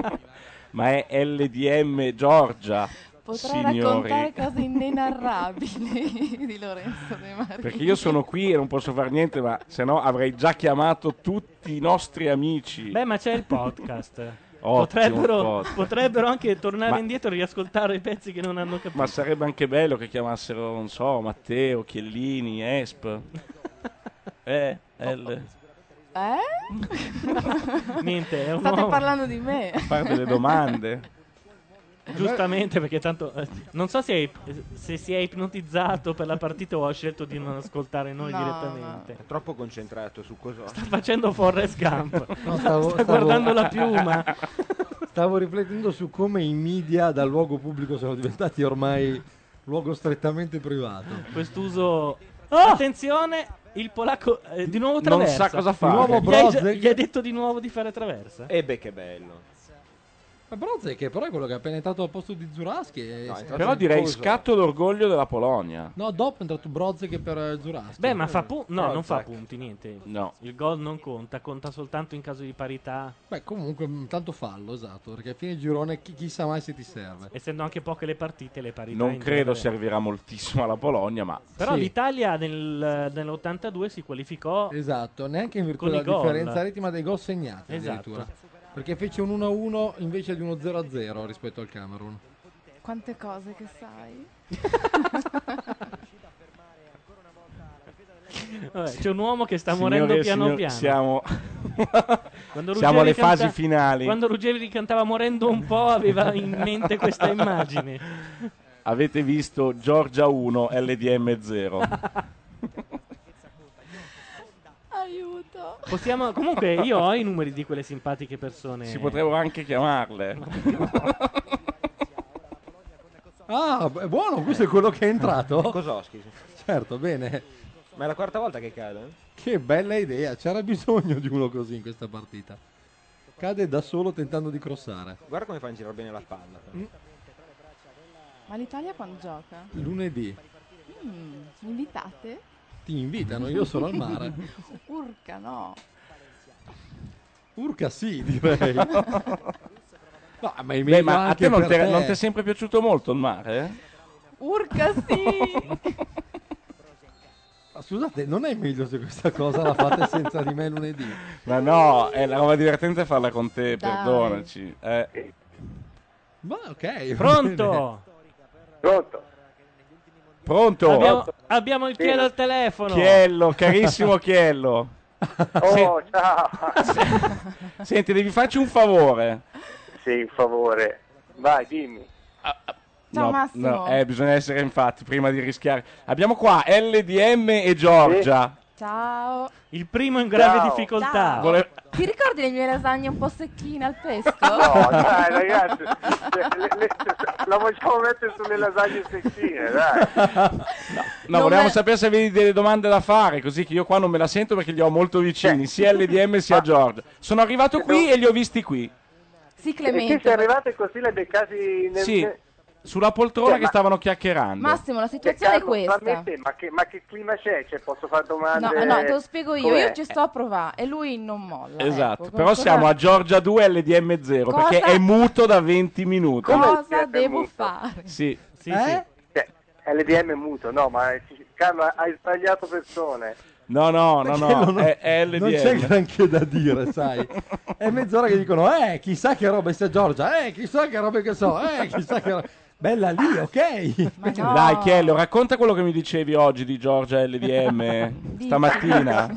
S8: ma è LDM Georgia,
S16: Potrei
S8: signori.
S16: raccontare cose inenarrabili (laughs) di Lorenzo De Marini.
S8: Perché io sono qui e non posso fare niente, ma se no avrei già chiamato tutti i nostri amici.
S1: Beh, ma c'è il podcast.
S8: Ottimo
S1: potrebbero,
S8: podcast.
S1: potrebbero anche tornare
S8: Ma-
S1: indietro e riascoltare i pezzi che non hanno capito.
S8: Ma sarebbe anche bello che chiamassero, non so, Matteo, Chiellini,
S1: (laughs)
S8: Esp. Eh, L.
S1: (laughs)
S16: Eh?
S1: Niente, è un
S16: State
S1: uomo.
S16: parlando di me.
S8: Fare delle domande.
S1: Giustamente, perché tanto eh, non so se, hai- se si è ipnotizzato per la partita o ha scelto di non ascoltare noi
S7: No,
S1: direttamente.
S7: È troppo concentrato su cosa.
S1: Sta facendo Forrest Gump.
S2: No, stavo-
S1: Sta
S2: stavo-
S1: guardando la piuma.
S2: (laughs) Stavo riflettendo su come i media dal luogo pubblico sono diventati ormai luogo strettamente privato.
S1: Quest'uso. Attenzione, il polacco eh, di nuovo
S2: Non
S1: traversa.
S2: sa cosa fare. Di nuovo
S1: Gli hai, già-
S2: Brozovic.
S1: gli hai detto di nuovo di fare traversa.
S7: E beh, che bello.
S2: Ma Brozek che però è quello che è appena entrato al posto di Zuraschi. e-
S8: Però direi scatto d'orgoglio della Polonia.
S2: No, dopo è entrato Brozek per eh, Zuraschi.
S1: Beh, ma fa punti. No,
S2: Brozek.
S1: non fa punti, niente.
S8: No.
S1: Il gol non conta, conta soltanto in caso di parità.
S2: Beh, comunque, mh, tanto fallo, esatto, perché a fine girone chi, chissà mai se ti serve.
S1: Essendo anche poche le partite, le parità.
S8: Non
S1: in
S8: credo
S1: genere-
S8: servirà moltissimo alla Polonia, ma
S1: Però l'Italia nel- nell'82 si qualificò.
S2: Esatto, neanche in virtù
S1: con i
S2: della
S1: gol.
S2: differenza ritma dei gol segnati
S1: Esatto.
S2: addirittura. Perché fece un 1-1 invece di uno 0-0 rispetto al Camerun.
S16: Quante cose che
S8: (laughs)
S16: sai.
S1: Vabbè, c'è un uomo che sta
S8: Signore
S1: morendo
S8: e
S1: piano
S8: signor-
S1: piano.
S8: siamo-
S1: Quando
S8: (laughs) siamo alle
S1: canta-
S8: fasi finali.
S1: Quando Ruggeri cantava morendo un po', aveva
S8: (laughs)
S1: in mente questa immagine.
S8: avete visto Georgia 1, LDM 0.
S16: Aiuto.
S1: Possiamo, comunque, io ho i numeri di quelle simpatiche persone.
S8: si potrebbero anche chiamarle.
S2: Ah, bu- è buono, questo è quello che è entrato.
S7: Kosowski.
S2: Certo, bene.
S7: Ma è la quarta volta che cade?
S2: Che bella idea, c'era bisogno di uno così in questa partita. Cade da solo tentando di crossare.
S7: Guarda come fa a girare bene la palla.
S16: Ma l'Italia quando gioca?
S2: Lunedì
S16: Mm, mi invitate?
S2: ti invitano, io sono al mare.
S16: Urca, no. (laughs)
S2: Urca sì, direi. (laughs) No, ma
S8: Beh,
S2: i media
S8: ma a
S2: anche
S8: te non,
S2: per
S8: te-
S2: te. Eh?
S8: non ti è sempre piaciuto molto il mare?
S16: Urca
S2: (laughs)
S16: sì.
S2: Ma Scusate, non è meglio se questa cosa la fate senza di me lunedì.
S8: Ma no, è la roba divertente farla con te,
S2: Dai.
S8: perdonaci. Eh.
S2: Ma
S1: (laughs)
S2: ok. (laughs)
S1: Pronto?
S17: Pronto?
S8: Pronto?
S1: Abbiamo, abbiamo il Chiello al telefono.
S8: Chiello,
S1: (laughs)
S2: (laughs)
S8: carissimo Chiello.
S17: Oh, ciao!
S8: Senti, devi farci un favore.
S17: sì, in favore. Vai, dimmi.
S8: No, no, eh, bisogna essere infatti prima di rischiare. Abbiamo qua LDM e Giorgia.
S16: Ciao.
S1: Il primo in
S8: grave
S16: Ciao.
S8: difficoltà.
S16: Ciao.
S8: Vole-
S16: Ti ricordi le mie lasagne un po' secchine al pesto? (laughs)
S17: No, dai, ragazzi, le- le- le- la vogliamo mettere sulle lasagne secchine, dai.
S8: (laughs) No, volevamo sapere se avevi delle domande da fare, così che io qua non me la sento perché li ho molto vicini, sia LDM sia Giorgia. Sono arrivato qui e li ho visti qui.
S16: Sì,
S17: E
S16: Clemente.
S17: Eh, se arrivate così le beccati nel...
S8: Sì,
S17: nel-
S8: sulla poltrona
S17: Cioè,
S8: che
S17: ma-
S8: stavano chiacchierando.
S16: Massimo, la situazione è
S17: Carlo, fammi
S16: questa.
S17: te, ma, che, ma che clima c'è? Cioè, posso fare
S16: No,
S17: domande?
S16: no, te lo spiego io.
S17: Com'è?
S16: Io ci sto a provare e lui non molla.
S8: Esatto,
S16: ecco.
S8: però
S16: Cosa-
S8: siamo a Giorgia 2 LDM 0
S16: Cosa-
S8: perché è muto da 20 minuti.
S16: Cosa devo fare?
S8: Sì.
S16: Eh?
S17: Cioè, LDM è muto, no, ma ci- Carlo hai sbagliato persone.
S8: No, no, no,
S2: Perché
S8: no,
S2: non ho-
S8: è è LDL.
S2: non c'è granché da dire, sai. È mezz'ora che dicono, eh, chissà che roba è sta Giorgia, eh, chissà che roba che so, eh, chissà che roba... Bella lì, ok.
S16: no.
S8: Dai, Chiello, racconta quello che mi dicevi oggi di Giorgia
S16: (laughs)
S8: LDM stamattina.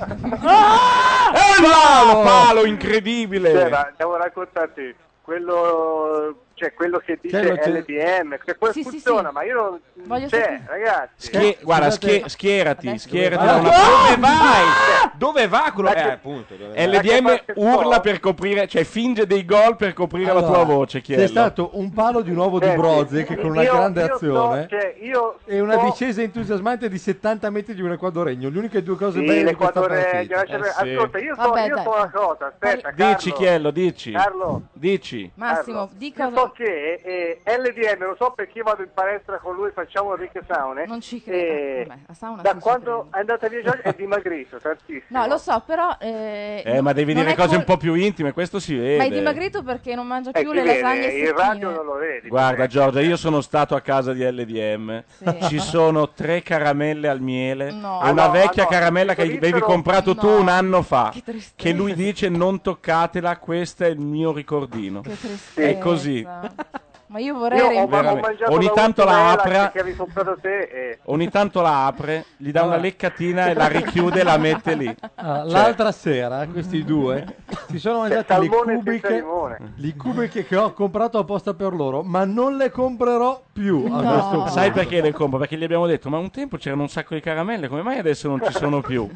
S8: Eh, no, il palo incredibile.
S17: Cioè, ma devo raccontarti quello, cioè, quello che dice
S8: Cioè, lo c'è-
S17: LDM, cioè, quello
S16: Sì, sì,
S17: funziona,
S16: sì.
S17: ma io non...
S16: Voglio
S17: cioè,
S16: sapere-
S17: ragazzi...
S11: Eh,
S8: Schie- guarda, schie- schierati, schierati da una Ah!
S7: Dove vai? Dove va quello? Eh,
S8: Perché-
S7: appunto. Dove va?
S8: LDM urla per coprire, cioè finge dei gol per coprire la tua
S2: Allora,
S8: voce,
S2: C'è
S8: Chiello.
S2: stato un palo di un uovo di
S8: Eh, sì.
S2: Broze che con una
S8: Io-
S2: grande
S8: io so
S2: azione
S17: Cioè, io
S2: e una
S17: so-
S2: discesa entusiasmante di 70 metri di un equadoregno. Le uniche due cose
S17: Sì,
S2: belle di questa
S17: l'Equadore...
S2: partita.
S17: Ascolta, io so,
S16: Vabbè,
S17: io
S16: dai.
S17: so una cosa, aspetta,
S8: Eh, Dici,
S17: Carlo.
S8: Chiello, dici.
S17: Carlo.
S8: Dici.
S16: Massimo,
S17: Carlo,
S16: di
S17: io
S16: cosa-
S17: so che eh, LDM, lo so perché vado in palestra con lui, facciamo ricche saune.
S16: Non ci credo.
S17: eh,
S16: Vabbè, la sauna
S17: da
S16: sì,
S17: quando è andata via Giorgio è dimagrito tantissimo.
S16: No, lo so, però... Eh,
S8: Eh, ma devi
S16: non
S8: dire
S16: è
S8: cose
S16: col-
S8: un po' più intime, questo si vede.
S16: Ma è dimagrito perché non mangia
S17: Eh,
S16: più
S17: si
S16: le
S17: vede,
S16: lasagne
S17: il radio non
S16: secchine.
S17: lo vedi.
S8: Guarda Giorgia, io sono stato a casa di LDM, ci sono tre caramelle al miele,
S16: No.
S8: una
S16: Ah, no,
S8: vecchia
S16: ah, no,
S8: caramella che
S16: mi
S8: avevi
S16: dissero-
S8: comprato tu
S16: No.
S8: un anno fa,
S16: Che tristezza.
S8: che lui dice non toccatela, questo è il mio ricordino.
S16: Che tristezza.
S8: È così.
S16: Ma io vorrei...
S17: Io ho- ho,
S8: veramente.
S17: mangiato
S8: Ogni tanto la
S17: ultima
S8: apra-
S17: Elac che eh, avevi comprato te e...
S8: Ogni tanto la apre, gli dà una leccatina e la richiude e la mette lì.
S2: Ah,
S8: Cioè,
S2: L'altra sera questi due si sono mangiati le
S17: Cioè, salmone senza
S2: cubiche,
S17: limone.
S2: le cubiche che ho comprato apposta per loro, ma non le comprerò più. A questo punto.
S8: Sai perché le compro? Perché gli abbiamo detto, ma un tempo c'erano un sacco di caramelle, come mai adesso non ci sono più?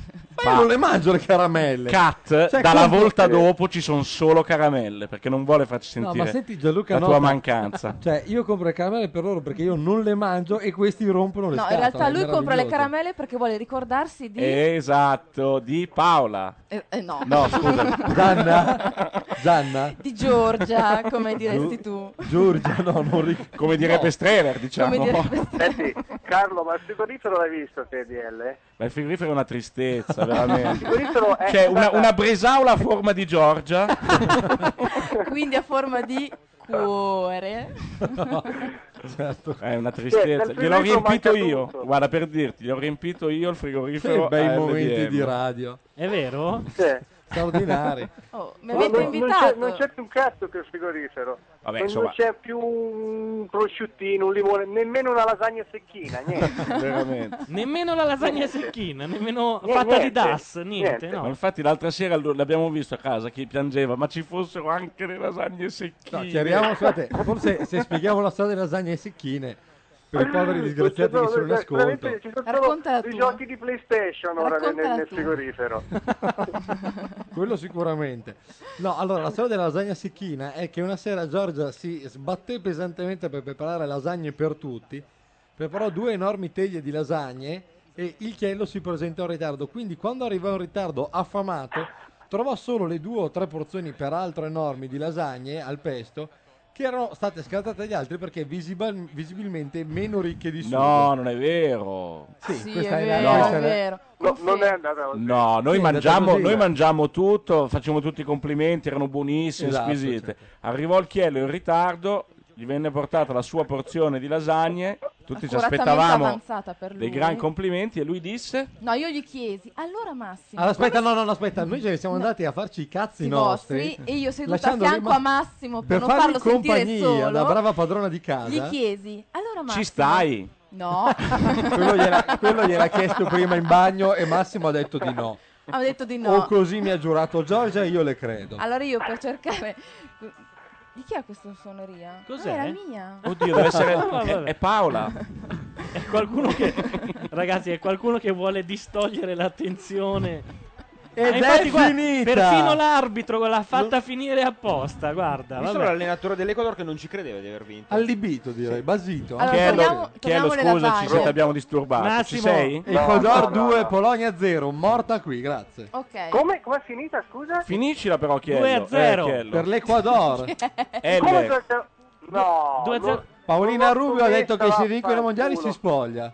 S2: Ma io non le mangio le caramelle.
S8: Cat,
S2: Cioè,
S8: dalla
S2: compro-
S8: volta dopo ci sono solo caramelle perché non vuole farci
S2: No,
S8: sentire
S2: ma senti Gianluca,
S8: la
S2: no,
S8: tua
S2: ma-
S8: mancanza.
S2: Cioè, io compro le caramelle per loro perché io non le mangio e questi rompono le
S16: No,
S2: scatole.
S16: in realtà lui compra le
S2: meraviglioso.
S16: caramelle perché vuole ricordarsi di...
S8: Esatto, di Paola.
S16: Eh, eh, no.
S8: No, scusa.
S16: (laughs)
S2: Zanna? Zanna?
S17: (laughs)
S16: Di Giorgia, come diresti tu.
S2: Giorgia, no, non
S8: Come direbbe Streller, diciamo.
S16: Come direbbe-
S17: Senti, Eh Carlo, ma il frigorifero l'hai visto te, DL?
S8: Ma il frigorifero è una tristezza,
S17: Il
S8: veramente.
S17: frigorifero è
S8: C'è una,
S17: stata-
S8: una bresaola a forma di Giorgia.
S16: Quindi a forma di cuore.
S2: certo.
S8: È una
S16: Cioè,
S8: tristezza.
S16: dal
S8: Gliel'ho
S16: frigorifero manca
S8: riempito io.
S16: tutto.
S8: Guarda, per dirti, gliel'ho riempito io il frigorifero.
S2: Che bei
S8: ALDM.
S2: momenti di radio.
S1: È vero?
S2: Straordinari.
S16: Oh, mi
S17: No,
S16: avete
S17: non- Non c'è,
S16: invitato.
S17: non c'è più un cazzo che il frigorifero.
S8: Vabbè,
S17: non,
S8: insomma.
S17: non c'è più un prosciuttino, un limone, nemmeno una lasagna secchina,
S1: (laughs)
S17: niente.
S8: Veramente.
S1: Nemmeno la lasagna secchina, nemmeno
S16: Eh,
S17: Niente,
S1: fatta di
S17: niente,
S1: DAS, niente,
S8: Ma
S1: no.
S8: infatti l'altra sera lo- l'abbiamo visto a casa che piangeva, ma ci fossero anche le lasagne secchine.
S2: No, ci arriviamo, scusate, forse se spieghiamo la storia delle lasagne e secchine per
S17: (laughs)
S2: i poveri disgraziati che sono in ascolto.
S17: Veramente, Ci sono solo i giochi di PlayStation ora nel,
S16: Raccontala
S17: nel
S16: tu. (laughs)
S17: frigorifero.
S2: Quello sicuramente. No, allora la storia della lasagna secchina è che una sera Giorgia si sbatté pesantemente per preparare lasagne per tutti, preparò due enormi teglie di lasagne e il chiello si presentò in ritardo. Quindi quando arrivò in ritardo affamato, trovò solo le due o tre porzioni peraltro enormi di lasagne al pesto che erano state scartate agli altri perché visibal- visibilmente meno ricche di sugo.
S8: No, non è vero.
S16: Sì,
S2: questa
S16: è
S2: è la-
S16: vero,
S8: questa
S16: è
S8: è la-
S16: vero.
S17: No, non è andata così.
S8: No, noi,
S2: Sì, è andata
S8: mangiamo,
S2: così,
S8: noi
S2: eh.
S8: mangiamo tutto, facciamo tutti i complimenti, erano buonissime,
S2: Esatto,
S8: squisite. Arrivò il Chiello in ritardo, gli venne portata la sua porzione di lasagne, tutti ci
S16: Accuratamente
S8: aspettavamo
S16: avanzata per lui.
S8: dei gran complimenti e lui disse...
S16: No, io gli chiesi, allora Massimo...
S2: Allora, aspetta, no, no, no, aspetta, noi ce ne siamo andati a farci i cazzi
S16: i
S2: nostri.
S16: vostri e io seduta a
S2: lasciandoli
S16: fianco
S2: ma-
S16: a Massimo per,
S2: per
S16: non
S2: fargli
S16: farlo sentire
S2: compagnia
S16: solo
S2: da brava padrona di casa.
S16: gli chiesi allora Massimo
S8: Ci stai?
S2: (laughs)
S16: no
S2: Quello gliela, quello gliel'ha chiesto prima in bagno e Massimo ha detto di no.
S16: ha detto di
S2: O
S16: no
S2: così mi ha giurato Giorgia e io le credo.
S16: allora io per cercare di chi è questa suoneria?
S1: Cos'è?
S16: Ah, era mia
S8: Oddio, deve
S1: (laughs)
S8: essere...
S1: No, vabbè.
S8: è, è Paola.
S1: È qualcuno che Ragazzi, è qualcuno che vuole distogliere l'attenzione.
S2: Ed
S1: Ma infatti,
S2: è
S1: guarda,
S2: finita!
S1: Perfino l'arbitro l'ha fatta finire apposta, guarda.
S7: Visto
S1: vabbè.
S7: l'allenatore dell'Ecuador che non ci credeva di aver vinto.
S2: Allibito direi, basito.
S16: Allora,
S8: Chiello,
S16: torniamo-
S8: Chiello,
S16: torniamo alle
S8: scusaci
S16: lasagne.
S8: se ti abbiamo disturbato. Ci
S1: Massimo,
S8: sei?
S2: Ecuador 2, Polonia 0, morta qui, grazie.
S16: ok
S17: Come com'è finita, scusa?
S8: Finiscila però Chiello.
S2: 2 a 0.
S8: Chiello.
S16: (laughs)
S2: Per l'Ecuador.
S17: Come
S8: L.
S17: due- No,
S1: Due a zero.
S2: Paolina Rubio ha detto che se
S17: si
S2: vincono i mondiali si spoglia.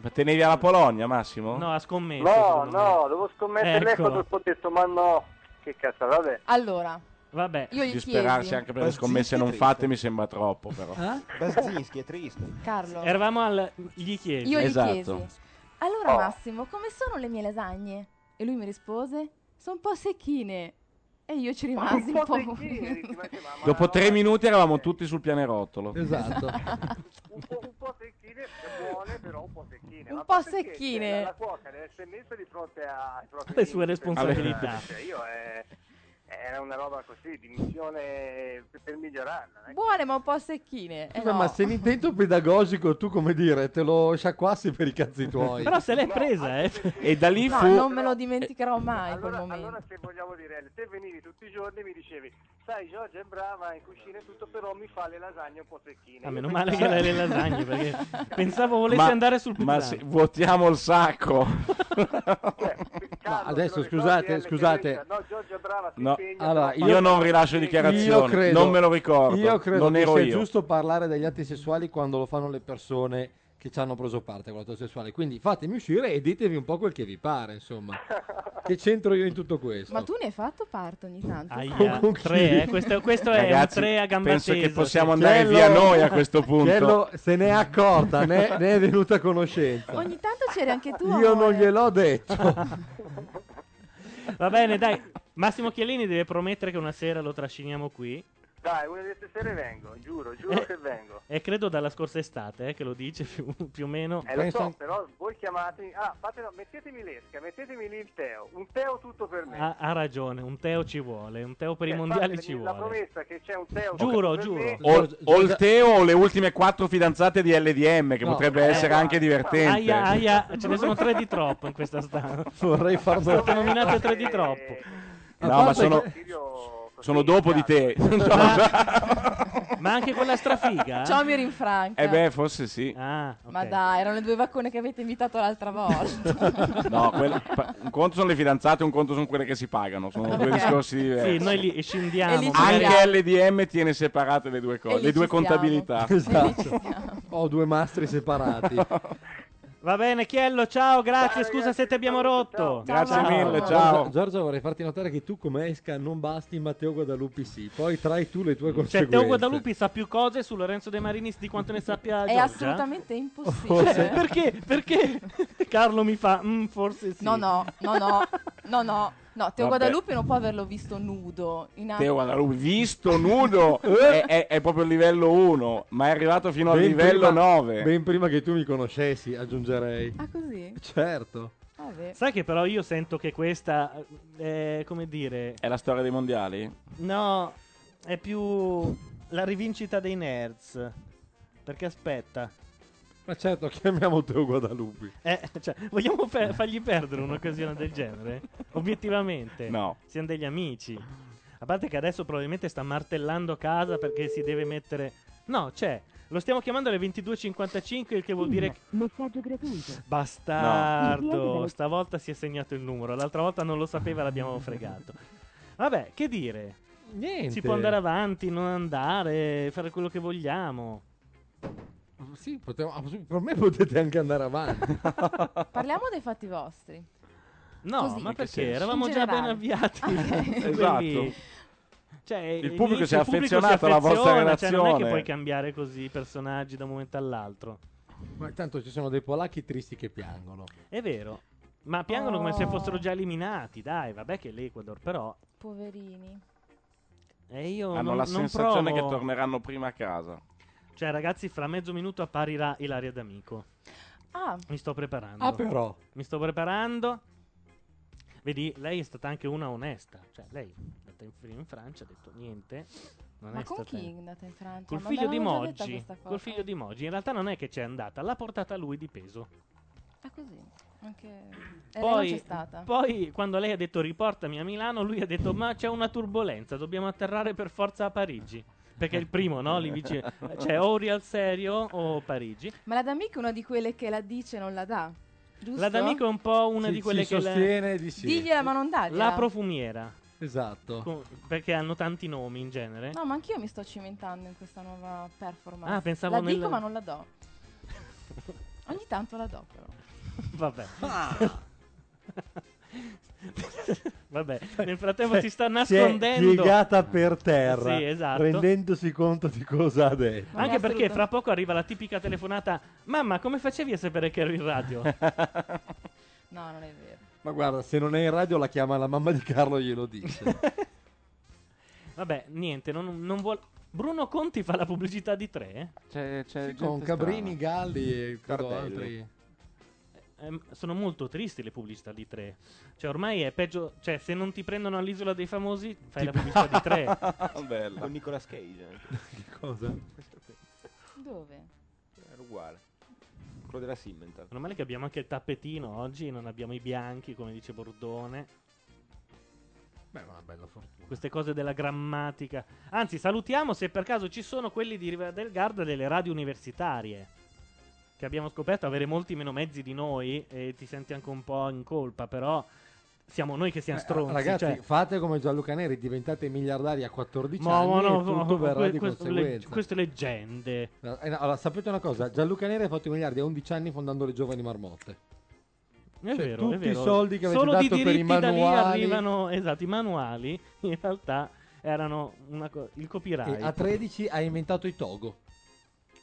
S8: Ma Tenevi alla Polonia, Massimo?
S1: No, ha scommesso.
S17: No,
S1: secondo me. Ecco.
S17: no, devo scommettere
S1: Eccolo.
S17: l'Ecuador, ho detto, ma no, che cazzo, vabbè.
S16: allora
S1: Vabbè.
S16: io gli
S8: Disperarsi
S16: chiesi
S8: anche per le scommesse non fatte mi sembra
S2: Ah,
S8: troppo però.
S16: Eh?
S7: Bazzinski è triste.
S16: Carlo
S1: Eravamo al gli chiedi.
S16: io gli
S8: Esatto.
S16: chiesi Allora
S17: Oh.
S16: Massimo, come sono le mie lasagne? E lui mi rispose, sono un po' secchine. E io ci rimasi un po'... (laughs)
S8: Dopo tre minuti eravamo tutti sul pianerottolo.
S2: Esatto.
S16: un po' secchine.
S17: La cuoca deve essere messa di fronte a- ai propri
S1: Le sue
S17: limiti,
S1: responsabilità.
S17: perché, cioè, io eh, era una roba così di missione per, per migliorarla. non è che-
S16: Buone ma un po' secchine. Eh
S2: Scusa,
S16: no.
S2: Ma se l'intento pedagogico tu, come dire, te lo sciacquassi per i cazzi tuoi.
S1: Però se l'è presa, eh.
S8: E da lì
S16: No,
S2: fu-
S16: non me lo dimenticherò mai quel momento.
S17: Eh, Allora se vogliamo dire, Ale, te venivi tutti i giorni e mi dicevi, sai Giorgia è brava in cucina e tutto, però mi fa le lasagne un po' secchine.
S1: Ah,
S17: Io
S1: meno male che
S17: pensavo-
S1: lei le lasagne, perché
S17: (laughs)
S1: pensavo volesse
S8: Ma-
S1: andare sul pizzano.
S8: Ma se- vuotiamo
S1: (laughs)
S8: il sacco.
S16: Cioè,
S2: Ma adesso scusate, scusate.
S8: No,
S2: Allora,
S8: io, non rilascio dichiarazioni,
S2: Io credo-
S8: non me lo ricordo.
S2: Io credo
S8: non
S2: che
S8: ero
S2: sia
S8: io.
S2: giusto parlare degli atti sessuali quando lo fanno le persone che ci hanno preso parte con l'atto sessuale. Quindi fatemi uscire e ditevi un po' quel che vi pare, insomma.
S16: (laughs)
S2: che c'entro io in tutto questo?
S16: Ma tu ne hai fatto parte ogni tanto?
S1: Aia,
S2: Con chi?
S1: tre, eh, questo, questo è un
S2: Ragazzi,
S1: tre a gamba
S8: penso che
S1: tesa,
S8: possiamo
S1: sì.
S8: andare
S2: Chiello-
S8: via noi a
S2: (laughs)
S8: questo punto.
S2: Chiello se ne è accorta, ne, ne è venuta a conoscenza.
S16: Ogni tanto c'eri anche tu.
S2: Io non
S16: amore.
S2: gliel'ho detto.
S1: (laughs) Va bene, dai. Massimo Chiellini deve promettere che una sera lo trasciniamo qui.
S17: Dai, una di queste sere vengo, giuro,
S1: Eh,
S17: giuro che vengo.
S1: E credo dalla scorsa estate, eh, che lo dice più, più o meno.
S17: Eh, lo so, però voi chiamatemi, ah, fatelo, mettetemi l'esca, mettetemi lì il Teo, un Teo tutto per me.
S1: Ha, ha ragione, un Teo ci vuole, un Teo per
S17: Eh,
S1: i mondiali
S17: fatemi
S1: ci
S17: la
S1: vuole.
S17: promessa che c'è un Teo
S1: Giuro,
S17: tutto per me.
S1: giuro.
S8: O, o il Teo o le ultime quattro fidanzate di LDM, che
S1: No.
S8: potrebbe essere anche divertente.
S1: Eh, Aia, aia, ce ne sono tre di troppo in questa stanza.
S2: (laughs) Vorrei
S1: farlo.
S2: farlo-
S1: Sono state nominate tre di troppo.
S8: No, ma sono, sono dopo di te. (laughs)
S1: Ma, ma anche quella strafiga? eh? Ah,
S16: Ciao Mirin Franca.
S8: Eh beh, forse sì.
S16: Ma dai, erano le due vaccone che avete invitato l'altra volta.
S8: (laughs) No, quella- pa- un conto sono le fidanzate, un conto sono quelle che si pagano. Sono due
S16: Ok.
S8: discorsi diversi.
S1: Sì, noi li scindiamo.
S16: E li
S1: magari-
S8: Anche LDM tiene separate le due
S1: E
S8: cose,
S1: lì
S8: le due
S1: ci siamo.
S8: contabilità.
S2: (laughs) Esatto. Ho due mastri separati.
S8: (laughs)
S1: Va bene, Chiello, ciao, grazie. Scusa se ti abbiamo rotto.
S8: (laughs)
S2: Giorgia, Giorgia, vorrei farti notare che tu come esca non basti Matteo Guadalupi sì, poi trai tu le tue
S1: Cioè,
S2: conseguenze.
S1: Teo Guadalupi sa più cose su Lorenzo De Marinis di quanto ne sappia
S16: È
S1: Ah, Giorgia?
S16: assolutamente impossibile.
S1: Cioè, perché? Perché (laughs) Carlo mi fa "Mm, forse sì.
S16: No, no, no, no, no, no. No, Teo
S8: Vabbè.
S16: Guadalupe non può averlo visto nudo. In
S8: Teo Guadalupe, visto nudo, è, è- è proprio il livello 1, ma è arrivato fino al
S2: Ben
S8: livello
S2: prima-
S8: 9.
S2: Ben prima che tu mi conoscessi, aggiungerei.
S16: Ah, così?
S2: (laughs) Certo.
S16: Vabbè.
S1: Sai che però io sento che questa è come dire,
S8: È la storia dei mondiali?
S1: no, è più la rivincita dei nerds. Perché aspetta,
S2: Ma certo, chiamiamo Teo Guadalupi.
S1: eh, (laughs) cioè, vogliamo fe- fargli perdere un'occasione del genere? Obiettivamente,
S8: No.
S1: siamo degli amici. A parte che adesso probabilmente sta martellando casa perché si deve mettere. No, c'è. Lo stiamo chiamando alle 22.55, il che vuol
S4: (laughs)
S1: dire che.
S18: Messaggio gratuito.
S1: Bastardo,
S18: No.
S1: (laughs) stavolta si è segnato il numero, l'altra volta non lo sapeva, l'abbiamo fregato. Vabbè, che dire?
S2: Niente.
S1: Si può andare avanti, non andare, fare quello che vogliamo.
S2: Sì, potevo- per me potete anche
S1: (laughs)
S2: andare avanti.
S16: Parliamo dei fatti vostri.
S1: No,
S16: Così.
S1: ma
S16: In che
S1: perché?
S16: senso?
S1: Eravamo
S16: In
S1: già ben
S16: generale. (laughs) Ah,
S1: avviati.
S8: Esatto.
S1: Quindi, cioè,
S8: Il pubblico
S1: inizio-
S8: si è
S1: il pubblico si
S8: affezionato alla vostra
S1: affeziona, cioè, non è che
S8: relazione.
S1: puoi cambiare così i personaggi da un momento all'altro.
S2: Ma tanto ci sono dei polacchi tristi che piangono.
S1: È vero. Ma piangono come se
S16: Oh.
S1: fossero già eliminati. Dai, vabbè che è l'Ecuador, però...
S16: Poverini.
S1: E io
S8: Hanno
S1: non,
S8: la
S1: non
S8: sensazione che
S1: provo-
S8: torneranno prima a casa.
S1: Cioè, ragazzi, fra mezzo minuto apparirà Ilaria D'Amico.
S16: Ah,
S1: Mi sto preparando.
S2: Ah, però.
S1: Mi sto preparando. Vedi, lei è stata anche una onesta. Cioè, lei è andata in, in Francia, ha detto niente. Non
S16: ma
S1: è
S16: con
S1: stata...
S16: chi è andata in Francia?
S1: Col
S16: Ma
S1: figlio di
S16: l'avevamo già detta
S1: Moggi.
S16: questa cosa.
S1: Col figlio di Moggi. In realtà non è che c'è andata, l'ha portata lui di peso.
S16: Ah, così. Anche... E lei non c'è
S1: Poi,
S16: stata.
S1: poi, quando lei ha detto riportami a Milano, lui ha detto ma c'è una turbolenza, dobbiamo atterrare per forza a Parigi. Perché è il primo, no? Lì vicino. Cioè, o Real Serio o Parigi.
S16: Ma la D'Amico è una di quelle che la dice e non la dà. Giusto?
S1: La D'Amico è un po' una
S2: Ci-
S1: di quelle
S2: ci
S1: che...
S2: sostiene di sì.
S16: Digliela ma non dargliela.
S1: La profumiera.
S2: Esatto.
S1: Co- perché hanno tanti nomi in genere.
S16: No, ma anch'io mi sto cimentando in questa nuova performance.
S1: Ah, pensavo
S16: la
S1: nel-
S16: dico ma non la do.
S1: (laughs)
S16: (laughs) Ogni tanto la do però.
S1: Vabbè. (laughs) Vabbè, nel frattempo si sta
S2: Cioè, Si è
S1: nascondendo.
S2: piegata per terra,
S1: Sì, esatto.
S2: rendendosi conto di cosa ha detto.
S1: Anche perché fra poco arriva la tipica telefonata: Mamma, come facevi a sapere che ero in radio?
S2: (laughs)
S16: No, non è vero.
S2: Ma guarda, se non è in radio la chiama la mamma di Carlo e glielo (laughs) dice.
S1: Vabbè, niente, non, non vuol- Bruno Conti fa la pubblicità di tre? eh?
S8: C'è, c'è
S2: con Cabrini, Galli e credo
S1: Tardelli.
S2: altri.
S1: Ehm, sono molto tristi le pubblicità di tre. Cioè, ormai è peggio. Cioè, se non ti prendono all'isola dei famosi, fai la pubblicità di
S8: (laughs)
S1: tre.
S7: Bella. Con Nicolas Cage.
S2: (laughs)
S7: che
S2: cosa?
S16: Dove?
S7: Era uguale. Quello della Simmental.
S1: Meno male che abbiamo anche il tappetino oggi, non abbiamo i bianchi, come dice Bordone.
S2: Beh, una bella fortuna.
S1: Queste cose della grammatica. Anzi, salutiamo se per caso ci sono quelli di Riva del Garda delle radio universitarie. Che abbiamo scoperto avere molti meno mezzi di noi e ti senti anche un po' in colpa, però siamo noi che siamo
S2: Beh,
S1: stronzi.
S2: Eh, Ragazzi,
S1: cioè-
S2: fate come Gianluca Neri, diventate miliardari a 14
S1: Ma- ma
S2: anni
S1: no,
S2: e tutto
S1: no,
S2: verrà
S1: que-
S2: di
S1: questo- le-
S2: conseguenza.
S1: queste leggende.
S2: No, eh, no, allora, sapete una cosa, Gianluca Neri ha fatto i miliardi a 11 anni fondando le giovani marmotte.
S1: È
S2: Cioè,
S1: vero,
S2: tutti
S1: è vero.
S2: i soldi che avete
S1: Solo
S2: dato
S1: di
S2: per i
S1: diritti da lì
S2: manuali-
S1: arrivano, esatto, i manuali in realtà erano una co- il copyright.
S2: E a 13 ha inventato i Togo.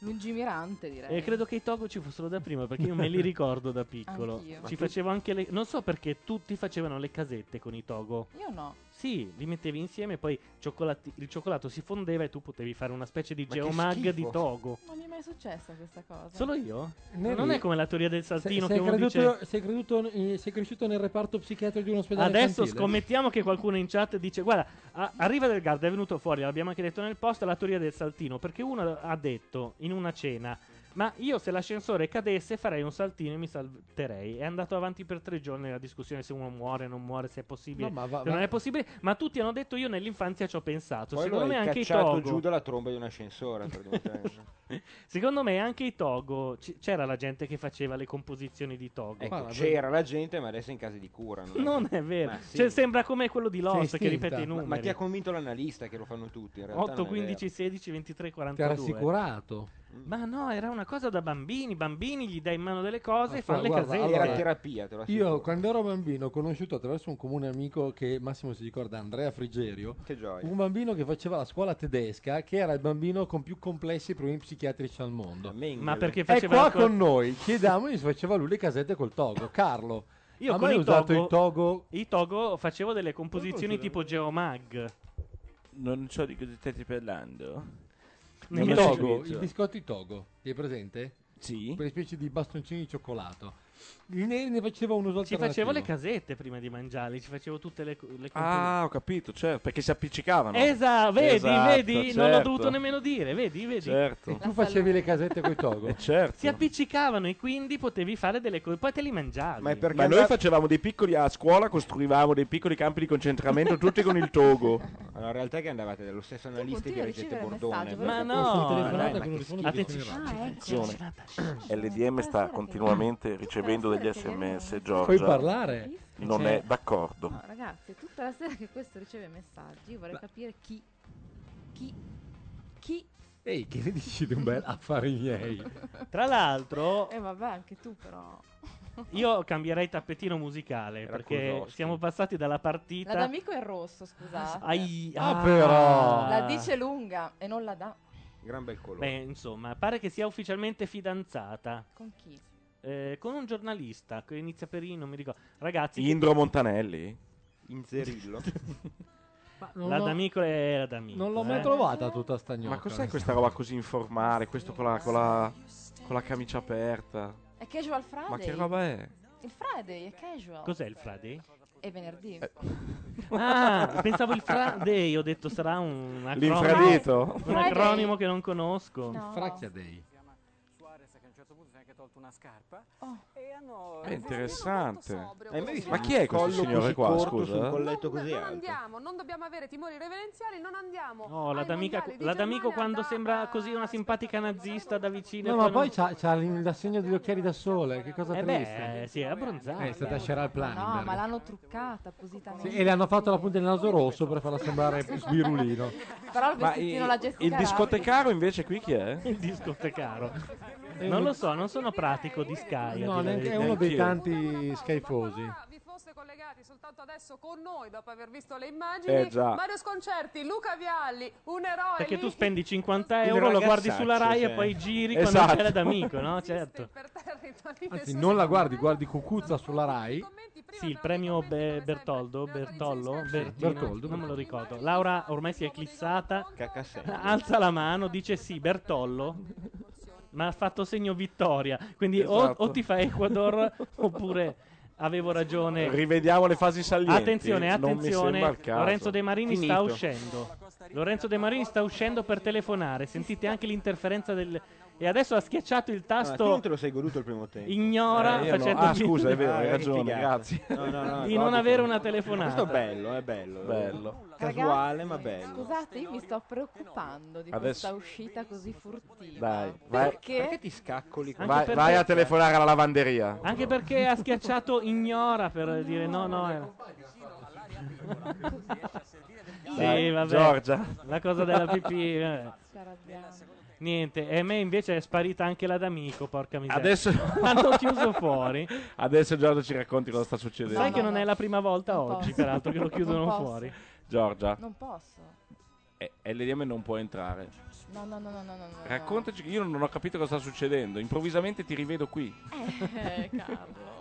S16: Lungimirante, direi.
S1: E credo che i Togo ci fossero da prima perché io me li ricordo da piccolo.
S16: Anch'io.
S1: Ci facevo anche le... Non so perché tutti facevano le casette con i Togo.
S16: Io no.
S1: Sì, li mettevi insieme e poi cioccolati- il cioccolato si fondeva e tu potevi fare una specie di
S16: Ma che
S1: geomag
S16: schifo.
S1: di Togo.
S16: Non mi è mai successa questa cosa.
S1: Solo io?
S2: Neri-
S1: non è come la teoria del
S2: Sei,
S1: saltino
S2: sei
S1: che uno
S2: creduto-
S1: dice...
S2: sei creduto- eh, sei cresciuto nel reparto psichiatrico di un ospedale
S1: Adesso
S2: infantile?
S1: scommettiamo che qualcuno in chat dice: Guarda, a, a Riva del Garda è venuto fuori, l'abbiamo anche detto nel post, la teoria del saltino. Perché uno ha detto in una cena: Ma io se l'ascensore cadesse farei un saltino e mi salterei. È andato avanti per tre giorni la discussione se uno muore, non muore, se è possibile.
S2: No, ma va-
S1: se non
S2: va-
S1: è possibile, ma tutti hanno detto: Io nell'infanzia ci ho pensato.
S7: Poi
S1: Cioè, Secondo
S7: lo
S1: me
S7: hai
S1: anche i
S7: cacciato
S1: Togo.
S7: giù dalla tromba di un ascensore. per
S1: (laughs)
S7: diventare-
S1: Secondo me anche i Togo. c- c'era la gente che faceva le composizioni di Togo.
S7: Ecco, c'era la gente, ma adesso è in casa di cura.
S1: Non è vero.
S7: Ma sì.
S1: Cioè, sembra come quello di
S7: Sei
S1: Lost
S7: estinta.
S1: che ripete i
S7: Ma-
S1: numeri.
S7: Ma, ti ha convinto l'analista che lo fanno tutti. In realtà
S1: 8,
S7: non è
S1: 15, 16, 23, 42.
S2: Ti ha rassicurato.
S1: Ma no, era una cosa da bambini. I bambini gli dai in mano delle cose e fanno le
S2: Ah, Guarda,
S1: caselle.
S2: allora, Io
S1: Io...
S2: quando ero bambino ho conosciuto attraverso un comune amico che Massimo si ricorda, Andrea Frigerio, un bambino che faceva la scuola tedesca, che era il bambino con più complessi problemi psichiatrici al mondo.
S1: Ma perché
S2: è
S1: faceva
S2: qua
S1: la scuola-
S2: con noi, chiediamogli se faceva lui le casette col togo. Carlo,
S1: (laughs) Io
S2: ha
S1: con
S2: mai
S1: i
S2: usato
S1: togo-
S2: il togo?
S1: I Togo facevo delle composizioni
S2: Togo
S1: tipo Geomag.
S18: Non so di cosa state parlando.
S2: Il
S18: Non
S2: togo,
S18: so.
S2: i biscotti togo, ti è presente?
S18: Sì.
S2: Quelle specie di bastoncini di cioccolato. Il neri ne faceva uno solo
S1: Ci facevo le casette prima di mangiarli, ci facevo tutte le, co- le
S18: Ah, ho capito, certo, perché si appiccicavano.
S1: Esatto, vedi,
S18: Esatto,
S1: vedi, non l'ho
S18: certo.
S1: dovuto nemmeno dire, vedi, vedi.
S18: Certo.
S2: Tu facevi le casette con i togo?
S18: certo.
S1: Si appiccicavano e quindi potevi fare delle cose, poi te li mangiavi.
S18: Ma noi facevamo dei piccoli a scuola, costruivamo dei piccoli campi di concentramento tutti con il
S1: (laughs)
S18: togo.
S7: Allora, in realtà è che andavate dallo stesso analista
S18: Continua
S7: che
S18: a
S7: leggete
S18: ricevere
S7: Bordone.
S18: messaggi,
S1: Ma
S18: volevo
S1: no,
S18: sapere-
S1: dai,
S18: Ma
S1: ma
S18: che
S1: che
S18: schifo.
S1: schifo.
S16: Ah,
S1: Attenzione.
S16: ecco.
S18: Attenzione. LDM sta continuamente ricevendo degli sms. Giorgia
S2: Puoi parlare?
S18: Non
S2: Cioè-
S18: è d'accordo.
S16: No, ragazzi, tutta la sera che questo riceve messaggi, io vorrei capire chi. Chi. Chi.
S2: Ehi, che ne dici di un bel affari miei?
S1: Tra l'altro,
S16: Eh, vabbè, anche tu, però.
S1: (laughs) io cambierei tappetino musicale perché
S18: Raccusoschi.
S1: siamo passati dalla partita.
S16: La d'amico è rosso, scusate.
S1: Ai-
S16: Ah,
S1: ah.
S16: però. La dice lunga e non la dà.
S7: Gran bel colore.
S1: Beh, insomma, pare che sia ufficialmente fidanzata
S16: Con chi?
S1: eh, con un giornalista che inizia per I, non mi ricordo. Ragazzi, che-
S18: Indro Montanelli?
S7: Inzerillo.
S2: non
S1: la
S2: ho-
S1: D'Amico è la D'Amico.
S2: Non l'ho mai
S1: eh.
S2: trovata tutta sta gnocca.
S18: Ma cos'è questa roba così informale? Questo con la, con la, con la camicia aperta.
S16: È casual Friday.
S18: Ma che roba è?
S16: Il Friday è casual.
S1: (laughs) Cos'è il Friday?
S16: È venerdì.
S18: Eh.
S1: Ah, (laughs) pensavo il Friday, ho detto sarà un
S18: L'infradito?
S1: acronimo, un
S18: Friday.
S1: acronimo che non conosco.
S18: No.
S2: Fracchia Day.
S5: Suarez che a un certo punto si è anche tolto una scarpa
S16: oh.
S5: e hanno
S18: È interessante. Eh,
S7: Hai mai visto
S18: Ma
S7: un
S18: chi è questo
S7: collo
S18: signore
S7: così
S18: qua?
S7: corto su un
S18: Scusa. eh.
S7: colletto così
S19: non
S7: alto?
S19: andiamo, non dobbiamo avere timori reverenziali, non andiamo.
S1: No, la
S19: ai
S1: d'amica,
S19: mondiali di
S1: la
S19: Germania.
S1: d'amico quando sembra così una simpatica nazista da vicino. e
S2: No, ma
S1: non-
S2: poi c'ha, c'ha l'assegno degli occhiali da sole, che cosa
S1: Eh
S2: triste.
S1: beh, eh, sì, è abbronzata.
S2: Eh, è stata Sheryl Planning.
S16: No, ma l'hanno truccata appositamente.
S2: E le hanno fatto la punta del naso rosso per
S16: (laughs)
S2: farla sembrare sbirulino.
S16: Però il
S18: Ma
S16: vestitino
S18: il-
S16: la Jessica
S18: il
S16: Rabbit.
S18: discotecaro invece qui chi
S1: (laughs)
S18: è?
S1: Il discotecaro. Non lo so, non sono pratico di Sky. a
S2: No,
S1: dire la
S2: neanche- è
S1: verità.
S2: uno dei tanti schifosi.
S11: collegati soltanto adesso con noi dopo aver visto le immagini.
S1: Eh, già.
S11: Mario Sconcerti, Luca Vialli, un eroe
S1: Perché
S11: lì
S1: tu spendi 50
S2: Il
S1: euro, lo guardi
S2: ragazzaccio,
S1: sulla Rai
S2: cioè.
S1: e poi giri
S2: Esatto.
S1: quando c'è l'amico, no? Certo.
S11: per territori
S2: Anzi, non la guardi, guardi Cucuzza sulla Rai.
S1: Sì, il premio Be- Bertoldo, Bertollo, Bertino,
S2: Bertoldo.
S1: non me lo ricordo. Laura ormai si è eclissata,
S7: Cacasselli.
S1: alza la mano, dice sì, Bertollo, ma ha fatto segno vittoria. Quindi o-
S8: Esatto.
S1: o, ti fa Ecuador oppure avevo ragione.
S8: Rivediamo le fasi salienti.
S1: Eh. Attenzione,
S8: Non mi
S1: attenzione,
S8: sembra il caso.
S1: Lorenzo De Marini sta
S8: Finito.
S1: uscendo. Lorenzo De Marini sta uscendo per telefonare, sentite anche l'interferenza del... E adesso ha schiacciato il
S7: Ah, tu non
S1: tasto
S7: te lo sei goduto il primo tempo.
S1: Ignora,
S7: io no.
S1: facendo
S7: Ah,
S1: finta-
S7: scusa, è vero,
S1: Ah,
S7: hai
S1: che
S7: ragione,
S1: figata.
S7: grazie. No,
S1: (laughs)
S7: no, no,
S1: di non
S7: guarda,
S1: avere una
S7: Questo è
S1: telefonata.
S7: bello, è bello.
S1: Bello.
S7: Casuale, ma bello.
S16: Scusate, io mi sto preoccupando di
S7: Adesso-
S16: questa uscita così furtiva.
S8: Dai, vai.
S16: Perché?
S7: Perché ti scaccoli
S1: Anche eh.
S8: Vai,
S1: perché-
S8: vai a telefonare alla lavanderia.
S1: Anche perché ha schiacciato ignora per dire no, no. eh. era- sì,
S8: Dai,
S1: vabbè.
S8: Giorgia.
S1: La cosa della
S16: (laughs)
S1: pipì. vabbè. Niente, e a me invece è sparita anche la d'amico, porca miseria.
S8: Adesso-
S1: L'hanno chiuso fuori.
S8: (laughs) Adesso Giorgia ci racconti cosa sta succedendo.
S1: Sai che non è la prima volta oggi,
S16: posso.
S1: peraltro, che lo chiudono
S16: (laughs) Non posso.
S1: fuori.
S8: Giorgia,
S16: Non posso.
S8: eh, LDM non può entrare.
S16: No, no, no, no, no, no, no.
S8: Raccontaci, io non ho capito cosa sta succedendo. Improvvisamente ti rivedo qui.
S16: (laughs) Eh, cavolo.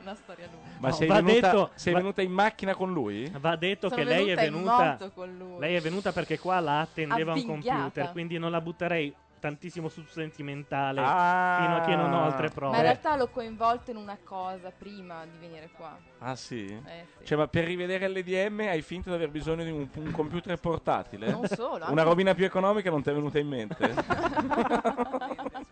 S16: Una storia lunga.
S8: Ma
S1: No,
S8: sei,
S1: va
S8: venuta,
S1: detto-
S8: sei
S1: va-
S8: venuta in macchina con lui?
S1: Va detto
S16: Sono
S1: che lei è
S16: venuta in
S1: venuta.
S16: moto con lui.
S1: Lei è venuta perché qua la attendeva un
S16: Avvinghiata.
S1: computer, quindi non la butterei tantissimo sul sentimentale
S8: Ah.
S1: fino a che non ho altre prove.
S16: Ma in realtà l'ho coinvolto in una cosa prima di venire qua.
S8: Ah sì?
S16: Eh, sì.
S8: Cioè, ma per rivedere l'EDM hai finto di aver bisogno di un, un computer portatile?
S16: Non solo, anche-
S8: Una robina più economica non ti è venuta in mente?
S16: (laughs)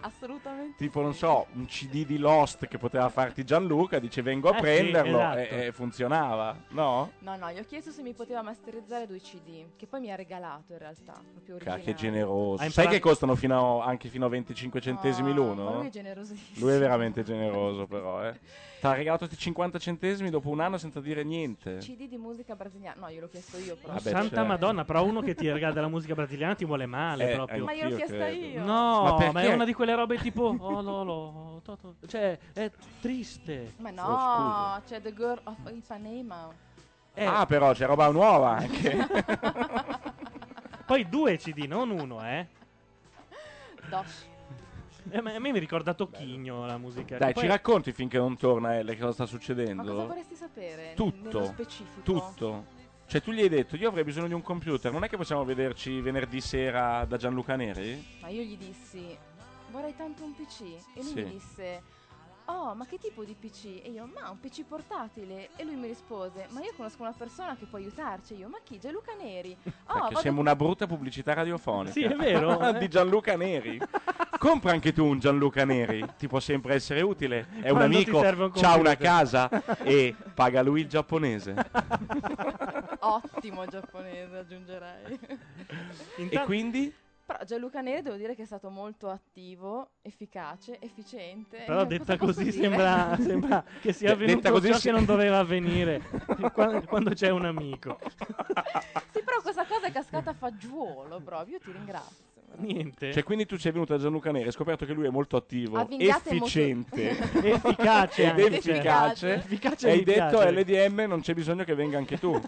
S16: Assolutamente.
S8: tipo, non so, un CD di Lost che poteva farti Gianluca, dice vengo a
S16: Eh sì,
S8: prenderlo
S16: esatto.
S8: e, e funzionava, no?
S16: No, no, gli ho chiesto se mi poteva masterizzare due CD, che poi mi ha regalato in realtà, proprio
S8: Cacchio,
S16: originale.
S8: che generoso.
S1: Ha imparato-
S8: Sai che costano fino a- anche fino a 25 centesimi
S16: Ah,
S8: l'uno?
S16: ma lui è generosissimo.
S8: Lui è veramente generoso, però, eh. Ti ha regalato tutti 50 centesimi dopo un anno senza dire niente.
S16: CD di musica brasiliana. No, gliel'ho chiesto io però.
S8: Vabbè,
S1: Santa
S8: certo.
S1: Madonna, però uno che ti regala della musica brasiliana ti vuole male
S8: Eh,
S1: proprio.
S16: Ma gliel'ho chiesto io.
S1: No,
S8: Ma
S1: ma,
S8: perché?
S1: è una di quelle robe
S8: (laughs)
S1: tipo oh no, no, to- to- cioè è triste.
S8: Oh,
S16: Ma no, c'è The Girl of Ipanema.
S8: (laughs)
S1: Eh. (laughs)
S8: Ah, però c'è roba nuova anche.
S1: Cioè, Poi due CD, non uno, eh.
S16: Dosh.
S1: Eh, ma A me mi ricorda Tocchigno la musica.
S8: Dai,
S1: che poi-
S8: ci racconti finché non torna Elle che cosa sta
S16: Ma
S8: succedendo?
S16: cosa vorresti sapere? Nello
S8: Tutto.
S16: specifico.
S8: Tutto. Cioè, tu gli hai detto, io avrei bisogno di un computer. Non è che possiamo vederci venerdì sera da Gianluca Neri?
S16: Ma io gli dissi, vorrei tanto un PC. E lui
S8: Sì.
S16: mi disse, oh, ma che tipo di PC? E io, ma un PC portatile. E lui mi rispose, ma io conosco una persona che può aiutarci. E io, ma chi? Gianluca Neri. Oh,
S8: Perché
S16: vado
S8: siamo una brutta pubblicità radiofonica. Ah,
S1: Sì, è
S8: (laughs)
S1: vero, eh.
S8: di Gianluca Neri. Compra anche tu un Gianluca Neri. Ti può sempre essere utile. È un
S1: Quando ti
S8: amico,
S1: serve un
S8: c'ha una
S1: computer.
S8: casa
S1: (laughs)
S8: e paga lui il giapponese.
S16: (laughs) Ottimo giapponese, aggiungerei. (laughs)
S8: E quindi?
S16: Però Gianluca Neri devo dire che è stato molto attivo, efficace, efficiente. Cioè,
S1: Però
S16: Eh, Cosa
S1: detta
S16: posso
S1: così
S16: dire?
S1: sembra, sembra che sia
S8: (laughs) De-
S1: avvenuto
S8: detta così
S1: ciò
S8: si-
S1: che non doveva
S8: (laughs)
S1: avvenire qua- quando c'è un amico.
S16: (laughs) Sì, però questa cosa è cascata a fagiolo proprio, io ti ringrazio.
S1: Niente.
S8: Cioè, quindi tu sei venuto da Gianluca Neri, hai scoperto che lui è molto attivo,
S16: Avvinghiate
S8: efficiente,
S16: molto-
S1: (laughs) Efficace
S8: ed
S1: anche,
S8: efficace.
S1: Efficace Certo.
S8: e
S1: e
S8: hai detto
S1: efficace.
S8: LDM non c'è bisogno che venga
S1: (laughs)
S8: anche tu.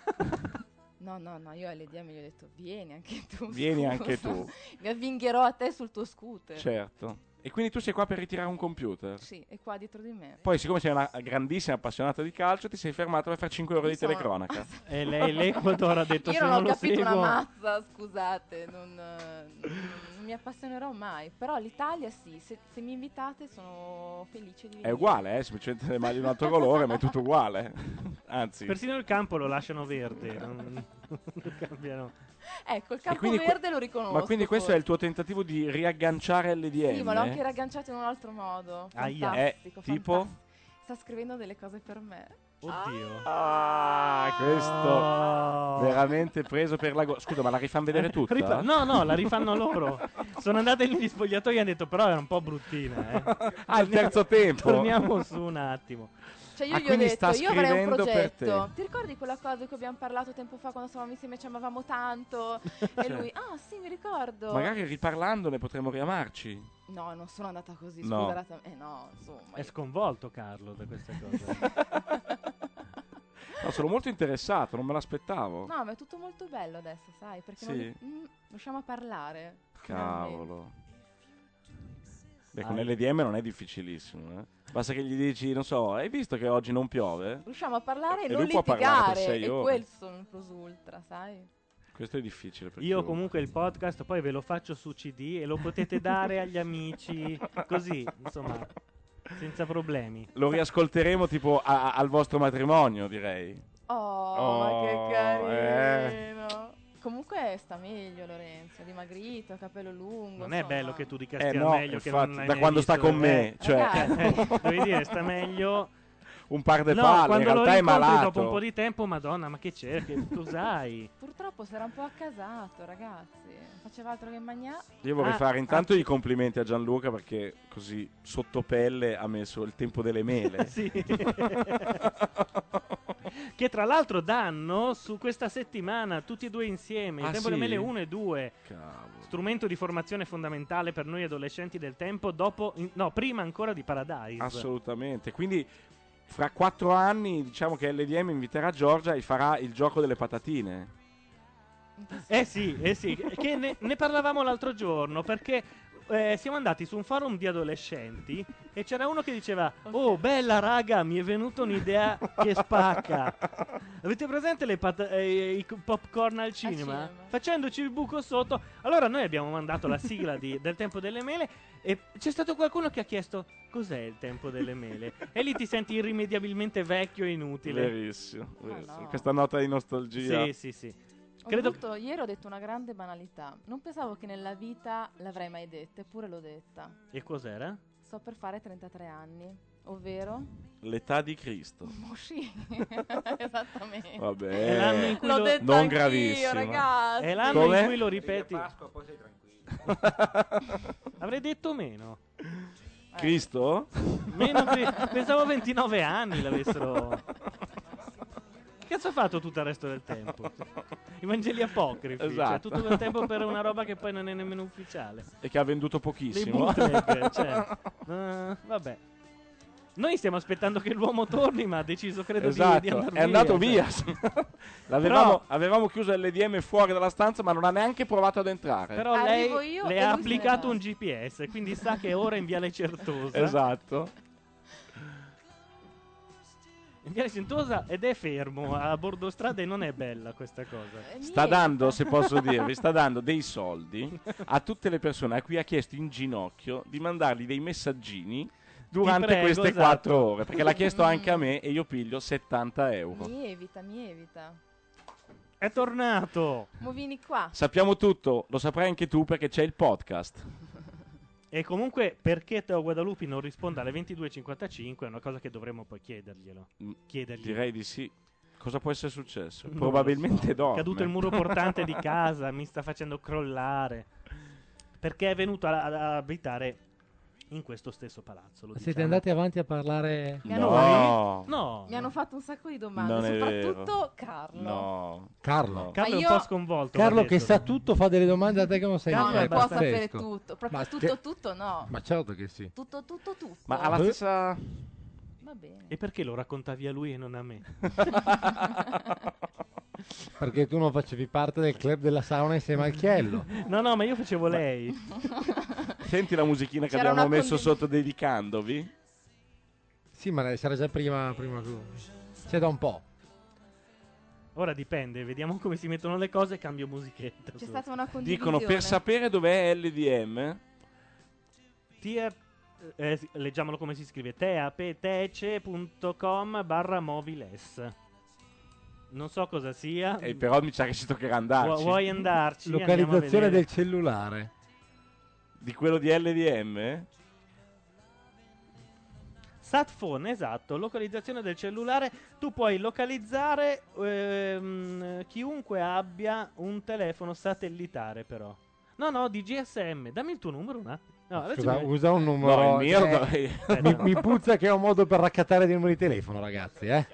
S16: No, no, no, io a LDM gli ho detto vieni anche tu.
S8: Vieni
S16: scusa. (laughs)
S8: anche tu.
S16: Mi avvingherò a te sul tuo scooter.
S8: certo. E quindi tu sei qua per ritirare un computer.
S16: Sì, è qua dietro di me.
S8: Poi, siccome sei una grandissima appassionata di calcio, ti sei fermato per fare 5 ore
S16: Mi
S8: di
S16: sono-
S8: telecronaca.
S1: (laughs) E lei, l'Ecuador ha detto:
S16: Io
S1: Se
S16: non ho
S1: non lo
S16: capito
S1: seguo,
S16: una mazza, scusate, non, eh, non mi appassionerò mai. Però l'Italia sì, se, se mi invitate sono felice di
S8: È
S16: venire.
S8: uguale, eh? semplicemente le maglie di un altro colore, ma è tutto uguale. Anzi,
S1: persino il campo lo lasciano verde. Non,
S8: (laughs)
S1: non cambiano.
S16: Ecco, il
S8: E
S16: campo
S8: quindi que-
S16: verde lo riconosco.
S8: Ma quindi questo è il tuo tentativo di riagganciare LDM?
S16: Sì, ma l'ho anche ragganciato in un altro modo.
S8: Aia.
S16: Fantastico,
S8: Eh, tipo?
S16: fantastico. Sta scrivendo delle cose per me.
S1: Oddio. Oh.
S8: Ah, questo veramente preso per la gola. Scusa, ma la rifanno vedere tutta?
S1: Eh, Ripa- no, no, la rifanno loro. Sono andate lì gli spogliatoi e hanno detto: Però era un po' bruttina. Eh.
S8: Ah, il
S1: Torniamo-
S8: terzo tempo.
S1: Torniamo su un attimo.
S16: Cioè io
S8: Ah,
S16: gli ho
S8: quindi
S16: detto,
S8: sta
S16: io avrei un
S8: scrivendo per
S16: progetto.
S8: te.
S16: Ti ricordi quella cosa di cui abbiamo parlato tempo fa quando stavamo insieme e ci amavamo tanto? e
S8: (laughs) Cioè.
S16: lui, ah sì, mi ricordo.
S8: Magari riparlandone potremmo riamarci.
S16: No, non sono andata così,
S8: No.
S16: scusa. Eh no, insomma.
S1: È sconvolto Carlo da questa cosa.
S8: (laughs) No, sono molto interessato, non me l'aspettavo.
S16: No, ma è tutto molto bello adesso, sai, perché non-
S8: Sì.
S16: mm, riusciamo a parlare.
S8: Cavolo. Beh, con l'LDM non è difficilissimo, eh. Basta che gli dici, non so, hai visto che oggi non piove?
S16: Riusciamo a parlare e,
S8: Eh, E
S16: non
S8: lui può parlare per
S16: litigare.
S8: sei
S16: e
S8: ore.
S16: questo è il plus ultra, sai?
S8: Questo è difficile. per
S1: Io
S8: chiunque.
S1: comunque il podcast poi ve lo faccio su CD e lo potete dare agli amici, così, insomma, senza problemi.
S8: Lo riascolteremo tipo a- a- al vostro matrimonio, direi. eh.
S16: Oh, ma
S8: Oh,
S16: che carino. Comunque sta meglio Lorenzo, è dimagrito, capello lungo.
S1: Non è bello che tu dicasti
S8: Eh,
S1: al
S8: no,
S1: meglio che non
S8: infatti,
S1: l'hai
S8: da
S1: mai
S8: quando sta
S1: visto,
S8: con me, cioè.
S1: Eh,
S8: (laughs)
S1: devi dire, sta meglio.
S8: Un par de
S1: no,
S8: palle, in
S1: quando
S8: realtà è
S1: lo rincontri
S8: malato.
S1: dopo un po' di tempo, madonna, ma che cerchi? Cos'hai?
S16: Purtroppo si era un po' accasato, ragazzi. Non Faceva altro che mangiare.
S8: Io vorrei
S16: Ah,
S8: fare intanto i complimenti a Gianluca perché così sotto pelle ha messo il tempo delle (laughs)
S1: (laughs)
S8: mele.
S1: Sì. che tra l'altro danno su questa settimana tutti e due insieme,
S8: Ah,
S1: il tempo di
S8: sì?
S1: mele 1 e 2.
S8: (laughs) Cavolo.
S1: Strumento di formazione fondamentale per noi adolescenti del tempo, dopo in- no, prima ancora di Paradise.
S8: Assolutamente. Quindi fra quattro anni diciamo che LDM inviterà Giorgia e farà il gioco delle patatine.
S1: Eh sì, eh sì, che ne, ne parlavamo l'altro giorno perché eh, siamo andati su un forum di adolescenti e c'era uno che diceva Oh bella raga, mi è venuta un'idea che spacca. Avete presente le pat- eh, i c- popcorn al cinema?
S8: cinema.
S1: Facendoci il buco sotto. Allora noi abbiamo mandato la sigla di- del tempo delle mele e c'è stato qualcuno che ha chiesto cos'è il tempo delle mele? E lì ti senti irrimediabilmente vecchio e inutile.
S8: Verissimo. verissimo. Questa nota di nostalgia.
S1: Ah, Sì, sì, sì.
S16: Ho
S1: Credo-
S16: detto- ieri ho detto una grande banalità. Non pensavo che nella vita l'avrei mai detta, eppure l'ho detta.
S1: E cos'era?
S16: Sto per fare 33 anni, ovvero...
S8: L'età di Cristo.
S16: Oh sì, (laughs) esattamente.
S8: Vabbè.
S1: È l'anno in cui
S16: L'ho
S1: lo-
S16: detto
S8: non
S16: anch'io,
S8: gravissimo.
S16: ragazzi.
S1: È l'anno
S8: Come?
S1: in cui lo ripeti. (laughs) Avrei detto meno.
S8: Cristo?
S1: Meno che- Pensavo 29 anni l'avessero. Che cazzo ha fatto tutto il resto del tempo? I Vangeli apocrifi. Cioè,
S8: Esatto.
S1: tutto quel tempo per una roba che poi non è nemmeno ufficiale.
S8: E che ha venduto
S1: Dei
S8: pochissimo.
S1: bootleg, cioè.
S8: (laughs)
S1: Eh, vabbè. Noi stiamo aspettando che l'uomo torni, ma ha deciso, credo, di-
S8: esatto,
S1: di, andare
S8: è andato
S1: via.
S8: via.
S1: cioè.
S8: (laughs) L'avevamo,
S1: Però-
S8: avevamo chiuso l'LDM fuori dalla stanza, ma non ha neanche provato ad entrare.
S1: Però
S16: Arrivo
S1: lei
S16: io
S1: le ha
S16: e lui se ne
S1: applicato
S16: va.
S1: un GPS, quindi sa che è ora in Viale Certosa.
S8: Esatto.
S1: In Viale Certosa ed è fermo a bordo strada e non è bella questa cosa.
S16: Eh,
S8: Sta dando,
S16: (laughs)
S8: se posso dirvi, sta dando dei soldi a tutte le persone a cui ha chiesto in ginocchio di mandargli dei messaggini durante
S1: prego,
S8: queste
S1: esatto.
S8: quattro ore. Perché l'ha chiesto anche a me e io piglio 70 euro.
S16: Mievita, mievita.
S1: È tornato.
S16: Mo vieni qua.
S8: Sappiamo tutto, lo saprai anche tu perché c'è il podcast.
S1: E comunque perché Teo Guadalupi non risponde alle 22.55 è una cosa che dovremmo poi chiederglielo.
S8: Mm,
S1: Chiedergli.
S8: Direi di sì. Cosa può essere successo?
S1: Non lo
S8: Probabilmente
S1: so.
S8: dorme.
S1: È caduto il muro
S8: (laughs)
S1: portante di casa, mi sta facendo crollare. Perché è venuto a- ad abitare in questo stesso palazzo. Lo
S2: Siete
S1: diciamo.
S2: andati avanti a parlare.
S1: Mi hanno- No. No.
S16: Mi hanno fatto un sacco di domande,
S2: Non è
S16: soprattutto
S2: vero.
S16: Carlo.
S8: No.
S2: Carlo.
S1: Carlo è
S16: io-
S1: un po' sconvolto.
S2: Carlo
S1: va detto.
S2: che sa tutto fa delle domande a te che non sai
S16: No,
S2: niente.
S16: non
S2: è
S16: può sapere
S2: pazzesco.
S16: tutto. Proprio
S2: Ma
S16: tutto,
S2: che-
S16: tutto no.
S2: Ma certo che sì.
S16: Tutto, tutto, tutto.
S1: Ma alla
S2: Eh?
S1: stessa-
S16: Va bene.
S1: E perché lo raccontavi a lui e non a (laughs) me?
S2: Perché tu non facevi parte del club della sauna insieme al Chiello.
S1: no, no, ma io facevo lei.
S8: Senti la musichina che
S1: C'era
S8: abbiamo
S1: una
S8: messo
S1: condi-
S8: sotto dedicandovi?
S2: Sì, ma c'era già prima, prima tu. C'è da un po'.
S1: Ora dipende, vediamo come si mettono le cose e cambio musichetta.
S16: C'è stata una condivisione.
S8: Dicono per sapere dov'è LDM.
S1: Tier- eh, sì, leggiamolo come si scrive teapetece.com barra moviles non so cosa sia
S8: E però mi sa che ci toccherà andarci.
S1: Vu- vuoi andarci Andiamo a
S2: Localizzazione
S1: vedere.
S2: del cellulare.
S8: Di quello di LDM?
S1: Sat phone, esatto, localizzazione del cellulare. Tu puoi localizzare ehm, chiunque abbia un telefono satellitare, però. No, no, di GSM. Dammi il tuo numero un attimo. No, adesso
S2: Scusa,
S1: mi-
S2: usa un numero.
S8: No, il mio
S2: eh, (laughs)
S8: dai.
S2: mi, mi puzza che è un modo per raccattare dei numeri di telefono, ragazzi. Eh?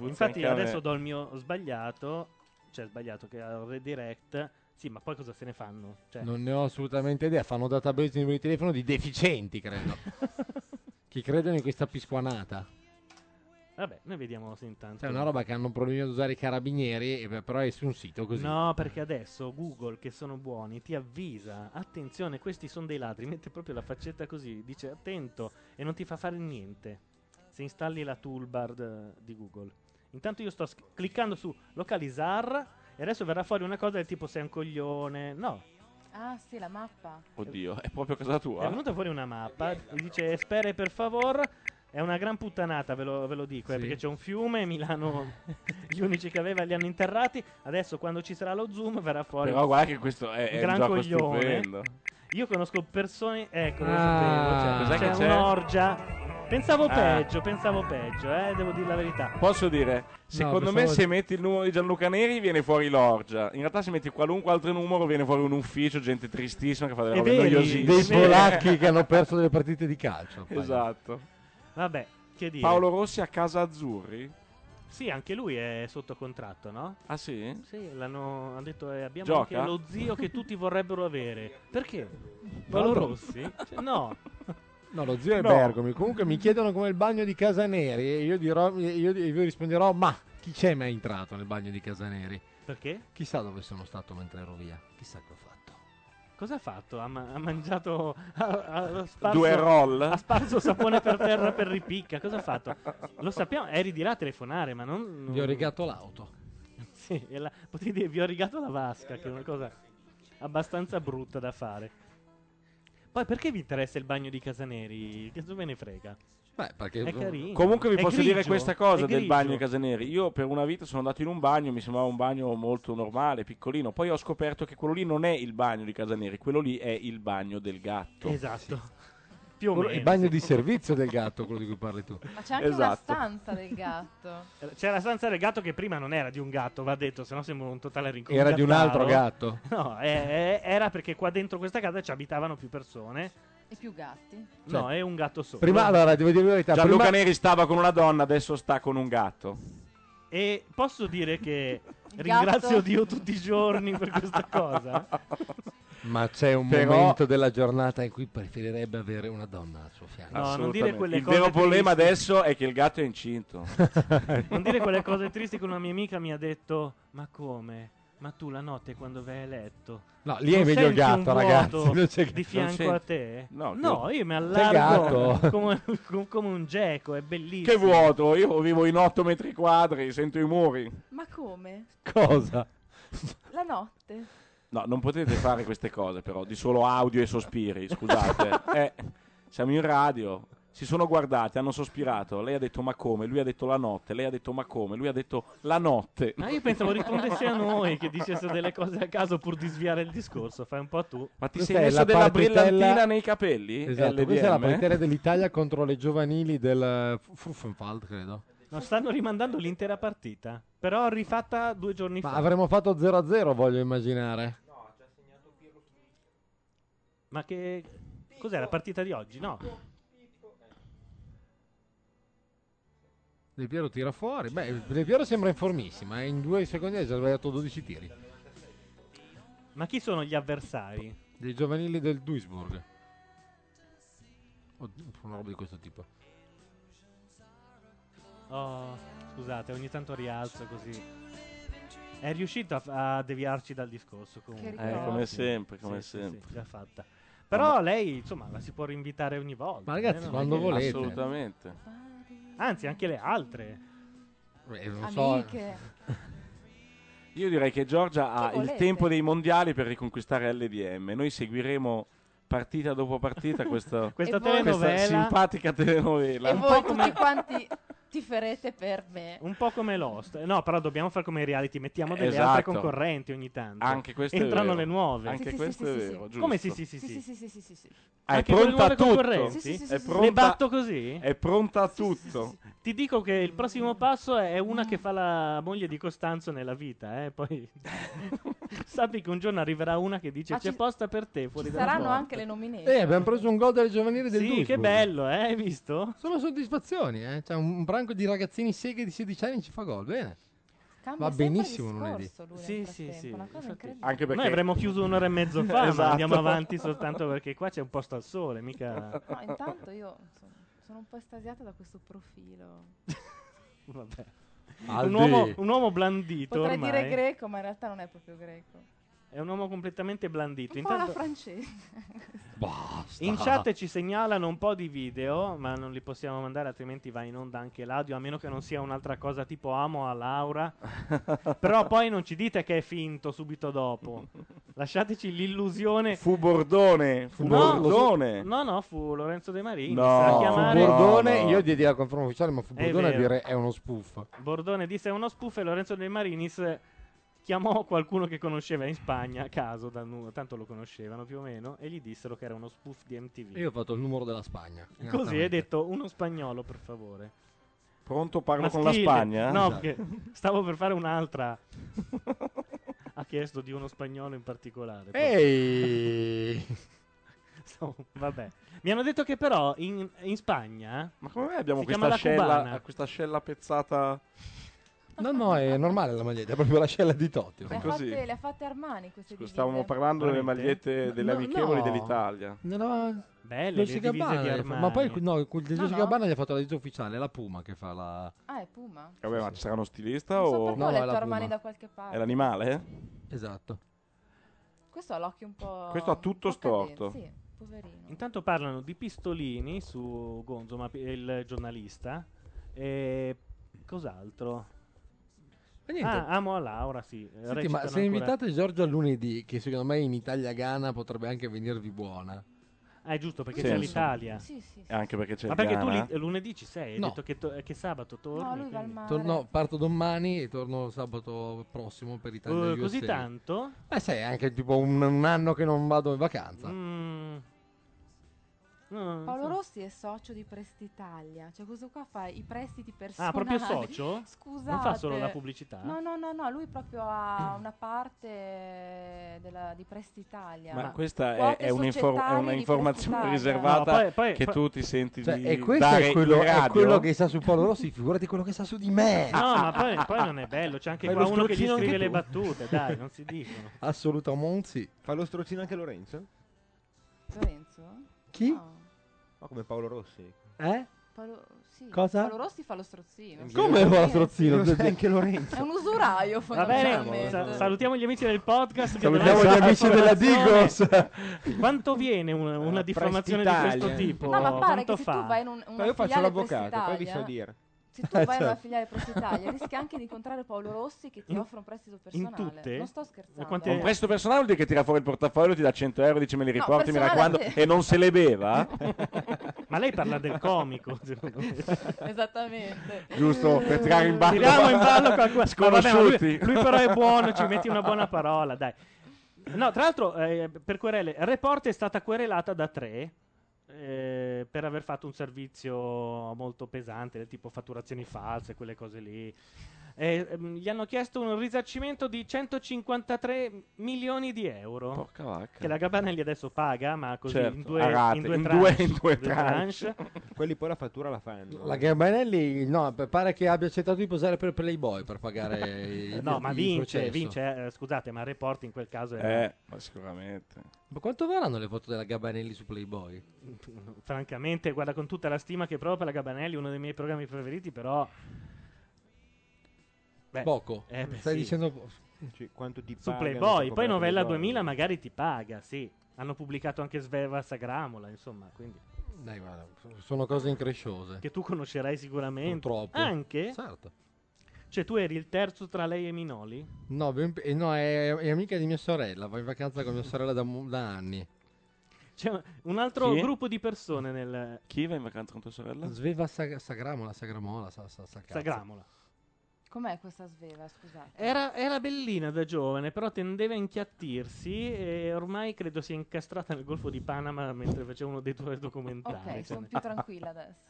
S1: Infatti adesso do il mio sbagliato, cioè sbagliato che è redirect. Sì, ma poi cosa se ne fanno? Cioè,
S2: Non ne ho assolutamente idea. Fanno database di numeri di
S1: (laughs)
S2: telefono di deficienti, credo. Chi credono in questa pisquanata?
S1: Vabbè, noi vediamo intanto.
S2: Cioè, È una roba che hanno problemi ad usare i carabinieri, e beh, però è su un sito così.
S1: No, perché adesso Google, che sono buoni, ti avvisa, attenzione, questi sono dei ladri, mette proprio la faccetta così, dice attento e non ti fa fare niente se installi la toolbar d- di Google. Intanto io sto sc- cliccando su localizzar e adesso verrà fuori una cosa del tipo sei un coglione, no,
S16: Ah, sì, la mappa.
S8: Oddio, è proprio casa tua?
S1: È venuta fuori una mappa, dice spere per favor. È una gran puttanata, ve lo, ve lo dico, eh,
S8: Sì.
S1: perché c'è un fiume, (laughs) Milano gli unici che aveva li hanno interrati, adesso quando ci sarà lo zoom verrà fuori.
S8: Però guarda che questo è- è un gioco stupendo.
S1: Io conosco persone, ecco, lo
S8: Ah.
S1: sapevo, cioè,
S8: Cos'è che
S1: c'è,
S8: c'è?
S1: un'orgia. Pensavo
S8: Ah.
S1: peggio, pensavo peggio, eh, devo dire la verità.
S8: Posso dire, secondo me
S1: pensavo-
S8: se metti il numero di Gianluca Neri viene fuori l'orgia. In realtà se metti qualunque altro numero viene fuori un ufficio, gente tristissima che fa delle
S1: E
S8: robe
S1: veri,
S2: Dei
S8: noiosissime.
S1: (laughs)
S2: polacchi che hanno perso delle partite di calcio. poi.
S8: Esatto.
S1: Vabbè, che dire.
S8: Paolo Rossi a Casa Azzurri?
S1: Sì, anche lui è sotto contratto, no?
S8: Ah sì?
S1: Sì, l'hanno hanno detto eh, abbiamo
S8: Gioca?
S1: anche lo zio che tutti vorrebbero avere.
S8: (laughs)
S1: Perché? Paolo
S2: Madonna.
S1: Rossi? Cioè, no.
S2: No, lo zio è
S1: No.
S2: Bergomi. Comunque mi chiedono come il bagno di Casaneri e io, dirò, io di- vi risponderò, ma chi c'è mai entrato nel bagno di Casaneri?
S1: Perché?
S2: Chissà dove sono stato mentre ero via. Chissà che ho fatto.
S1: Cosa ha fatto? Ha, ma- ha mangiato ha, ha- ha sparso,
S8: Due roll?
S1: Ha sparso sapone per terra per ripicca. Cosa ha fatto? Lo sappiamo, eri di là a telefonare, ma non. non...
S2: Gli ho rigato l'auto.
S1: Sì, e la- potete dire, vi ho rigato la vasca, che è una cosa abbastanza brutta da fare. Poi perché vi interessa il bagno di Casaneri? Che ve ne frega?
S2: Beh, perché
S1: è carino.
S8: Comunque vi
S1: È
S8: posso dire
S1: grigio,
S8: questa cosa
S1: è
S8: del
S1: grigio.
S8: bagno di Casaneri. Io per una vita sono andato in un bagno, mi sembrava un bagno molto normale, piccolino. Poi ho scoperto che quello lì non è il bagno di Casaneri, quello lì è il bagno del gatto.
S1: Esatto. Più o
S2: Quello-
S1: meno.
S2: Il bagno di servizio del gatto, quello di cui parli tu.
S16: Ma c'è anche una
S1: Esatto.
S16: stanza del
S2: (laughs)
S16: gatto.
S2: Eh.
S1: Eh, C'era la stanza del gatto che prima non era di un gatto, va detto, sennò sembra un totale rincontro.
S2: Era di un altro gatto.
S1: (laughs) No, eh, eh, era perché qua dentro questa casa ci abitavano più persone.
S16: E più gatti.
S1: No, è un gatto solo.
S2: Prima, allora, devo dire la verità.
S8: Gianluca
S2: prima-
S8: Neri stava con una donna, adesso sta con un gatto.
S1: E posso dire che
S16: (laughs) Il
S1: ringrazio
S16: gatto.
S1: Dio tutti i giorni per
S16: (laughs)
S1: questa cosa.
S2: Ma c'è un
S8: Però-
S2: momento della giornata in cui preferirebbe avere una donna al suo fianco.
S1: No, non dire quelle
S8: il
S1: cose
S8: vero problema
S1: tristi.
S8: adesso è che il gatto è
S2: (laughs)
S8: incinto.
S1: Non dire quelle cose tristi che una mia amica mi ha detto, ma come? Ma tu la notte quando vai a letto...
S2: No, lì è
S1: non
S2: meglio il
S1: senti un
S2: gatto, ragazzi,
S1: vuoto
S2: non c'è-
S1: Di
S2: non
S1: fianco
S2: senti-
S1: a te?
S2: No, che-
S1: io mi
S2: c'è
S1: allargo
S2: gatto.
S1: come, com- come un geco, è bellissimo.
S8: che vuoto, io vivo in 8 metri quadri, sento i muri.
S16: Ma come?
S2: Cosa?
S16: La notte.
S8: No, non potete fare queste cose però, di solo audio e sospiri, scusate. Eh, siamo in radio, si sono guardati, hanno sospirato, lei ha detto ma come, lui ha detto la notte, lei ha detto ma come, lui ha detto la notte.
S1: Ma io pensavo rispondesse a noi che dicesse delle cose a caso pur di sviare il discorso. Fai un po' tu.
S8: Ma ti
S2: Questa
S8: sei
S2: è
S8: messo
S2: la
S8: della
S2: partitella-
S8: brillantina nei capelli?
S2: Esatto, questa è la
S8: LDM?
S2: partita dell'Italia contro le giovanili del eh, F- Fruffenfeld, credo.
S1: No, stanno rimandando l'intera partita. Però rifatta due giorni
S2: Ma
S1: fa.
S2: avremmo fatto 0-0, voglio immaginare.
S1: Ma che. Cos'è la partita di oggi? No.
S2: De Piero tira fuori. Beh, De Piero sembra informissima. eh, In due secondi ha già sbagliato 12 tiri.
S1: Ma chi sono gli avversari?
S2: Dei giovanili del Duisburg. O- Una roba di questo tipo.
S1: Oh, scusate, ogni tanto rialzo così. È riuscito a, f- a deviarci dal discorso comunque.
S8: Che ricordi. Eh, come sempre, come
S1: Sì, sì,
S8: sempre.
S1: sì, già fatta. Però lei, insomma, la si può rinvitare ogni volta.
S2: Ma ragazzi,
S1: eh, no?
S2: quando volete.
S8: Assolutamente.
S1: Anzi, anche le altre.
S2: Beh,
S1: non
S2: Eh, so.
S8: Io direi che Giorgia ha
S1: Che
S8: il
S1: Cioè, volete?
S8: tempo dei mondiali per riconquistare LDM. Noi seguiremo partita dopo partita questa,
S1: (laughs) Questa
S8: questa
S1: telenovela.
S8: simpatica telenovela.
S16: E voi tutti quanti tiferete per me.
S1: Un po' come Lost. Eh, No, però dobbiamo fare come i reality, mettiamo delle
S8: Esatto.
S1: altre concorrenti ogni tanto.
S8: Anche questo è
S1: Cioè, Entrano
S8: vero.
S1: le nuove.
S8: Anche Sì, sì, questo sì, è sì, vero, sì. giusto.
S1: Come sì, sì, sì, sì.
S16: Sì, sì, sì, sì, sì, sì.
S8: Ah, è
S1: Anche con le
S8: pronta a
S1: nuove
S8: tutto.
S1: concorrenti?
S8: È
S1: Le
S8: pronta-
S1: batto così?
S8: È pronta a tutto.
S1: Ti dico che il prossimo passo è una che fa la moglie di Costanzo nella vita, eh. Poi (laughs) sappi che un giorno arriverà una che dice
S16: Ma
S1: c'è
S16: ci-
S1: posta per te fuori
S16: Ci
S1: dalla
S16: saranno
S1: porta".
S16: anche le nomination.
S2: Eh, abbiamo preso un gol dalle giovanili del
S1: Sì,
S2: Duisburg.
S1: che bello, eh, hai visto?
S2: Sono soddisfazioni, eh. C'è un branco di ragazzini seghe di 16 anni ci fa gol. Bene.
S16: Cambia
S2: Va
S16: sempre
S2: benissimo
S16: discorso
S2: lunedì.
S16: lui nel
S1: Sì, sì,
S16: frattempo,
S1: sì.
S16: Una cosa
S1: Infatti-
S16: incredibile.
S8: Anche perché-
S1: Noi avremmo chiuso un'ora e mezzo fa,
S8: Esatto.
S1: ma andiamo avanti soltanto perché qua c'è un posto al sole, mica...
S16: No, intanto io insomma, sono un po' estasiata da questo profilo.
S1: (laughs) Vabbè.
S2: Aldi.
S1: Un, uomo, un uomo blandito
S16: Potrei
S1: ormai.
S16: dire greco, ma in realtà non è proprio greco.
S1: È un uomo completamente blandito.
S16: Un po' la
S1: Intanto (laughs)
S16: francese.
S1: in chat ci segnalano un po' di video, ma non li possiamo mandare, altrimenti va in onda anche l'audio, a meno che non sia un'altra cosa tipo amo
S18: (laughs)
S1: a Laura. Però poi non ci dite che è finto
S18: (laughs)
S1: subito dopo. Lasciateci l'illusione.
S18: Fu Bordone, fu Bordone.
S1: No, no, fu Lorenzo De Marini.
S18: No,
S1: sarà
S18: fu
S1: chiamare...
S2: Bordone, io diedi la conferma ufficiale, ma fu
S1: È
S2: Bordone a
S1: vero.
S2: dire è uno spoof.
S1: Bordone disse è uno spoof e Lorenzo De Marinis chiamò qualcuno che conosceva in Spagna, a caso, dal nulla, tanto lo conoscevano più o meno, e gli dissero che era uno spoof di MTV.
S2: Io ho fatto il numero della Spagna.
S1: Così hai
S2: esattamente.
S1: detto uno spagnolo, per favore.
S18: Pronto, parlo con la
S1: Maschile.
S18: Spagna? eh? Esatto.
S1: No, perché stavo per fare
S18: (laughs)
S1: un'altra. ha chiesto di uno spagnolo in particolare. (laughs)
S2: Ehi!
S1: Stavo- Vabbè. Mi hanno detto che però in, in Spagna... eh,
S18: Ma come mai abbiamo
S1: si chiama
S18: questa
S1: la
S18: scella, eh,
S1: cubana?
S18: questa scella pezzata?
S2: No, no, è normale la maglietta, è proprio la scella di Totti.
S16: Le ha, fatte, le ha fatte Armani queste divise.
S18: Stavamo parlando delle magliette delle
S2: No,
S18: amichevoli
S2: no.
S18: dell'Italia.
S2: Non aveva-
S1: Belle,
S2: Dolce
S1: Eh, le divise
S2: Gabbana
S1: di
S2: gli ha fa-
S1: Armani. Eh,
S2: Ma poi no, quel di
S16: No,
S2: Dolce
S16: no.
S2: Gabbana gli ha fatto la ditta ufficiale, è la Puma che fa la...
S16: Ah, è Puma.
S18: Eh, Vabbè, ma ci sarà uno stilista
S16: so
S18: o
S16: perché ho letto Armani da qualche parte.
S18: È l'animale?
S2: Esatto.
S16: Questo ha l'occhio un po'...
S1: Questo ha tutto
S16: un po' cadente,
S1: storto.
S16: Sì, poverino.
S1: Intanto parlano di Pistolini su Gonzo, ma pi- il giornalista. E cos'altro?
S2: niente.
S1: Ah, amo a Laura, sì.
S2: Senti, ma
S1: recitano
S2: se
S1: ancora-
S2: invitate Giorgio a lunedì, che secondo me in Italia-Ghana potrebbe anche venirvi buona.
S1: Ah, è giusto, perché
S18: Sì,
S1: c'è
S18: insomma.
S1: l'Italia.
S18: Sì, sì, sì. Anche perché c'è
S1: Ma
S18: il
S1: perché tu
S18: Ghana?
S1: li- lunedì ci sei? Hai
S2: No.
S1: detto che, to- eh, che sabato torni? quindi-
S18: Ah,
S2: Torno, parto domani e torno sabato prossimo per Italia
S1: Eh, così tanto?
S2: Eh sai, è anche tipo un, un anno che non vado in
S1: Mm.
S2: vacanza.
S16: Paolo Rossi è socio di Prestitalia, cioè questo qua fa i prestiti personali.
S1: Ah, proprio socio?
S16: Scusate.
S1: Non fa solo la pubblicità?
S16: No, no, no, no, lui proprio
S1: (clears throat)
S16: ha una parte della- di Prestitalia.
S18: Ma questa è,
S16: ah. Quote
S18: è un'infor- è
S16: societarie
S18: una
S16: di
S18: informazione (laughs)
S16: Prestitalia.
S18: riservata
S2: No, poi- poi-
S18: che
S2: poi-
S18: tu ti senti
S2: Cioè,
S18: di
S2: e questo
S18: dare
S2: è quello,
S18: in
S2: è
S18: radio.
S2: quello che sa su Paolo Rossi, figurati quello che sa su di me.
S1: No, ma poi, poi non è bello. C'è anche
S2: Fai
S1: qua
S2: lo
S1: uno che gli
S2: strozzino
S1: scrive
S2: anche
S1: le
S2: tu.
S1: battute. (laughs)
S16: (laughs)
S1: Dai, non si dicono.
S2: Assolutamente sì.
S7: Ah, Fa lo strozzino anche Lorenzo?
S16: Lorenzo?
S2: Chi?
S7: Ma come Paolo Rossi?
S2: Eh?
S16: Paolo, sì.
S2: Cosa?
S16: Paolo Rossi fa lo strozzino.
S2: Come fa lo strozzino?
S7: Lo sa anche
S16: È un usuraio
S1: Va bene,
S16: fondamentalmente.
S1: sa- salutiamo gli amici del podcast. che
S2: Salutiamo
S1: dovranno-
S2: gli amici della Digos.
S1: (laughs) Quanto viene una, una diffamazione di questo
S7: Prestitalia.
S1: tipo?
S16: No, ma pare
S1: Quanto
S16: che se
S1: fa?
S16: tu vai in un, una
S7: Ma io faccio
S16: filiale
S7: l'avvocato, poi vi so
S16: Prestitalia-
S7: dire.
S16: Se tu
S7: Eh,
S16: vai
S7: (laughs)
S16: in (laughs) una
S7: certo.
S16: filiale Prestitalia, rischi anche di incontrare Paolo Rossi che ti
S1: Mm? In-
S16: offre un prestito personale.
S1: tutte?
S16: Non sto
S1: Ma
S16: scherzando.
S1: quante-
S18: Un prestito personale vuol dire che tira fuori il portafoglio, ti dà 100 euro, dice me li
S16: No,
S18: riporti, mi
S16: personale
S18: raccomando,
S16: sì.
S18: e non se le
S16: (laughs)
S18: beva.
S1: Ma lei parla del comico, secondo me.
S16: Esattamente.
S18: Giusto, per tirare in ballo-
S1: Tiriamo in ballo qualcuno. Ma vabbè, ma lui,
S18: Sconosciuti.
S1: lui però è buono, ci metti una buona parola, dai. No, tra l'altro, eh, per querele, Report è stata querelata da tre eh, per aver fatto un servizio molto pesante, del tipo fatturazioni false, quelle cose lì. Eh, ehm, gli hanno chiesto un risarcimento di 153 milioni di euro.
S18: Porca vacca.
S1: Che la Gabanelli adesso paga, ma così
S18: Certo,
S1: in due,
S18: a rate,
S1: in due
S18: in due-
S1: tranche,
S18: in due
S1: in due tranche.
S7: Quelli poi la fattura la fanno.
S2: La Gabanelli, no, p- pare che abbia accettato di posare per Playboy per pagare (laughs) il,
S1: no, ma
S2: il
S1: vince,
S2: processo.
S1: vince, eh, scusate, ma Report in quel caso era
S18: Eh, ma sicuramente.
S2: Ma quanto verranno le foto della Gabanelli su Playboy?
S1: francamente, guarda, con tutta la stima che provo per la Gabanelli, uno dei miei programmi preferiti, però... Beh,
S2: Poco.
S1: eh, beh,
S2: Stai
S1: sì.
S2: dicendo po-
S7: Cioè, quanto ti
S1: Su
S7: pagano per
S1: Playboy, poi
S7: comprare
S1: Novella
S7: Playboy?
S1: 2000 magari ti paga, sì. Hanno pubblicato anche Sveva Sagramola, insomma, quindi...
S2: Dai, guarda, sono cose incresciose.
S1: Che tu conoscerai sicuramente.
S2: Purtroppo.
S1: Anche?
S2: Certo.
S1: Cioè, tu eri il terzo tra lei e Minoli?
S2: No, ben- eh, no, è, è amica di mia sorella, va in vacanza con mia sorella da, mu- da anni.
S1: C'è Cioè, un altro
S2: Chi?
S1: gruppo di persone nel...
S18: Chi va in vacanza con tua sorella?
S2: Sveva Sag- Sagramola, Sagramola, sa, sa, sa cazzo.
S1: Sagramola.
S16: Com'è questa sveva, scusate?
S1: Era, era bellina da giovane, però tendeva a inchiattirsi e ormai credo sia incastrata nel Golfo di Panama mentre faceva uno dei tuoi documentari.
S16: Ok, sono
S1: Cioè,
S16: più tranquilla adesso.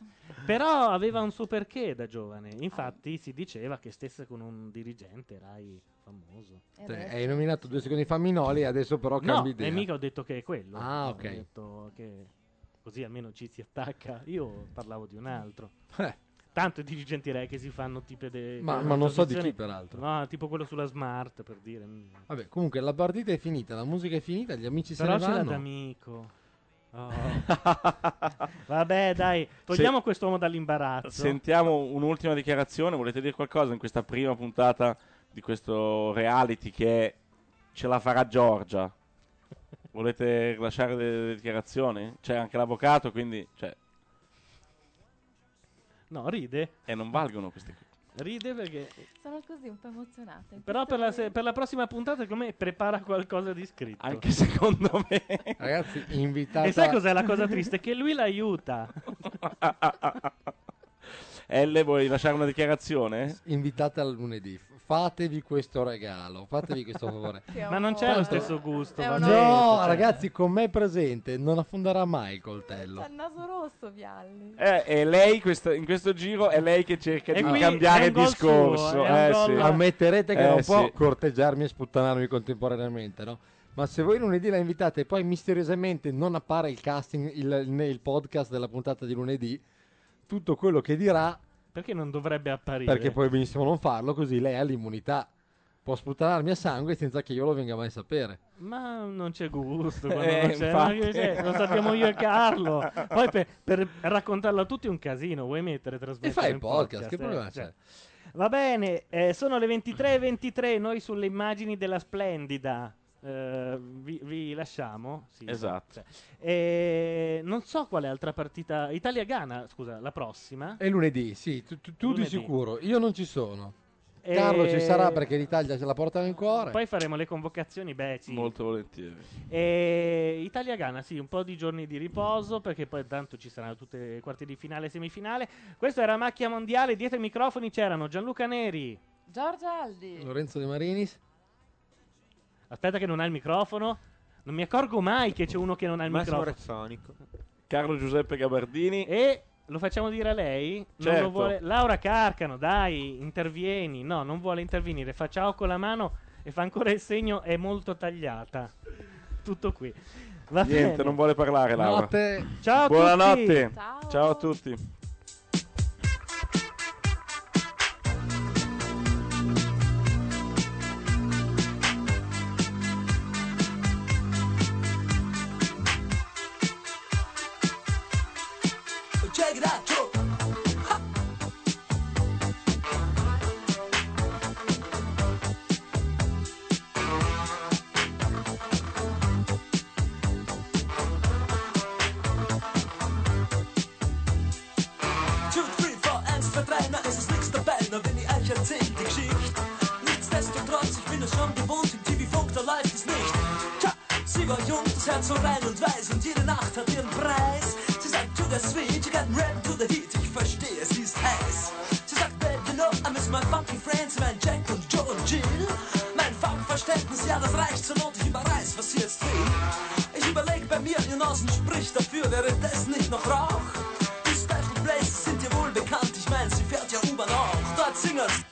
S1: (laughs) Però aveva un suo perché da giovane. Infatti si diceva che stesse con un dirigente Rai famoso.
S2: Te- Hai nominato due secondi fa Minoli, adesso però
S1: No,
S2: cambi idea.
S1: e mica ho detto che è quello.
S2: Ah,
S1: Ho
S2: ok.
S1: detto che così almeno ci si attacca. Io parlavo di un altro.
S2: Eh.
S1: Tanto i dirigenti Rai che si fanno tipo de-
S2: Ma-
S1: quelle
S2: ma non so di chi,
S1: trasmissioni-
S2: peraltro.
S1: No, tipo quello sulla Smart per dire. mm.
S2: Vabbè, comunque la partita è finita, la musica è finita, gli amici
S1: Però
S2: se
S1: c'era
S2: (laughs) ne vanno.
S1: d'amico. Oh. Vabbè, dai, togliamo quest'uomo dall'imbarazzo.
S8: Sentiamo un'ultima dichiarazione. Volete dire qualcosa in questa prima puntata di questo reality che è Ce la farà Giorgia? Volete lasciare delle, delle dichiarazioni? C'è anche l'avvocato, quindi. Cioè,
S1: No, ride.
S8: e non valgono queste cose.
S1: Ride perché...
S16: Sono così un po' emozionata. in
S1: Però
S16: questo
S1: per la,
S16: momento.
S1: se- per la prossima puntata, secondo me, prepara qualcosa di scritto.
S8: Anche secondo me.
S2: Ragazzi, invitata-
S1: E sai cos'è la cosa triste? Che lui l'aiuta.
S8: (laughs)
S18: Ah,
S8: Elle, vuoi lasciare una dichiarazione?
S2: Invitate al lunedì. Fatevi questo regalo, fatevi questo favore.
S1: Ma non c'è lo stesso gusto. va
S2: no,
S1: detto, cioè.
S2: ragazzi, con me presente non affonderà mai il coltello.
S16: C'ha il naso rosso, Vialli.
S8: Eh, è lei questa- in questo giro è lei che cerca
S2: E
S8: di
S2: qui è
S8: cambiare
S2: un gol
S8: discorso.
S2: suo,
S8: eh,
S2: è un
S8: sì.
S2: gol- Ammetterete che
S8: Eh,
S2: non può
S8: sì.
S2: corteggiarmi e sputtanarmi contemporaneamente, no? Ma se voi lunedì la invitate e poi misteriosamente non appare il casting il, né il podcast della puntata di lunedì, tutto quello che dirà,
S1: Perché non dovrebbe apparire?
S2: perché puoi benissimo non farlo, così lei ha l'immunità. Può sputtanarmi a sangue senza che io lo venga mai a sapere.
S1: Ma non c'è gusto. quando
S2: Eh,
S1: non c'è, ma che
S2: infatti.
S1: c'è? lo sappiamo io e Carlo. Poi per, per raccontarlo a tutti è un casino. Vuoi mettere trasmettere
S2: fai il
S1: in
S2: podcast, che
S1: eh,
S2: problema c'è?
S1: Va bene, eh, sono le 23.23. Noi sulle immagini della Splendida. eh, vi, vi lasciamo Sì,
S8: Esatto.
S1: cioè. Eh, non so quale altra partita Italia-Ghana scusa la prossima
S2: È lunedì, sì, tu, tu- tu di
S1: Lunedì.
S2: sicuro. Io non ci sono.
S1: E-
S2: Carlo ci sarà perché l'Italia ce la porta nel cuore.
S1: poi faremo le convocazioni beh sì.
S8: Molto volentieri.
S1: E Italia-Ghana, sì, un po' di giorni di riposo perché poi tanto ci saranno tutte le quarti di finale e semifinale. Questo era Macchia Mondiale, dietro i microfoni c'erano Gianluca Neri.
S16: Giorgia Aldi.
S2: Lorenzo De Marinis.
S1: Aspetta che non ha il microfono. Non mi accorgo mai che c'è uno che non ha il
S7: Massimo
S1: microfono.
S7: Rezzonico.
S8: Carlo Giuseppe Gabardini.
S1: E lo facciamo dire a lei? Non lo
S8: Certo.
S1: vuole- Laura Carcano, dai, intervieni. No, non vuole intervenire. Fa ciao con la mano e fa ancora il segno, è molto tagliata. Tutto qui. Va
S8: Niente,
S1: bene.
S8: non vuole parlare Laura.
S1: Notte. Ciao a
S8: Buonanotte.
S1: tutti.
S8: Ciao. a tutti.
S13: Check it out, yo. Ha. Two, three, four, eins, zwei, drei, na es ist nichts dabei, na wenn ich euch erzähl die Geschichte. Nichtsdestotrotz, ich bin es schon gewohnt, im TV-Funk, da läuft es nicht. Tja, sie war jung, das Herz so rein und weiß und jede Nacht hat ihren Preis. Sie sagt, to the sweet, you got rap to the heat, ich verstehe, sie ist heiß. Sie sagt, babe, you know, I miss my fucking friends, mein Jack und Joe und Jill. Mein Farbverständnis, ja, das reicht zur Not, ich überreiß, was sie jetzt will. Ich überleg bei mir, ihr Nasen spricht dafür, wäre das nicht noch Rauch? Die Special Places sind ihr wohl bekannt, ich mein, sie fährt ja U-Bahn auch. Oh, Dort singen's um.